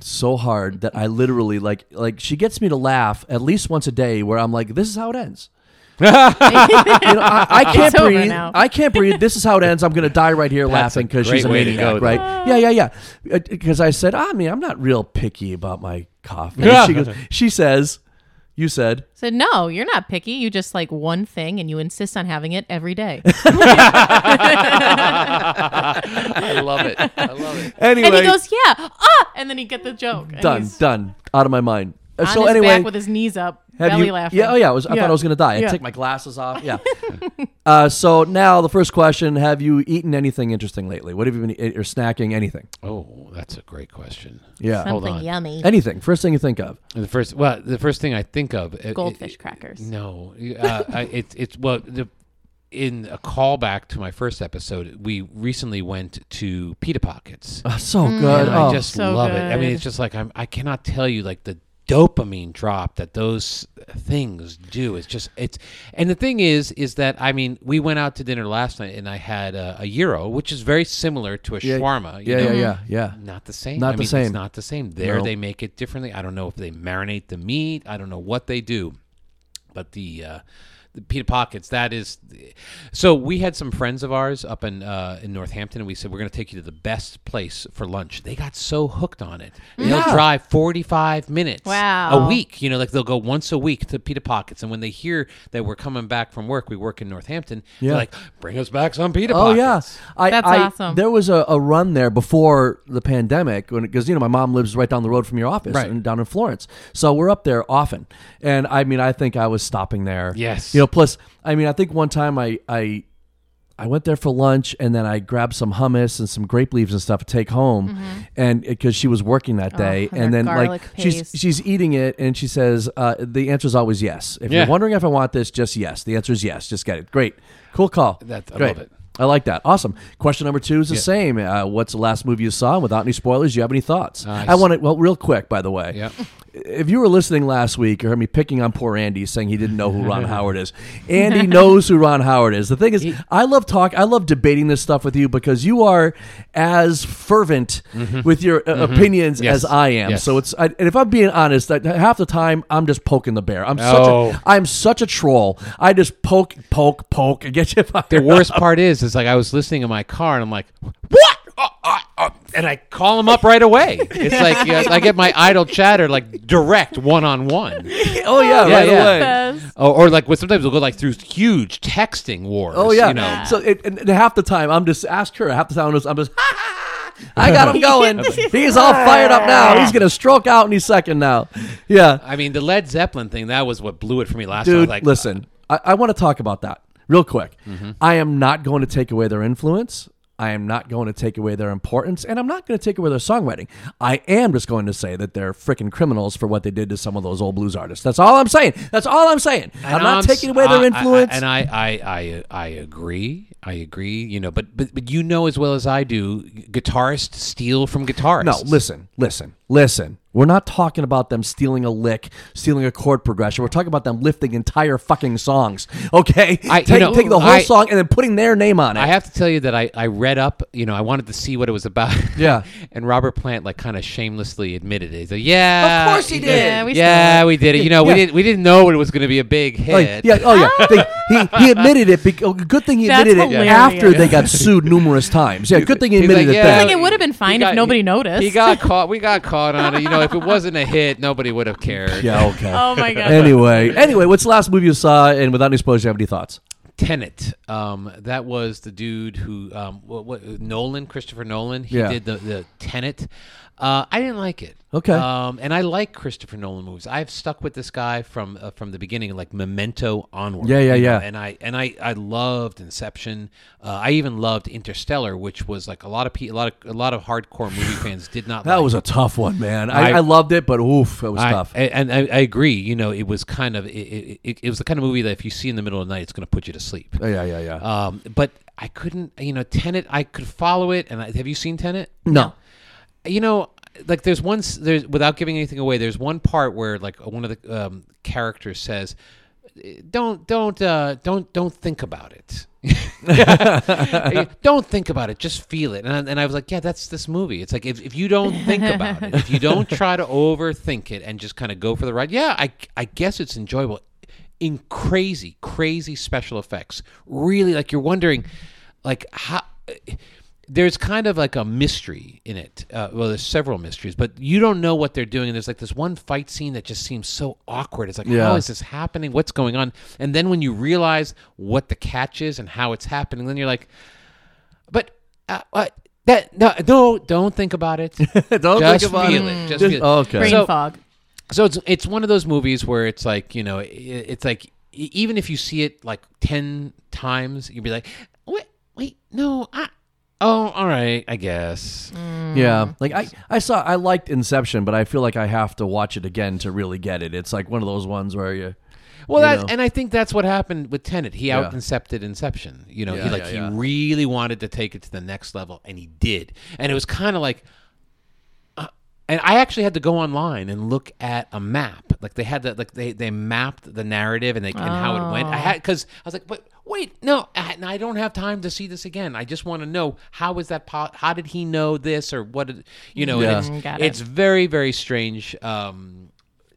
[SPEAKER 1] so hard that I literally like like she gets me to laugh at least once a day where I'm like this is how it
[SPEAKER 2] (laughs)
[SPEAKER 1] ends. You know, I, I can't
[SPEAKER 2] It's over
[SPEAKER 1] breathe.
[SPEAKER 2] now.
[SPEAKER 1] I can't breathe. This is how it ends. I'm gonna die right here
[SPEAKER 3] That's a
[SPEAKER 1] laughing because
[SPEAKER 3] great
[SPEAKER 1] she's a
[SPEAKER 3] way to
[SPEAKER 1] maniac,
[SPEAKER 3] go, though.
[SPEAKER 1] right? Yeah, yeah, yeah. Because I said, I mean, I'm not real picky about my coffee.
[SPEAKER 3] Yeah.
[SPEAKER 1] She goes, she says, you said,
[SPEAKER 2] So no, you're not picky. You just like one thing, and you insist on having it
[SPEAKER 1] (laughs)
[SPEAKER 2] every day.
[SPEAKER 3] I love it. I love it.
[SPEAKER 1] anyway.
[SPEAKER 2] and he goes, "Yeah, ah," and then he get the joke. And
[SPEAKER 1] done,
[SPEAKER 2] he's
[SPEAKER 1] done, out of my mind. Uh,
[SPEAKER 2] On
[SPEAKER 1] so
[SPEAKER 2] his
[SPEAKER 1] anyway,
[SPEAKER 2] back with his knees up,
[SPEAKER 1] Have
[SPEAKER 2] belly
[SPEAKER 1] you-
[SPEAKER 2] laughing.
[SPEAKER 1] Yeah, oh yeah. I, was, I thought I was gonna die. I
[SPEAKER 2] Yeah.
[SPEAKER 1] take my glasses off.
[SPEAKER 2] (laughs)
[SPEAKER 1] Yeah. uh, so now the first question: Have you eaten anything interesting lately? What have you been eating or snacking? Anything?
[SPEAKER 3] Oh, that's a great question.
[SPEAKER 1] Yeah.
[SPEAKER 2] Something
[SPEAKER 3] Hold on.
[SPEAKER 2] yummy.
[SPEAKER 1] Anything. First thing you think of?
[SPEAKER 3] The first, well, the first thing I think of uh,
[SPEAKER 2] Goldfish
[SPEAKER 3] it-
[SPEAKER 2] crackers.
[SPEAKER 3] No, uh, I, it's it's well, the, in a callback to my first episode, we recently went to Pita Pockets,
[SPEAKER 1] Oh, so
[SPEAKER 2] Mm.
[SPEAKER 1] good.
[SPEAKER 3] and
[SPEAKER 1] oh.
[SPEAKER 3] I just
[SPEAKER 2] So
[SPEAKER 3] love it. I mean,
[SPEAKER 2] good.
[SPEAKER 3] it's just like I'm. I cannot tell you like the dopamine drop that those things do. It's just it's. And the thing is, is that I mean, we went out to dinner last night, and I had a, a gyro, which is very similar to a
[SPEAKER 1] Yeah.
[SPEAKER 3] shawarma. You
[SPEAKER 1] yeah,
[SPEAKER 3] know?
[SPEAKER 1] yeah, yeah, yeah.
[SPEAKER 3] Not the same.
[SPEAKER 1] Not
[SPEAKER 3] I
[SPEAKER 1] the
[SPEAKER 3] mean,
[SPEAKER 1] same.
[SPEAKER 3] It's not the same. There,
[SPEAKER 1] No.
[SPEAKER 3] they make it differently. I don't know if they marinate the meat. I don't know what they do, but the uh, the pita pockets. That is. So we had some friends of ours up in uh, in Northampton, and we said we're going to take you to the best place for lunch. They got so hooked on it. They'll drive forty five minutes.
[SPEAKER 2] Wow.
[SPEAKER 3] A week. You know, like they'll go once a week to pita pockets, and when they hear that we're coming back from work, we work in Northampton.
[SPEAKER 1] Yeah.
[SPEAKER 3] They're like, bring us back some pita
[SPEAKER 1] Oh
[SPEAKER 3] pockets.
[SPEAKER 1] yeah, I,
[SPEAKER 2] That's
[SPEAKER 1] I-
[SPEAKER 2] awesome.
[SPEAKER 1] There was a, a run there before the pandemic, because you know my mom lives right down the road from your office,
[SPEAKER 3] Right.
[SPEAKER 1] and down in Florence, so we're up there often. And I mean, I think I was stopping there.
[SPEAKER 3] Yes.
[SPEAKER 1] you know. Plus, I mean, I think one time I I I went there for lunch, and then I grabbed some hummus and some grape leaves and stuff to take home, and because she was working that day,
[SPEAKER 2] Mm-hmm. Oh, and
[SPEAKER 1] and
[SPEAKER 2] their
[SPEAKER 1] then like
[SPEAKER 2] garlic
[SPEAKER 1] she's
[SPEAKER 2] paste.
[SPEAKER 1] she's eating it, and she says uh, the answer is always yes. If
[SPEAKER 3] Yeah.
[SPEAKER 1] you're wondering if I want this, just yes. The answer is yes. Just get it. Great, cool call.
[SPEAKER 3] That- I
[SPEAKER 1] Great.
[SPEAKER 3] love it.
[SPEAKER 1] I like that. Awesome. Question number two is the same. Uh, what's the last movie you saw? And without any spoilers, do you have any thoughts? I want to, well, real quick, by the way.
[SPEAKER 3] Yep.
[SPEAKER 1] If you were listening last week, you heard me picking on poor Andy, saying he didn't know who
[SPEAKER 3] (laughs)
[SPEAKER 1] Ron Howard is. Andy knows who Ron Howard is. The thing is, I love talk. I love debating this stuff with you because you are as fervent with your uh, opinions
[SPEAKER 3] Mm-hmm. Yes.
[SPEAKER 1] as I am.
[SPEAKER 3] Yes.
[SPEAKER 1] So it's, I, and if I'm being honest, I, half the time I'm just poking the bear. I'm such
[SPEAKER 3] Oh.
[SPEAKER 1] a, I'm such a troll. I just poke, poke, poke, and get you (laughs) fired
[SPEAKER 3] the worst part is, is like I was listening in my car and I'm like, what? Uh, uh, uh," and I call him up right away. It's like yeah, I get my idle chatter like direct one on one.
[SPEAKER 1] Oh yeah, (laughs)
[SPEAKER 3] Yeah,
[SPEAKER 1] right
[SPEAKER 3] yeah.
[SPEAKER 1] away.
[SPEAKER 3] Or like with sometimes we'll go like through huge texting wars.
[SPEAKER 1] Oh yeah.
[SPEAKER 3] you know.
[SPEAKER 1] So it, and, and half the time I'm just ask her. Half the time I'm just, I'm just I
[SPEAKER 3] (laughs)
[SPEAKER 1] got him going. he's all fired up now. He's gonna stroke out any second now. Yeah,
[SPEAKER 3] I mean, the Led Zeppelin thing that was what blew it for me last time.
[SPEAKER 1] dude.
[SPEAKER 3] Like, Mm-hmm.
[SPEAKER 1] listen, I, I want to talk about that real quick. I am not going to take away their influence. I am not going to take away their importance, and I'm not going to take away their songwriting. I am just going to say that they're freaking criminals for what they did to some of those old blues artists. That's all I'm saying. That's all I'm saying. I'm
[SPEAKER 3] And
[SPEAKER 1] not
[SPEAKER 3] s-
[SPEAKER 1] taking away their
[SPEAKER 3] I- I-
[SPEAKER 1] influence.
[SPEAKER 3] and I, I, I, I agree. I agree. You know, but, but but you know as well as I do, guitarists steal from guitarists.
[SPEAKER 1] No, listen, listen, listen. We're not talking about them stealing a lick, stealing a chord progression. We're talking about them lifting entire fucking songs. Okay,
[SPEAKER 3] I- you
[SPEAKER 1] take,
[SPEAKER 3] know,
[SPEAKER 1] take the whole
[SPEAKER 3] I-
[SPEAKER 1] song and then putting their name on it.
[SPEAKER 3] I have to tell you that I, I read up, you know, I wanted to see what it was about.
[SPEAKER 1] Yeah.
[SPEAKER 3] (laughs) and Robert Plant like kind of shamelessly admitted it. He's like, yeah.
[SPEAKER 1] Of course he
[SPEAKER 3] you know,
[SPEAKER 1] did.
[SPEAKER 2] Yeah,
[SPEAKER 3] Yeah,
[SPEAKER 2] we
[SPEAKER 3] we,
[SPEAKER 2] saw it."
[SPEAKER 3] did it. You know,
[SPEAKER 1] Yeah.
[SPEAKER 3] we didn't we didn't know it was going to be a big hit.
[SPEAKER 1] Like, yeah, oh yeah. They, He, he admitted it. Because, good thing he
[SPEAKER 2] That's
[SPEAKER 1] admitted it
[SPEAKER 2] hilarious.
[SPEAKER 1] after they got sued numerous times. Yeah, good thing he
[SPEAKER 3] He's like,
[SPEAKER 1] admitted it
[SPEAKER 3] "Yeah,
[SPEAKER 1] then.
[SPEAKER 2] Like, it would've been
[SPEAKER 3] he
[SPEAKER 2] fine if nobody
[SPEAKER 3] he-
[SPEAKER 2] noticed." (laughs)
[SPEAKER 3] He got caught. We got caught on it. You know, if it wasn't a hit, nobody would have cared.
[SPEAKER 1] Yeah, okay.
[SPEAKER 2] Oh
[SPEAKER 1] (laughs)
[SPEAKER 2] my god.
[SPEAKER 1] anyway, anyway, what's the last movie you saw? And without any spoilers, do you have any thoughts?
[SPEAKER 3] Tenet. Um, that was the dude who um, what, what, Nolan, Christopher Nolan. He
[SPEAKER 1] Yeah.
[SPEAKER 3] did the the Tenet. Uh, I didn't like it.
[SPEAKER 1] Okay.
[SPEAKER 3] Um, and I like Christopher Nolan movies. I've stuck with this guy from uh, from the beginning, like Memento onward.
[SPEAKER 1] Yeah, yeah,
[SPEAKER 3] you know,
[SPEAKER 1] yeah.
[SPEAKER 3] And I and I I loved Inception. Uh, I even loved Interstellar, which was like a lot of pe- a lot of a lot of
[SPEAKER 1] (sighs)
[SPEAKER 3] hardcore movie fans did not.
[SPEAKER 1] That
[SPEAKER 3] like.
[SPEAKER 1] was a tough one, man. I, I,
[SPEAKER 3] I-
[SPEAKER 1] loved it, but oof, it was
[SPEAKER 3] I-
[SPEAKER 1] tough.
[SPEAKER 3] a- and I, I agree. You know, it was kind of it, it, it, it was the kind of movie that if you see in the middle of the night, it's going to put you to sleep.
[SPEAKER 1] yeah, yeah, yeah.
[SPEAKER 3] Um, but I couldn't, you know, Tenet. I could follow it, and I, have you seen Tenet? (laughs)
[SPEAKER 1] no.
[SPEAKER 3] You know, like there's one. s- There's without giving anything away. There's one part where like one of the um, characters says, "Eh, "Don't, don't, uh, don't, don't think about it." (laughs) don't think about it. Just feel it. And I, and I was like, yeah, that's this movie. It's like if, if you don't think about it, if you don't try to overthink it and just kind of go for the ride, yeah, I I guess it's enjoyable. In crazy, crazy special effects, really like you're wondering, like how. There's kind of like a mystery in it. Uh, well, there's several mysteries, but you don't know what they're doing. And there's like this one fight scene that just seems so awkward. It's like,
[SPEAKER 1] Yeah.
[SPEAKER 3] how is this happening? What's going on? And then when you realize what the catch is and how it's happening, then you're like, but uh, uh, that no, no, don't think about it.
[SPEAKER 1] Don't think
[SPEAKER 3] Just
[SPEAKER 1] about
[SPEAKER 3] feel
[SPEAKER 1] it.
[SPEAKER 3] it. Just
[SPEAKER 1] Just-
[SPEAKER 3] feel it.
[SPEAKER 1] okay.
[SPEAKER 2] Brain
[SPEAKER 3] So-
[SPEAKER 1] (laughs)
[SPEAKER 2] fog.
[SPEAKER 3] so it's it's one of those movies where it's like you know i it's like e- even if you see it like ten times, you'd be like, wait, wait, no, I, oh, all right, I guess. Mm-hmm.
[SPEAKER 1] Yeah, like I, I saw, I liked Inception, but I feel like I have to watch it again to really get it. It's like one of those ones where you,
[SPEAKER 3] Well,
[SPEAKER 1] you
[SPEAKER 3] that,
[SPEAKER 1] know.
[SPEAKER 3] and I think that's what happened with Tenet. He
[SPEAKER 1] Yeah.
[SPEAKER 3] out incepted Inception. You know,
[SPEAKER 1] Yeah,
[SPEAKER 3] he like
[SPEAKER 1] yeah, yeah.
[SPEAKER 3] he really wanted to take it to the next level, and he did. And it was kind of like, uh, and I actually had to go online and look at a map. Like they had that, like they they mapped the narrative and they and how it went. I
[SPEAKER 2] Oh.
[SPEAKER 3] had because I was like, but wait, no, I, I don't have time to see this again. I just want to know how is that? Po- how did he know this or what? Did, you know,
[SPEAKER 1] Yeah.
[SPEAKER 3] and
[SPEAKER 2] Mm,
[SPEAKER 3] it's
[SPEAKER 2] got it.
[SPEAKER 3] it's very very strange. Um,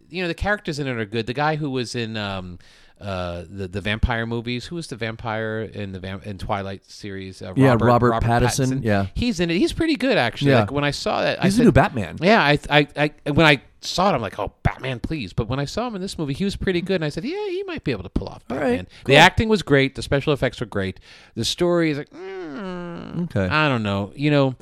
[SPEAKER 3] you know the characters in it are good. The guy who was in um, uh, the the vampire movies, who was the vampire in the vamp- in Twilight series? Uh,
[SPEAKER 1] Yeah, Robert Pattinson, yeah.
[SPEAKER 3] he's in it. He's pretty good actually.
[SPEAKER 1] Yeah.
[SPEAKER 3] Like when I saw that,
[SPEAKER 1] he's
[SPEAKER 3] I said,
[SPEAKER 1] the new Batman.
[SPEAKER 3] yeah, I, I, I, when I saw it, I'm like, oh, Batman, please. But when I saw him in this movie, he was pretty good, and I said, yeah, he might be able to pull off
[SPEAKER 1] right,
[SPEAKER 3] Batman. The acting was great, the special effects were great, the story is like, mm,
[SPEAKER 1] Okay.
[SPEAKER 3] I don't know, you know,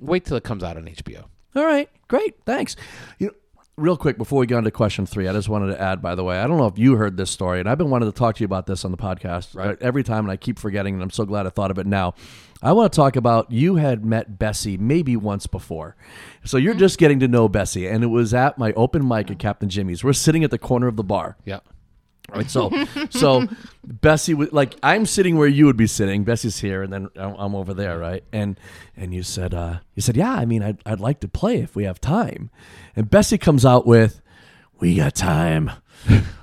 [SPEAKER 3] wait till it comes out on HBO.
[SPEAKER 1] All right, great, thanks. You know, real quick before we get on to question three, I just wanted to add, by the way, I don't know if you heard this story, and I've been wanting to talk to you about this on the podcast uh, every time, and I keep forgetting, and I'm so glad I thought of it now. I want to talk about you had met Bessie maybe once before, so
[SPEAKER 3] Mm-hmm.
[SPEAKER 1] you're just getting to know Bessie, and it was at my open mic at Captain Jimmy's. We're sitting at the corner of the bar.
[SPEAKER 3] Yeah,
[SPEAKER 1] Right, so, so Bessie was like, I'm sitting where you would be sitting. Bessie's here, and then I'm, I'm over there, right? And and you said, uh, you said, yeah, I mean, I'd, I'd like to play if we have time. And Bessie comes out with, we got time.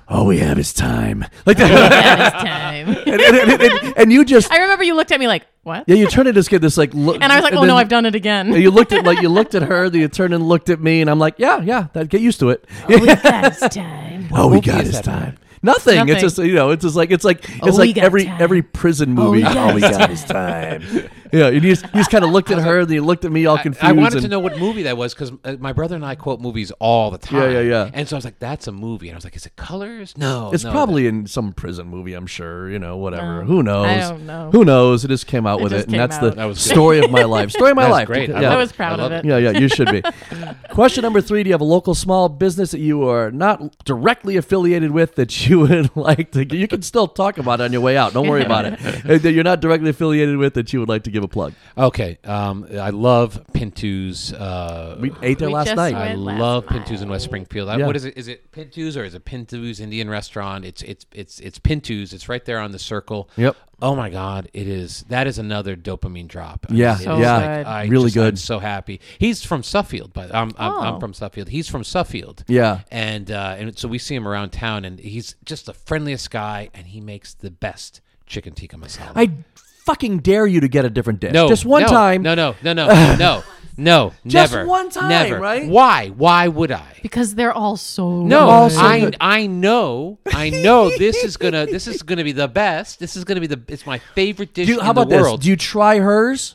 [SPEAKER 1] All we have is time. Like (laughs) that.
[SPEAKER 2] That is time.
[SPEAKER 1] and, and- and- and- and you just,
[SPEAKER 2] I remember you looked at me like, what?
[SPEAKER 1] yeah, you turned to just get this like look.
[SPEAKER 2] And I was like, oh
[SPEAKER 1] then-
[SPEAKER 2] no, I've done it again.
[SPEAKER 1] and (laughs) you looked at like you looked at her, then you turned and looked at me, and I'm like, yeah, yeah, that get used to it.
[SPEAKER 2] That's
[SPEAKER 1] (laughs)
[SPEAKER 2] time.
[SPEAKER 1] All we
[SPEAKER 3] movie
[SPEAKER 1] got
[SPEAKER 3] is
[SPEAKER 1] is
[SPEAKER 3] that
[SPEAKER 1] time. Nothing. It's
[SPEAKER 2] Nothing.
[SPEAKER 1] just you know. It's just like it's like
[SPEAKER 2] All
[SPEAKER 1] it's
[SPEAKER 2] we
[SPEAKER 1] like
[SPEAKER 2] got
[SPEAKER 1] every
[SPEAKER 2] time.
[SPEAKER 1] every prison movie.
[SPEAKER 2] got
[SPEAKER 1] All we got is time. (laughs) yeah, and you just, you just kind of looked at her, and you looked at me all confused.
[SPEAKER 3] I wanted to
[SPEAKER 1] and-
[SPEAKER 3] know what movie that was because my brother and I quote movies all the time.
[SPEAKER 1] Yeah, yeah, yeah.
[SPEAKER 3] And so I was like, "That's a movie," and I was like, "Is it Colors?" No,
[SPEAKER 1] It's
[SPEAKER 3] no,
[SPEAKER 1] probably in some prison movie, I'm sure. You know, whatever. Who knows?
[SPEAKER 2] I don't know.
[SPEAKER 1] Who knows? It just came out with
[SPEAKER 2] just
[SPEAKER 1] it, and
[SPEAKER 2] came
[SPEAKER 1] that's
[SPEAKER 2] out.
[SPEAKER 1] the
[SPEAKER 3] That was good.
[SPEAKER 1] story of my life. Story of my
[SPEAKER 3] That was
[SPEAKER 1] life.
[SPEAKER 3] great. I
[SPEAKER 1] Yeah.
[SPEAKER 2] I
[SPEAKER 3] love
[SPEAKER 2] was proud
[SPEAKER 3] I
[SPEAKER 2] of
[SPEAKER 3] love
[SPEAKER 2] it.
[SPEAKER 1] Yeah, yeah, you should be. Question number three Do you have a local small business that you are not directly affiliated with that you would (laughs) like to? You can still talk about it on your way out. Don't worry about it. Uh,
[SPEAKER 3] (laughs)
[SPEAKER 1] That you're not directly affiliated with that you would like to give a plug.
[SPEAKER 3] that. Okay, um, I love Pintu's. Uh,
[SPEAKER 1] We ate there
[SPEAKER 2] We
[SPEAKER 1] last
[SPEAKER 2] just
[SPEAKER 1] night.
[SPEAKER 2] went.
[SPEAKER 3] I
[SPEAKER 2] last
[SPEAKER 3] love Pintu's in West Springfield. I-
[SPEAKER 1] Yeah.
[SPEAKER 3] What is it? Is it Pintu's or is it Pintu's Indian Restaurant? It's it's it's it's Pintu's. It's right there on the circle.
[SPEAKER 1] Yep.
[SPEAKER 3] Oh my God! It is. That is another dopamine drop. I
[SPEAKER 1] Yeah,
[SPEAKER 3] just-
[SPEAKER 1] So
[SPEAKER 3] it's like,
[SPEAKER 1] good.
[SPEAKER 3] I
[SPEAKER 1] Really
[SPEAKER 3] just- I'm
[SPEAKER 1] good.
[SPEAKER 3] so happy. He's from Suffield, but I'm I'm,
[SPEAKER 2] Oh.
[SPEAKER 3] I'm from Suffield. He's from Suffield.
[SPEAKER 1] Yeah.
[SPEAKER 3] And uh, and so we see him around town, and he's just the friendliest guy, and he makes the best chicken tikka masala.
[SPEAKER 1] I fucking dare you to get a different dish.
[SPEAKER 3] No,
[SPEAKER 1] Just one
[SPEAKER 3] no,
[SPEAKER 1] time. (laughs)
[SPEAKER 3] No, no, no, no, no, No,
[SPEAKER 1] Just
[SPEAKER 3] never.
[SPEAKER 1] one time,
[SPEAKER 3] never.
[SPEAKER 1] right?
[SPEAKER 3] Why? Why would I?
[SPEAKER 2] because they're all so
[SPEAKER 3] No,
[SPEAKER 1] Also
[SPEAKER 3] I
[SPEAKER 1] good.
[SPEAKER 3] I know, I know. This is gonna this is gonna be the best. This is gonna be the it's my favorite dish
[SPEAKER 1] Do you,
[SPEAKER 3] in
[SPEAKER 1] how about
[SPEAKER 3] the world.
[SPEAKER 1] this? Do you try hers?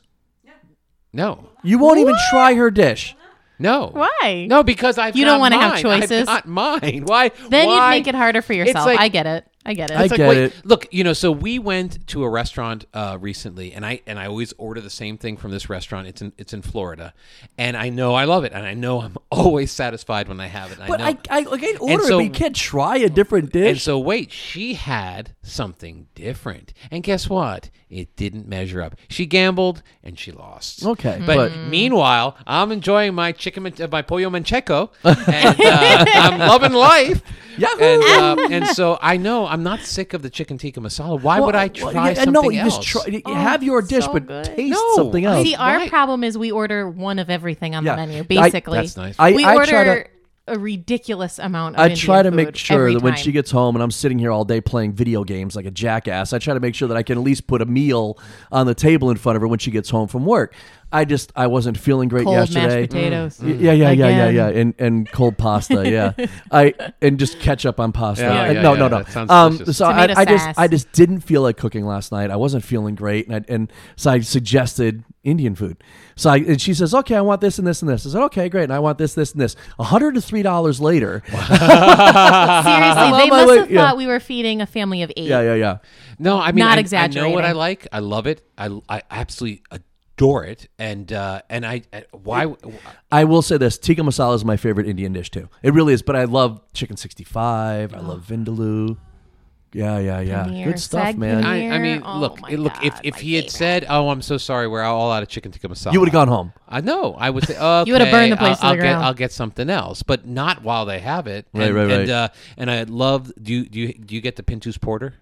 [SPEAKER 3] no,
[SPEAKER 1] You won't even try her dish.
[SPEAKER 3] no.
[SPEAKER 2] Why?
[SPEAKER 3] No, because I've
[SPEAKER 2] You don't
[SPEAKER 3] want
[SPEAKER 2] wanna
[SPEAKER 3] to
[SPEAKER 2] have choices?
[SPEAKER 3] I've got mine. Why?
[SPEAKER 2] Then
[SPEAKER 3] why?
[SPEAKER 2] you'd make it harder for yourself.
[SPEAKER 3] like-
[SPEAKER 2] I get it. I get it.
[SPEAKER 1] I
[SPEAKER 3] It's like,
[SPEAKER 1] get
[SPEAKER 3] wait,
[SPEAKER 1] it.
[SPEAKER 3] Look, you know, so we went to a restaurant uh, recently, and I and I always order the same thing from this restaurant. It's in it's in Florida, and I know I love it, and I know I'm (laughs) always satisfied when I have it. and
[SPEAKER 1] But
[SPEAKER 3] I know.
[SPEAKER 1] I, I, like, I order it,
[SPEAKER 3] so-
[SPEAKER 1] but you can't try a different dish.
[SPEAKER 3] And so, wait, she had something different. And guess what? It didn't measure up. She gambled and she lost.
[SPEAKER 1] Okay,
[SPEAKER 3] But
[SPEAKER 2] Mm-hmm.
[SPEAKER 1] but-
[SPEAKER 3] meanwhile, I'm enjoying my chicken, man- uh, my
[SPEAKER 1] (laughs)
[SPEAKER 3] pollo manchego, and uh, I'm loving life.
[SPEAKER 1] Yahoo!
[SPEAKER 3] And, uh, and so I know I'm not sick of the chicken tikka masala. Why
[SPEAKER 1] Well,
[SPEAKER 3] would
[SPEAKER 1] uh,
[SPEAKER 3] I
[SPEAKER 1] well,
[SPEAKER 3] try
[SPEAKER 1] yeah,
[SPEAKER 3] something
[SPEAKER 1] no, you
[SPEAKER 3] else?
[SPEAKER 1] just try, have your dish,
[SPEAKER 2] Oh, so
[SPEAKER 1] but
[SPEAKER 2] good.
[SPEAKER 1] taste
[SPEAKER 3] No,
[SPEAKER 1] something
[SPEAKER 3] I-
[SPEAKER 1] else.
[SPEAKER 2] See, our
[SPEAKER 3] Why-
[SPEAKER 2] problem is we order one of everything on
[SPEAKER 1] Yeah.
[SPEAKER 2] the menu,
[SPEAKER 1] I-
[SPEAKER 2] basically.
[SPEAKER 3] That's nice.
[SPEAKER 1] I,
[SPEAKER 2] we
[SPEAKER 1] I
[SPEAKER 2] order
[SPEAKER 1] try to.
[SPEAKER 2] a ridiculous amount of
[SPEAKER 1] I
[SPEAKER 2] Indian
[SPEAKER 1] try to
[SPEAKER 2] food
[SPEAKER 1] make sure
[SPEAKER 2] every
[SPEAKER 1] that when
[SPEAKER 2] time.
[SPEAKER 1] she gets home and I'm sitting here all day playing video games like a jackass, I try to make sure that I can at least put a meal on the table in front of her when she gets home from work. I just I wasn't feeling great
[SPEAKER 2] cold
[SPEAKER 1] yesterday. Mm.
[SPEAKER 2] mashed potatoes.
[SPEAKER 1] Y- Yeah, yeah, yeah, yeah,
[SPEAKER 2] Again.
[SPEAKER 1] yeah, and and cold
[SPEAKER 2] (laughs)
[SPEAKER 1] pasta, yeah, I and just ketchup on pasta.
[SPEAKER 3] Yeah,
[SPEAKER 1] Uh,
[SPEAKER 3] yeah,
[SPEAKER 1] no,
[SPEAKER 3] yeah,
[SPEAKER 1] no, no,
[SPEAKER 3] that sounds
[SPEAKER 1] Um,
[SPEAKER 3] delicious.
[SPEAKER 1] so I,
[SPEAKER 2] Tomato
[SPEAKER 1] I just
[SPEAKER 2] sauce.
[SPEAKER 1] I just didn't feel like cooking last night. I wasn't feeling great, and I, and so I suggested Indian food. So I, and she says, okay, I want this and this and this. I said, okay, great, and I want this, this, and this. A hundred to three dollars later. (laughs)
[SPEAKER 2] Seriously,
[SPEAKER 1] Well,
[SPEAKER 2] they
[SPEAKER 1] by the
[SPEAKER 2] must
[SPEAKER 1] way,
[SPEAKER 2] have
[SPEAKER 1] yeah.
[SPEAKER 2] thought we were feeding a family of eight.
[SPEAKER 1] yeah, yeah, yeah.
[SPEAKER 3] No, I mean,
[SPEAKER 2] Not
[SPEAKER 3] I, I know
[SPEAKER 2] exaggerating.
[SPEAKER 3] what I like. I love it. I, I absolutely adore it. And uh, and I, I why
[SPEAKER 1] I will say this: tikka masala is my favorite Indian dish too. It really is. But I love chicken sixty-five. I love vindaloo. Yeah, yeah, yeah.
[SPEAKER 2] Paneer,
[SPEAKER 1] Good stuff,
[SPEAKER 2] sag
[SPEAKER 1] man.
[SPEAKER 2] paneer.
[SPEAKER 3] I, I mean,
[SPEAKER 2] Oh
[SPEAKER 3] look,
[SPEAKER 2] my
[SPEAKER 3] it- look. if
[SPEAKER 2] God,
[SPEAKER 3] if
[SPEAKER 2] my
[SPEAKER 3] he had
[SPEAKER 2] favorite.
[SPEAKER 3] said, "Oh, I'm so sorry, we're all out of chicken tikka masala,"
[SPEAKER 1] You would have gone home.
[SPEAKER 3] I know.
[SPEAKER 2] (laughs)
[SPEAKER 3] I would say, "Okay,
[SPEAKER 2] would've burned the place to
[SPEAKER 3] I'll,
[SPEAKER 2] the
[SPEAKER 3] I'll get
[SPEAKER 2] ground.
[SPEAKER 3] I'll get something else," but not while they have it.
[SPEAKER 1] Right,
[SPEAKER 3] and,
[SPEAKER 1] right,
[SPEAKER 3] And,
[SPEAKER 1] right.
[SPEAKER 3] uh, and I love. Do you do you do you get the Pintus Porter?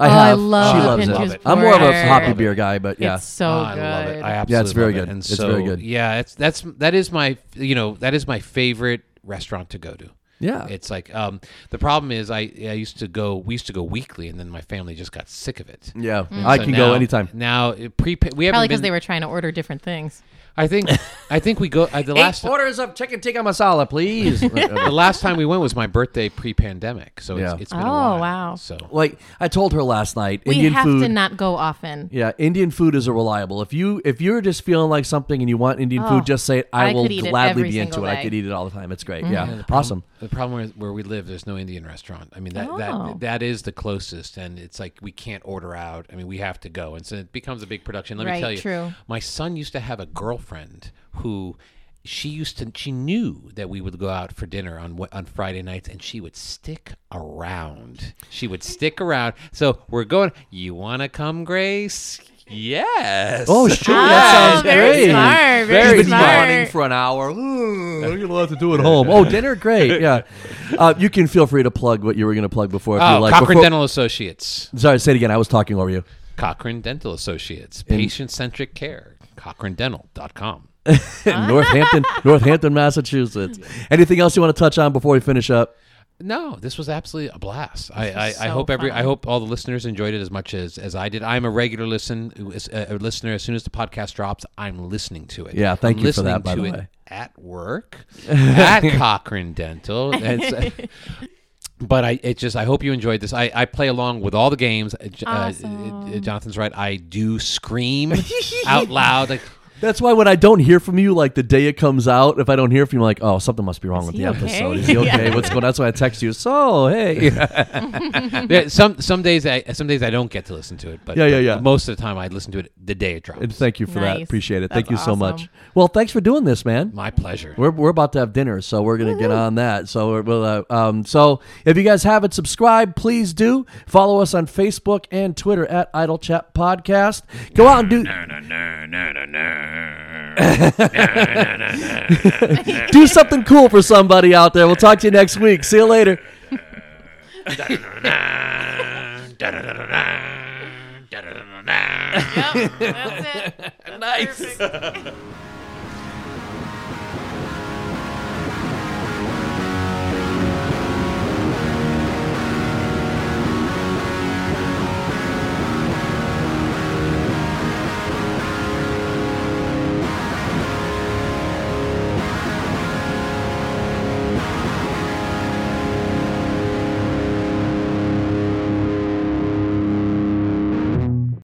[SPEAKER 1] I
[SPEAKER 2] Oh, I
[SPEAKER 1] have.
[SPEAKER 2] love
[SPEAKER 1] she
[SPEAKER 3] the
[SPEAKER 1] loves
[SPEAKER 3] Pinterest
[SPEAKER 1] it. I'm more of a
[SPEAKER 2] board.
[SPEAKER 1] hoppy beer guy, but yeah.
[SPEAKER 2] It's so
[SPEAKER 3] Ah,
[SPEAKER 2] good.
[SPEAKER 3] I love it. I absolutely
[SPEAKER 1] Yeah, it's very
[SPEAKER 3] love it.
[SPEAKER 1] good.
[SPEAKER 3] And
[SPEAKER 1] It's
[SPEAKER 3] so,
[SPEAKER 1] very good.
[SPEAKER 3] Yeah, it's that's that is my you know that is my favorite restaurant to go to.
[SPEAKER 1] yeah.
[SPEAKER 3] It's like um, the problem is I I used to go we used to go weekly and then my family just got sick of it.
[SPEAKER 1] yeah.
[SPEAKER 2] Mm.
[SPEAKER 1] I
[SPEAKER 3] So
[SPEAKER 1] can
[SPEAKER 3] now-
[SPEAKER 1] go anytime.
[SPEAKER 3] Now pre we haven't
[SPEAKER 2] Probably
[SPEAKER 3] been,
[SPEAKER 2] because they were trying to order different things.
[SPEAKER 3] I think I think we go
[SPEAKER 2] (laughs)
[SPEAKER 3] uh, the last
[SPEAKER 1] orders of chicken tikka masala, please.
[SPEAKER 3] the last time we went was my birthday pre-pandemic, so
[SPEAKER 1] Yeah.
[SPEAKER 3] it's, it's been a
[SPEAKER 2] Oh,
[SPEAKER 3] while.
[SPEAKER 2] wow.
[SPEAKER 3] So
[SPEAKER 1] (laughs) like I told her last night, Indian
[SPEAKER 2] we have
[SPEAKER 1] food.
[SPEAKER 2] to not go often.
[SPEAKER 1] yeah, Indian food is a reliable. If you if you're just feeling like something and you want Indian food,
[SPEAKER 2] Oh,
[SPEAKER 1] just say it. I,
[SPEAKER 2] I
[SPEAKER 1] will
[SPEAKER 2] could eat it
[SPEAKER 1] gladly
[SPEAKER 2] every
[SPEAKER 1] be into it.
[SPEAKER 2] single
[SPEAKER 1] I
[SPEAKER 2] day. Mm-hmm.
[SPEAKER 1] could eat it all the time. It's great. Yeah, awesome.
[SPEAKER 3] the problem is where we live, there's no Indian restaurant. I mean that
[SPEAKER 2] Oh.
[SPEAKER 3] that that is the closest, and it's like we can't order out. I mean we have to go, and so it becomes a big production. Let me
[SPEAKER 2] Right,
[SPEAKER 3] tell you,
[SPEAKER 2] true.
[SPEAKER 3] my son used to have a girlfriend who. She used to. She knew that we would go out for dinner on Wed- on Friday nights, and she would stick around. She would stick around. So we're going. You want to come, Grace? Yes.
[SPEAKER 1] Oh, sure.
[SPEAKER 2] Oh,
[SPEAKER 1] that sounds
[SPEAKER 2] very
[SPEAKER 1] great.
[SPEAKER 2] smart, very
[SPEAKER 1] You've been
[SPEAKER 2] smart.
[SPEAKER 1] yawning for an hour. Ooh, You'll have to do at home. Oh, dinner, great. (laughs) Yeah, uh, you can feel free to plug what you were going to plug before. If
[SPEAKER 3] Oh,
[SPEAKER 1] you like.
[SPEAKER 3] Cochrane
[SPEAKER 1] Before-
[SPEAKER 3] Dental Associates.
[SPEAKER 1] Sorry, say it again. I was talking over
[SPEAKER 2] (laughs)
[SPEAKER 1] you.
[SPEAKER 3] Cochrane Dental Associates. Patient centric care. CochraneDental.com.
[SPEAKER 1] in Northampton, Northampton, Massachusetts. Anything else you want to touch on before we finish up?
[SPEAKER 3] No, this was absolutely a blast. I, I,
[SPEAKER 2] was
[SPEAKER 3] I
[SPEAKER 2] so
[SPEAKER 3] hope every I
[SPEAKER 2] fun.
[SPEAKER 3] hope all the listeners enjoyed it as much as, as I did. I'm a regular listen uh, a listener. As soon as the podcast drops, I'm listening to it.
[SPEAKER 1] Yeah, thank
[SPEAKER 3] I'm
[SPEAKER 1] you for
[SPEAKER 3] listening
[SPEAKER 1] that, by
[SPEAKER 3] to
[SPEAKER 1] the
[SPEAKER 3] it
[SPEAKER 1] way.
[SPEAKER 3] at work
[SPEAKER 1] (laughs)
[SPEAKER 3] at Cochrane Dental. It's- uh, but I it just I hope you enjoyed this. I, I play along with all the games. Uh, J- Uh,
[SPEAKER 2] Awesome.
[SPEAKER 3] Jonathan's right. I do scream out loud. Like,
[SPEAKER 1] That's why when I don't hear from you, like the day it comes out, if I don't hear from you, I'm like, oh, something must be wrong with
[SPEAKER 2] he
[SPEAKER 1] the
[SPEAKER 2] okay?
[SPEAKER 1] episode.
[SPEAKER 2] (laughs)
[SPEAKER 1] Is he okay?
[SPEAKER 2] Yeah.
[SPEAKER 1] What's going on? That's why I text you. So,
[SPEAKER 2] (laughs)
[SPEAKER 1] hey.
[SPEAKER 3] Yeah, some some days I some days I don't get to listen to it, but
[SPEAKER 1] Yeah, yeah,
[SPEAKER 3] but
[SPEAKER 1] yeah.
[SPEAKER 3] Most of the time I listen to it the day it drops.
[SPEAKER 1] And thank you for that.
[SPEAKER 2] Nice.
[SPEAKER 1] Appreciate it. thank you
[SPEAKER 2] That's
[SPEAKER 1] so
[SPEAKER 2] awesome.
[SPEAKER 1] much. Well, thanks for doing this, man.
[SPEAKER 3] My pleasure.
[SPEAKER 1] We're, we're about to have dinner, so we're gonna get on that. So we're- we'll, uh, um, so if you guys haven't subscribed, please do follow us on Facebook and Twitter at Idle Chat Podcast. Go out and do (laughs) do something cool for somebody out there. We'll talk to you next week. See you later.
[SPEAKER 2] Yep, that's it. nice.